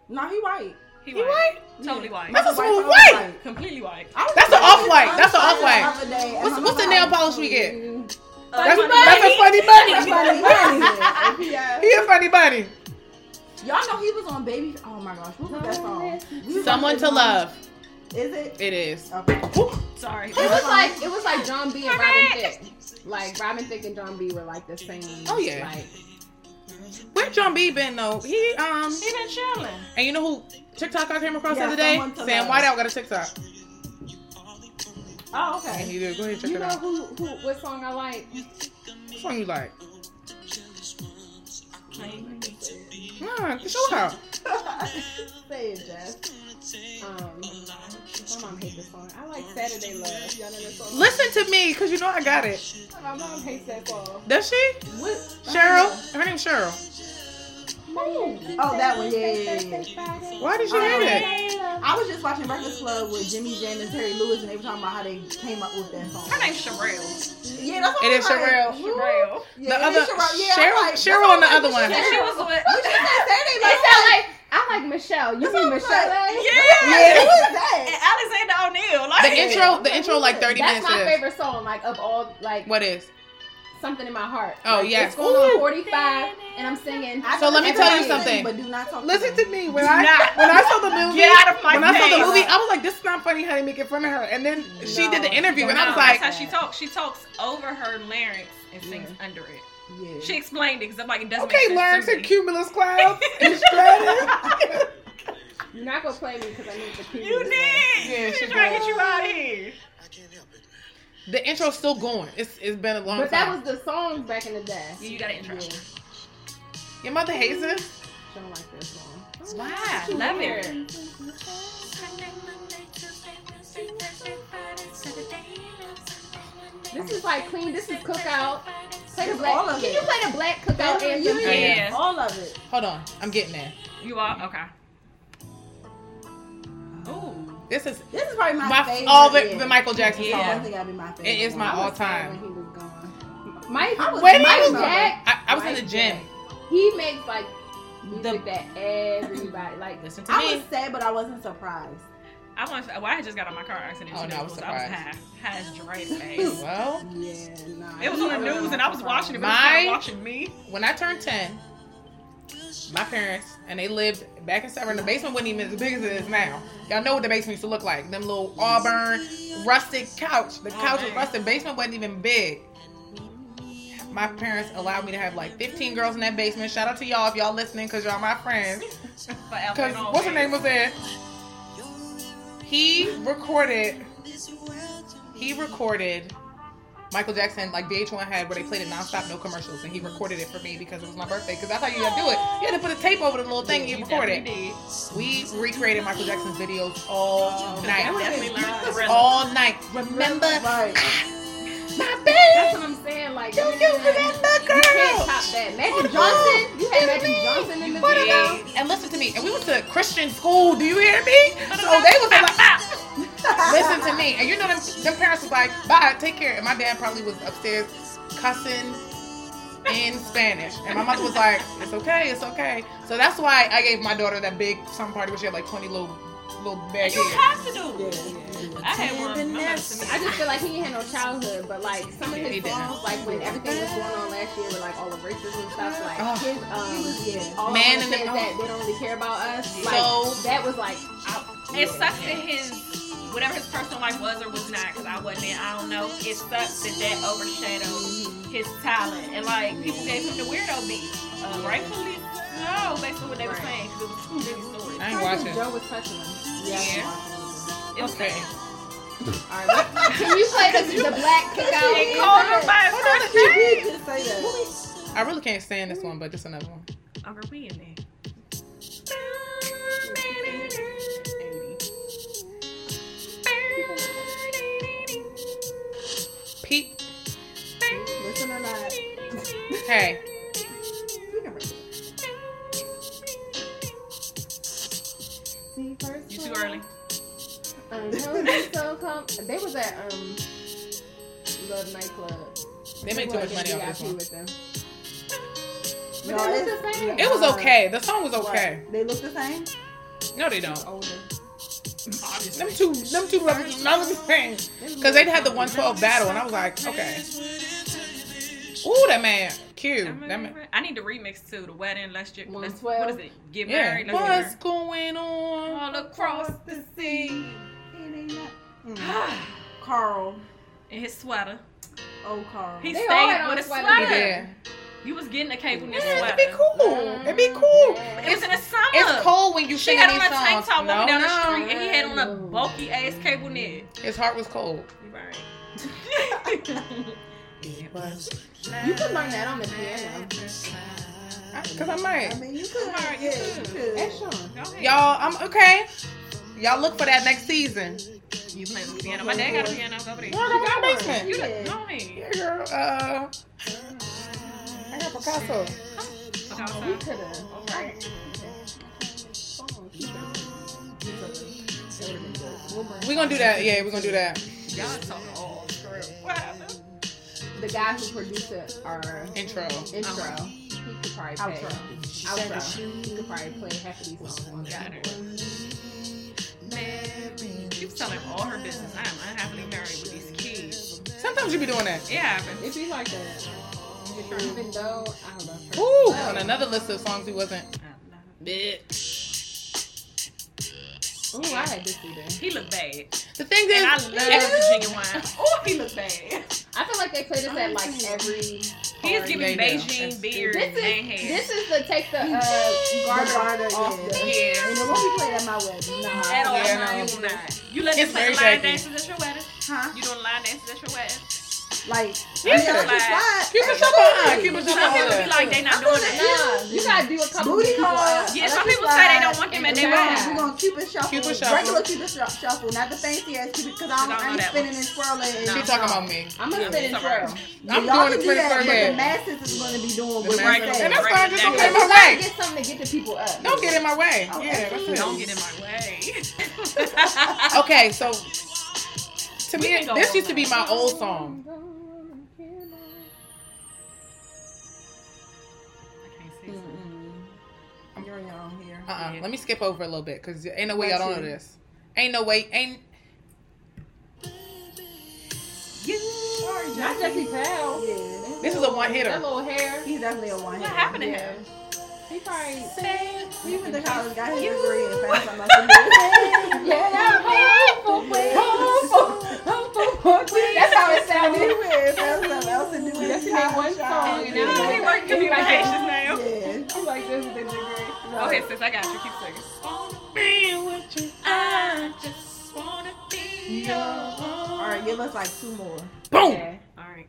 Nah, he white.
He
He
white.
white?
Totally white.
That's a smooth
on
white.
Completely white. Uh,
That's an off-white. That's an off-white. What's
What's
what's the nail polish we get? That's,
Funny
that's a
Bunny.
funny bunny.
Y'all
He a funny bunny.
know he was on Baby. Oh my gosh, what was that song? We was
Someone
watching
to
him.
love.
Is it?
It is.
Okay.
Sorry.
It was like it was like John B and Robin Thicke. Like Robin Thicke and John B were like the same.
Oh, yeah.
Like,
Where John B been though? He um
He been chilling.
and you know who TikTok I came across
Yeah,
the other day?
someone to
Sam
love.
Whiteout got a TikTok.
Oh
And
okay.
he did. Go ahead check
you
it
know
out.
who who what song I like?
What song you like? Nah, show out.
Say it, Jess.
Um, my mom hates this song. I like Saturday Love. Y'all know this song.
Listen to me, cause you know I got it.
My mom hates that song.
Does she?
What?
Cheryl? Her name's Cheryl.
Oh, that one. Yeah, yeah, yeah.
Why
Oh,
did you hate it?
I was just watching Breakfast Club with Jimmy Jam and Terry Lewis, and they were talking about how they came up with that song.
Her name's Sherelle.
Yeah, that's what
It
I'm
is
like,
Sherelle.
who?
Sherelle.
Yeah,
The
it is
other-
Sherelle. Yeah, I'm
Cheryl-
like,
Cheryl
that's what
on the
I'm
other
like,
one.
And
what she
she
said?
was with.
You just said Saturday
It
Night
sound
Live.
like I like Michelle. You
That's
mean
what I'm
Michelle?
like.
Yeah.
Yeah, who is
And
that?
Alexander O'Neal. Like,
The intro the intro like 30
That's
minutes
my
of this.
favorite song. Like of all, like
What is?
something in my heart.
Oh,
Like,
yeah.
It's going
Ooh.
on 45, and I'm singing.
I
So let me
don't
tell you
know the
something.
name, But do not talk.
Listen
me.
to me. When
Do
I
not.
when I saw the movie
Get out of my
when I saw the
face.
movie, I was like, this is not funny how they making fun of her. And then she did the
No,
interview and I was
No,
like,
that's how she talks. She talks over her larynx and sings under it.
Yeah.
She explained it because I'm like, it doesn't
Okay,
make
learn
sense to
to
me.
cumulus clouds and stratus.
You're not gonna play me because I need the key.
You did.
Yeah,
She's
she
trying to
did.
get you out of here.
I can't help it.
The intro's still going. It's it's been a long
But that
time.
was the songs back in the day.
Yeah, you got an intro.
Yeah,
Your mother hates us.
don't like this song.
Wow, love it.
This is like clean. This is cookout. Play the
It's
black.
all of
Can
it.
you play the black cookout
Yeah,
Oh,
anthem?
yeah,
Yeah.
all of it.
Hold on, I'm getting there.
You are okay.
This is
This is probably my,
my
favorite.
all the,
yeah.
the Michael Jackson
It's
song.
definitely gotta be my favorite.
It is my
one.
all time.
When he was gone. Mike,
I was-
When he
Mike
was
Jack,
I, I was in the
Mike
gym.
Jack, he makes like music
The-
that everybody like.
Listen to
I
me.
was sad, but I wasn't surprised.
I want. Well, I just got on my car accident.
Oh,
today,
no, I was
so I was high,
surprised.
high as Dre's face.
Well,
Yeah, nah.
It was on the news, and I was watching it. But
My-
it was kinda watching me.
when I turned ten, my parents and they lived back in Severn. The basement wasn't even as big as it is now. Y'all know what the basement used to look like. Them little auburn, rustic couch. The couch was
man.
rusted. Basement wasn't even big. My parents allowed me to have like 15 girls in that basement. Shout out to y'all if y'all listening, cause y'all my friends.
Forever
Cause
and always.
what's her name was there? He recorded. He recorded. Michael Jackson, like VH1 had where they played it nonstop, no commercials, and he recorded it for me because it was my birthday. Because that's how you gotta do it. You had to put a tape over the little thing and you record it.
Definitely did.
We recreated Michael Jackson's videos all
I
night,
definitely learned the rhythm.
all night. Remember my
Right.
That's
baby?
what I'm saying. Like,
Do you remember,
You can't
girl?
top that. Magic
What about-
Johnson. You had Magic Johnson in the
What
video.
about? And listen to me. And we went to Christian school. Do you hear me? So they was like, "Ah." listen to me. And you know, them, them parents was like, bye, take care. And my dad probably was upstairs cussing in Spanish. And my mother was like, it's okay, it's okay. So that's why I gave my daughter that big summer party where she had like 20 little, little bag
You
heads.
have to do.
Yeah,
it.
yeah.
I had one. My mother sent
I
me-
just feel like he ain't had no childhood, but like some of
He
his
didn't.
songs, like when everything was going on last year with like all the racism and stuff, like
Ugh.
his um, yeah, all
Man
the
in the-
things that they don't really care about us. Like
So-
that was like
It sucks that his whatever his personal life was or was not, because I wasn't there. I don't know. It sucks that that overshadowed his talent, and like people gave him the weirdo beat, uh, rightfully so, based on what they were
Right.
saying, because it was too many stories.
I ain't
I think
watching.
Joe was touching him.
It was
Okay.
sad.
All right, can you play the, the black kick out?
They called him by his first name.
You just say that.
I really can't stand this one, but just another one.
Are we in there?
Peep.
Listen or not.
Hey.
See, first
You too
one.
early.
Um, no, they so come. They was at um Love nightclub.
They made too much money off this one.
But
No,
they look
it's-
the same.
It was okay. The song was okay.
They look the same.
No, they don't.
Older.
Them two, them two brothers, none of the same. Cause they'd had the 112 battle, and I was like, okay. Ooh, that man, cute. That man.
I need to remix too. The wedding. Let's just. Let's, what
112.
is it? Get
Yeah.
married. Let's get
What's
married.
going on?
all across the sea.
Mm. Carl.
In his sweater.
Oh, Carl.
He
They all
stayed
had on
with a
sweater.
sweater.
Yeah.
You was getting a cable in
Yeah,
his
it'd
sweater.
be cool. It'd be cool.
It was in the summer.
It's cold when you
She
sing
had on
these
a tank
songs.
top
No,
walking down the
no.
street, and he had on a bulky ass cable knit.
His heart was cold.
You right.
You could learn that on the piano.
I- Cause I might.
I mean, you could.
Carl, you
yeah,
could.
you could.
That's Sean.
Y'all, I'm okay. Y'all look for that next season.
You playing the piano? My dad got a piano over there.
Girl, go to the basement.
You look lonely.
Yeah, girl. Uh, I got Picasso.
Look outside.
You could have.
All right.
We gonna do that. Yeah, we gonna do that.
Y'all talking all screw. What happened?
The guy who produced it, our
Intro.
intro,
Uh-huh.
he could probably play.
Outro.
Outro. He could probably play half of these songs. on
Got
the
her.
keyboard.
She was telling all her business. I am unhappily married with these kids.
Sometimes you be doing that.
Yeah, but
It'd be like that. Even though I love her.
Ooh, on another list of songs he wasn't. Bitch.
Ooh, I had this either.
he looked bad.
The thing
And I
is,
love
if-
Virginia wine. Oh, he looked bad.
I feel like they play this at like every.
He is giving
They do.
Beijing beard
This is-
and hair.
This is the take the uh, garter
garter,
off
yeah.
the.
And
yeah.
it won't be played at my wedding. Nah.
At all,
Yeah,
no,
no.
you will not. You let me
It's
play
very
line
shaky.
dances at your wedding.
Huh?
You doing line dances at your wedding?
Like,
Yeah.
I mean, I can slide.
Cupid jump on. Cupid jump
Some people
on.
be like, they not doing that.
Nah, you gotta do a couple
Booty
people
call.
up.
Yeah,
I
some
can
people say they don't
slide.
want them at
and
their
the
wedding.
back.
We're gonna Cupid shuffle,
Cupid shuffle.
regular Cupid shuffle, shuffle, not the fancy ass Cupid, because
I
I, don't,
don't
I ain't
know that
spinning
one.
and swirling. And
She talking about me.
I'm gonna spin and
Sorry.
I'm
twirl.
doing
Y'all can
the
do
pretty
that,
first
but the
man.
masses is gonna be
The
doing
masses.
what they
Right.
say.
And that's fine. Just don't get in
You
my
gotta
way.
get something to get the people up.
Don't get in my way.
Oh,
Yeah, that's it.
Don't get in my way.
Okay, so to
We
me,
can go
this
on
used to be my
now.
old song.
You're young here.
Uh, uh
Yeah.
let me skip over a little bit because ain't no way
Me
y'all don't know
too.
this. Ain't no way, ain't
Not Jesse Powell.
Yeah.
This is a one hitter.
That little hair.
He's definitely a one.
What happened to him?
He probably.
We went to college, got his
You-
degree, and found something else to do.
That's how it sounded.
We went and found something else to do. in
That's the name one
college,
song, and
y'all.
now
He worked communications now.
Yeah.
I'm like, this is the degree.
Okay, sis, I got you. Keep singing. I just wanna be your own.
All right, give us like two more.
boom.
Yeah.
All right.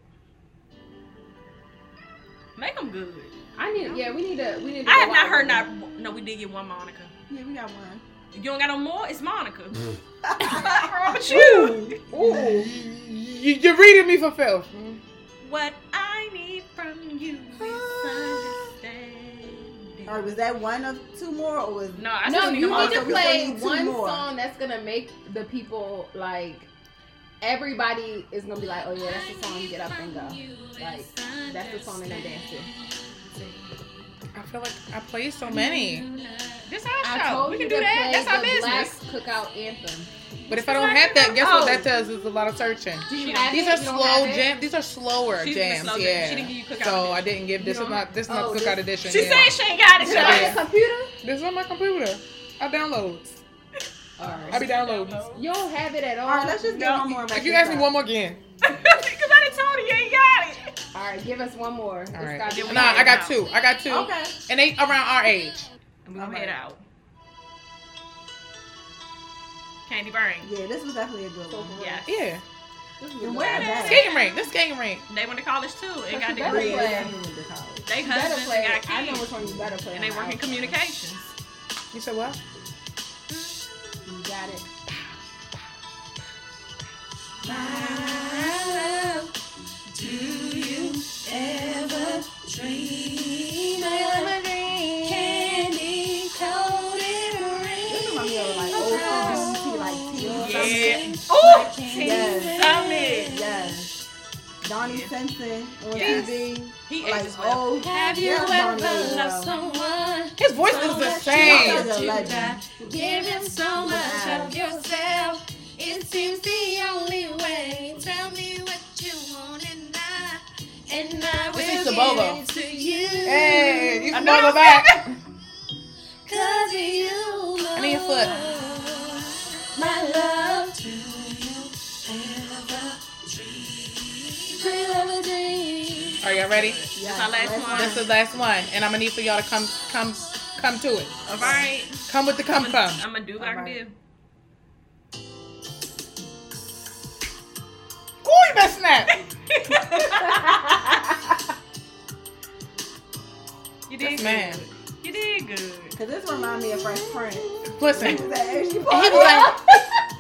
Make them good.
I need. Yeah, we need to. We need. To
Oh, I have
go
not
out.
heard not. No, we did get one Monica.
Yeah, we got one.
You don't got no more? It's Monica. What's wrong with you?
Ooh, you, you're reading me for filth.
What I need from you is understanding.
All right, was that one of two more, or was
No, I
No,
still need
you
them all.
need to
also- we
play
still need two
one
more.
song that's gonna make the people like. Everybody is gonna be like, oh yeah, that's the song you get up and go. Like, that's the song that they dance to.
I feel like I played so many,
This our
I
show.
told
We
you
can do
to
that.
play
That's our
the
business.
Black Cookout Anthem.
but if I don't have that, guess
Oh.
what that does is a lot of searching.
Do you
She-
have
These
it?
are
You don't
slow
have it?
jams. These are slower
She's the
jams.
slow jam.
yeah.
She didn't give you cookout
so
edition.
I didn't give this.
You
Is
don't-
not this is not
oh,
cookout
this-
edition.
She
yeah.
said she ain't got it.
Is
Shut
it
Yeah.
on your
up.
computer?
This is on my computer. I download. I
Alright.
be downloading.
You don't have it at all.
All right, let's just get
No.
one more.
If you ask me one more again,
Because I done told you you ain't got it.
All right, give us one more.
all
It's
right.
gotta be-
we
Nah, I got
out.
two. I got two,
Okay.
and they around our age.
And we're going
All
to head
right.
out. Candy Burn.
Yeah, this was definitely a good one.
Yes.
Yeah,
This is
And
good.
where is that?
skating rink. This skating rink.
They went to college too and got
you better
degrees.
play.
Yeah, we went to college.
They
You better
husbands
play.
and got
I know
kids.
which one you better play.
And they
on
work in
iPhone.
communications.
You said what?
You got it.
This is my meal, like old school BT, like tea. or
Yeah.
something.
Oh,
Yes.
Summit.
Yes. Donnie Simpson on
Yes.
TV.
He
Like oh,
ages well.
old. Have you ever loved someone?
His voice is the same.
a legend.
Give him so much of yourself. It seems the only way. Tell me what you want, and I, and I
This is
will
Saboba.
give it to you.
Hey, you
I
can
know
go
I'm
back.
Cause you love
I need a foot.
my love. Do you ever dream?
Are y'all ready?
Yes.
our last
Let's-
one.
This is the last one, and I'm gonna need for y'all to come, come, come to it.
All right.
Come with the come, come.
I'm going to do what I can do.
Ooh, you best snap.
you did good.
Man,
You did good.
Cause this remind me of Fresh Prince.
listen.
He was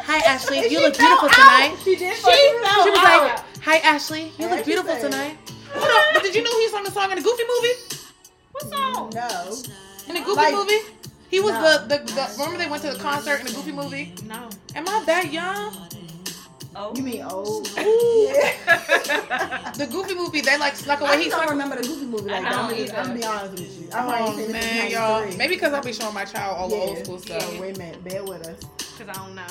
at Ashley
And he was like, "Hi Ashley,
Park.
you look beautiful tonight."
She did.
She, she was
out.
like, "Hi Ashley, you
What'd
look
she
beautiful
say?
tonight." Hold on, but did you know he's on the song in the Goofy movie?
What's on?
no.
In the Goofy
Like-
movie, he was
No.
the, the the. Remember they went to the concert in the Goofy movie.
No.
Am I that young?
Oh.
You mean old?
Ooh.
Yeah.
The Goofy movie, they like snuck
I
away.
just
He's
don't remember the Goofy movie like
I
that. I'm
don't
gonna, I'm gonna be honest with you. I might
Oh man, y'all. Maybe because I'll be showing my child all the old school stuff.
So wait a minute, bear with us.
Because I don't know.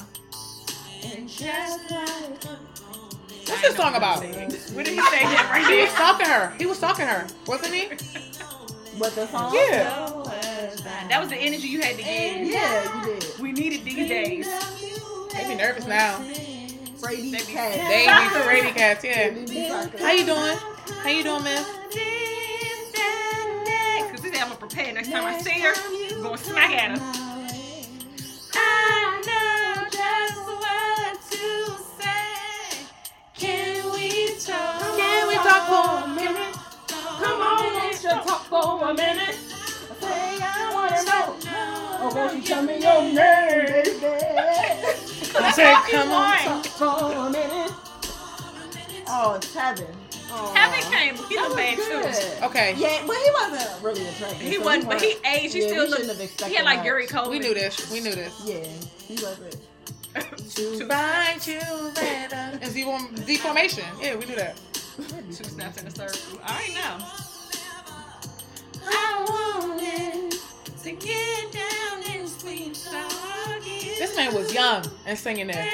What's this song about? He
What did he say that right
was
there?
stalking her. He was stalking her, wasn't he?
What the song?
Yeah.
That was the energy you had to give.
Yeah, you did.
We needed these days.
They be nervous now.
Brady
They be-
Cat.
They be crazy cats. Yeah.
Brady B. Crocker.
How you doing? How you doing, miss?
Because this I'm going to prepare next time I see her. I'm going to smack at her.
Can we talk for a minute?
Come on, let's just talk for a minute.
Oh, won't you tell me your name, baby?
I
That's
said,
all he
come on.
wants.
Oh, Tevin. Oh.
Kevin Campbell, he
That was
looked bad too.
good.
Okay.
Yeah, but he wasn't really attractive.
He
so
wasn't, but he
weren't-
aged. He
yeah,
still
we shouldn't have
looked. He
expected
had like
much.
Gary Coleman.
We knew this. We knew this.
Yeah, he wasn't. to
Find you better. It's deform- deformation. Yeah, we do that.
Two snaps in a circle. All right, now.
This man was young and singing that.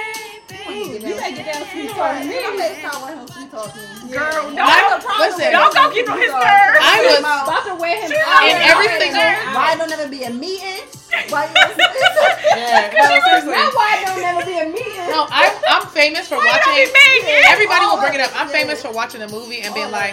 You better get down sweet talk me. I'm next time when her sweet talk me.
Girl,
No,
I- listen,
Y'all go get on his nerves.
I was
About to wear him
in
out.
every single.
Why don't ever be a meeting? Why you
Yeah, no, seriously.
Not why I don't never be a meeting.
No, I, I'm famous for watching. Everybody will bring it up. I'm
Yeah.
famous for watching a movie and being
All
like,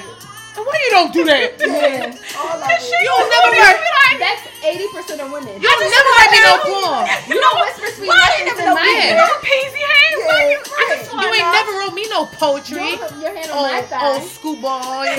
"Why you don't do that?
yeah, all of it.
You'll never let,
That's 80% of women.
you'll never let me go cool.
You don't whisper sweet
ain't
nothings
never
in
no
my
bitch?
ear.
Peasy Hayes.
Yeah,
why you- I
right.
just
You
wanna
ain't
know.
never wrote me no poetry.
Don't put your hand on my
Oh,
thigh.
oh, schoolboy.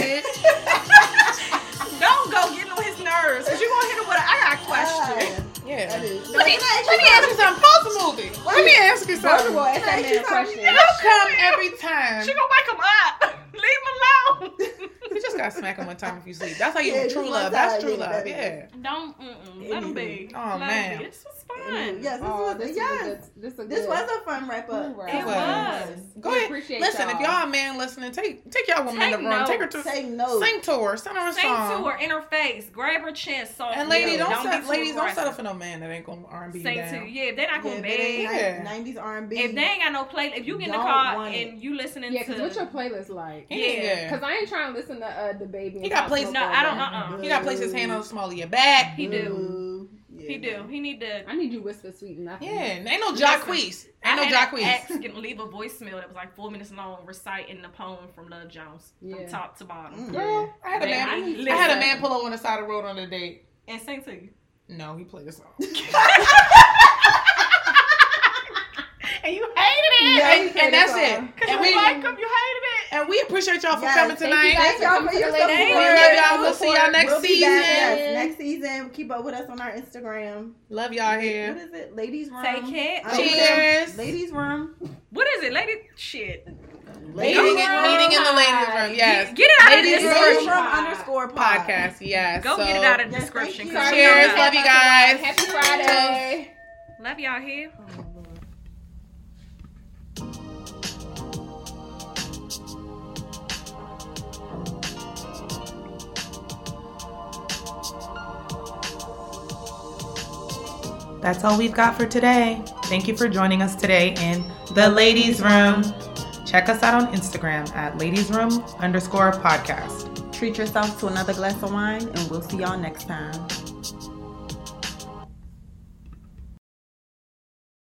Don't go get on his nerves. Cause you gonna hit him with a, I got a question.
Yeah.
That is.
Let me, let me ask you something. Pause the movie. Let me ask you
First of
something.
all, ask that
Hey,
man a
she's on
question.
You come every time.
She gonna wake him up. Leave him alone.
You just got to smack him one time if you sleep. That's how you
Yeah,
do
just
true
one
love.
time,
That's true
yeah,
love.
that is.
Yeah.
Don't. Mm-mm, let him be.
Oh,
Let 'em
man.
be. This was fun.
Yes, this
Oh,
was
this is
yes.
a good, this is a good.
This was a fun wrap up.
It
It was.
Go
We
ahead.
appreciate
Listen, if y'all a man listening, take take y'all woman in the
Take
room. Take her
notes.
to
Take
Oh.
notes.
sing to her, sing her a
Sing
song.
to her in her face. Grab her chin softly.
And ladies, don't,
be
settle,
too
ladies, don't
aggressive.
settle for no man that ain't gonna R and B
Sing
down.
to. Yeah, if they're not gonna
Yeah, but
beg.
it
Yeah.
ain't nineties R and B.
If they ain't got no play, if you get in the
Don't
car
want it.
and you listening
Yeah,
to,
because what's your playlist like?
Yeah,
Yeah.
Because I ain't trying to listen to uh, the baby.
He got plays-
playlist.
no, I don't. Uh, uh
You gotta place his hand on the small of your back.
He do.
Yeah.
He do. He need to.
I need you whisper sweet nothing.
Yeah, and ain't no Jacquees. Ain't no
I had an ex
Jacquees.
get- leave a voicemail that was like four minutes long, reciting the poem from Love Jones
Yeah.
from top to bottom,
Mm.
Girl, I had a
Man,
man.
I need
I, had a
listen.
man pull over on the side of the road on a date.
and sing to you.
No, he played a song.
And you hated it.
Yeah, he
and,
played
and
a
that's
song.
it.
Cause
And
you
we
like him, you hated it.
and we appreciate y'all for
Yes,
coming
Thank you
tonight.
guys for
Thank y'all
coming
for
to
your
the ladies'
support.
We
corner.
love y'all. We'll see y'all
We'll
next
be back.
season.
Yes, next season. Keep up with us on our Instagram.
Love y'all
What
here.
is it? Ladies room.
Take care.
I don't
Cheers.
know. Ladies room.
What is it, lady? Shit.
Meeting, meeting in the ladies' room. Yes.
Get it out
Ladies
of the
room.
Ladies room
description.
underscore pod.
Podcast. Yes.
Go get
So,
it out of the
Yes,
description.
thank you.
'cause
Sorry,
you know
Cheers.
y'all
that.
Love you guys.
Happy Friday.
Love y'all here.
That's all we've got for today. Thank you for joining us today in The Ladies Room. Check us out on Instagram at Ladies Room underscore podcast.
Treat yourself to another glass of wine, and we'll see y'all next time.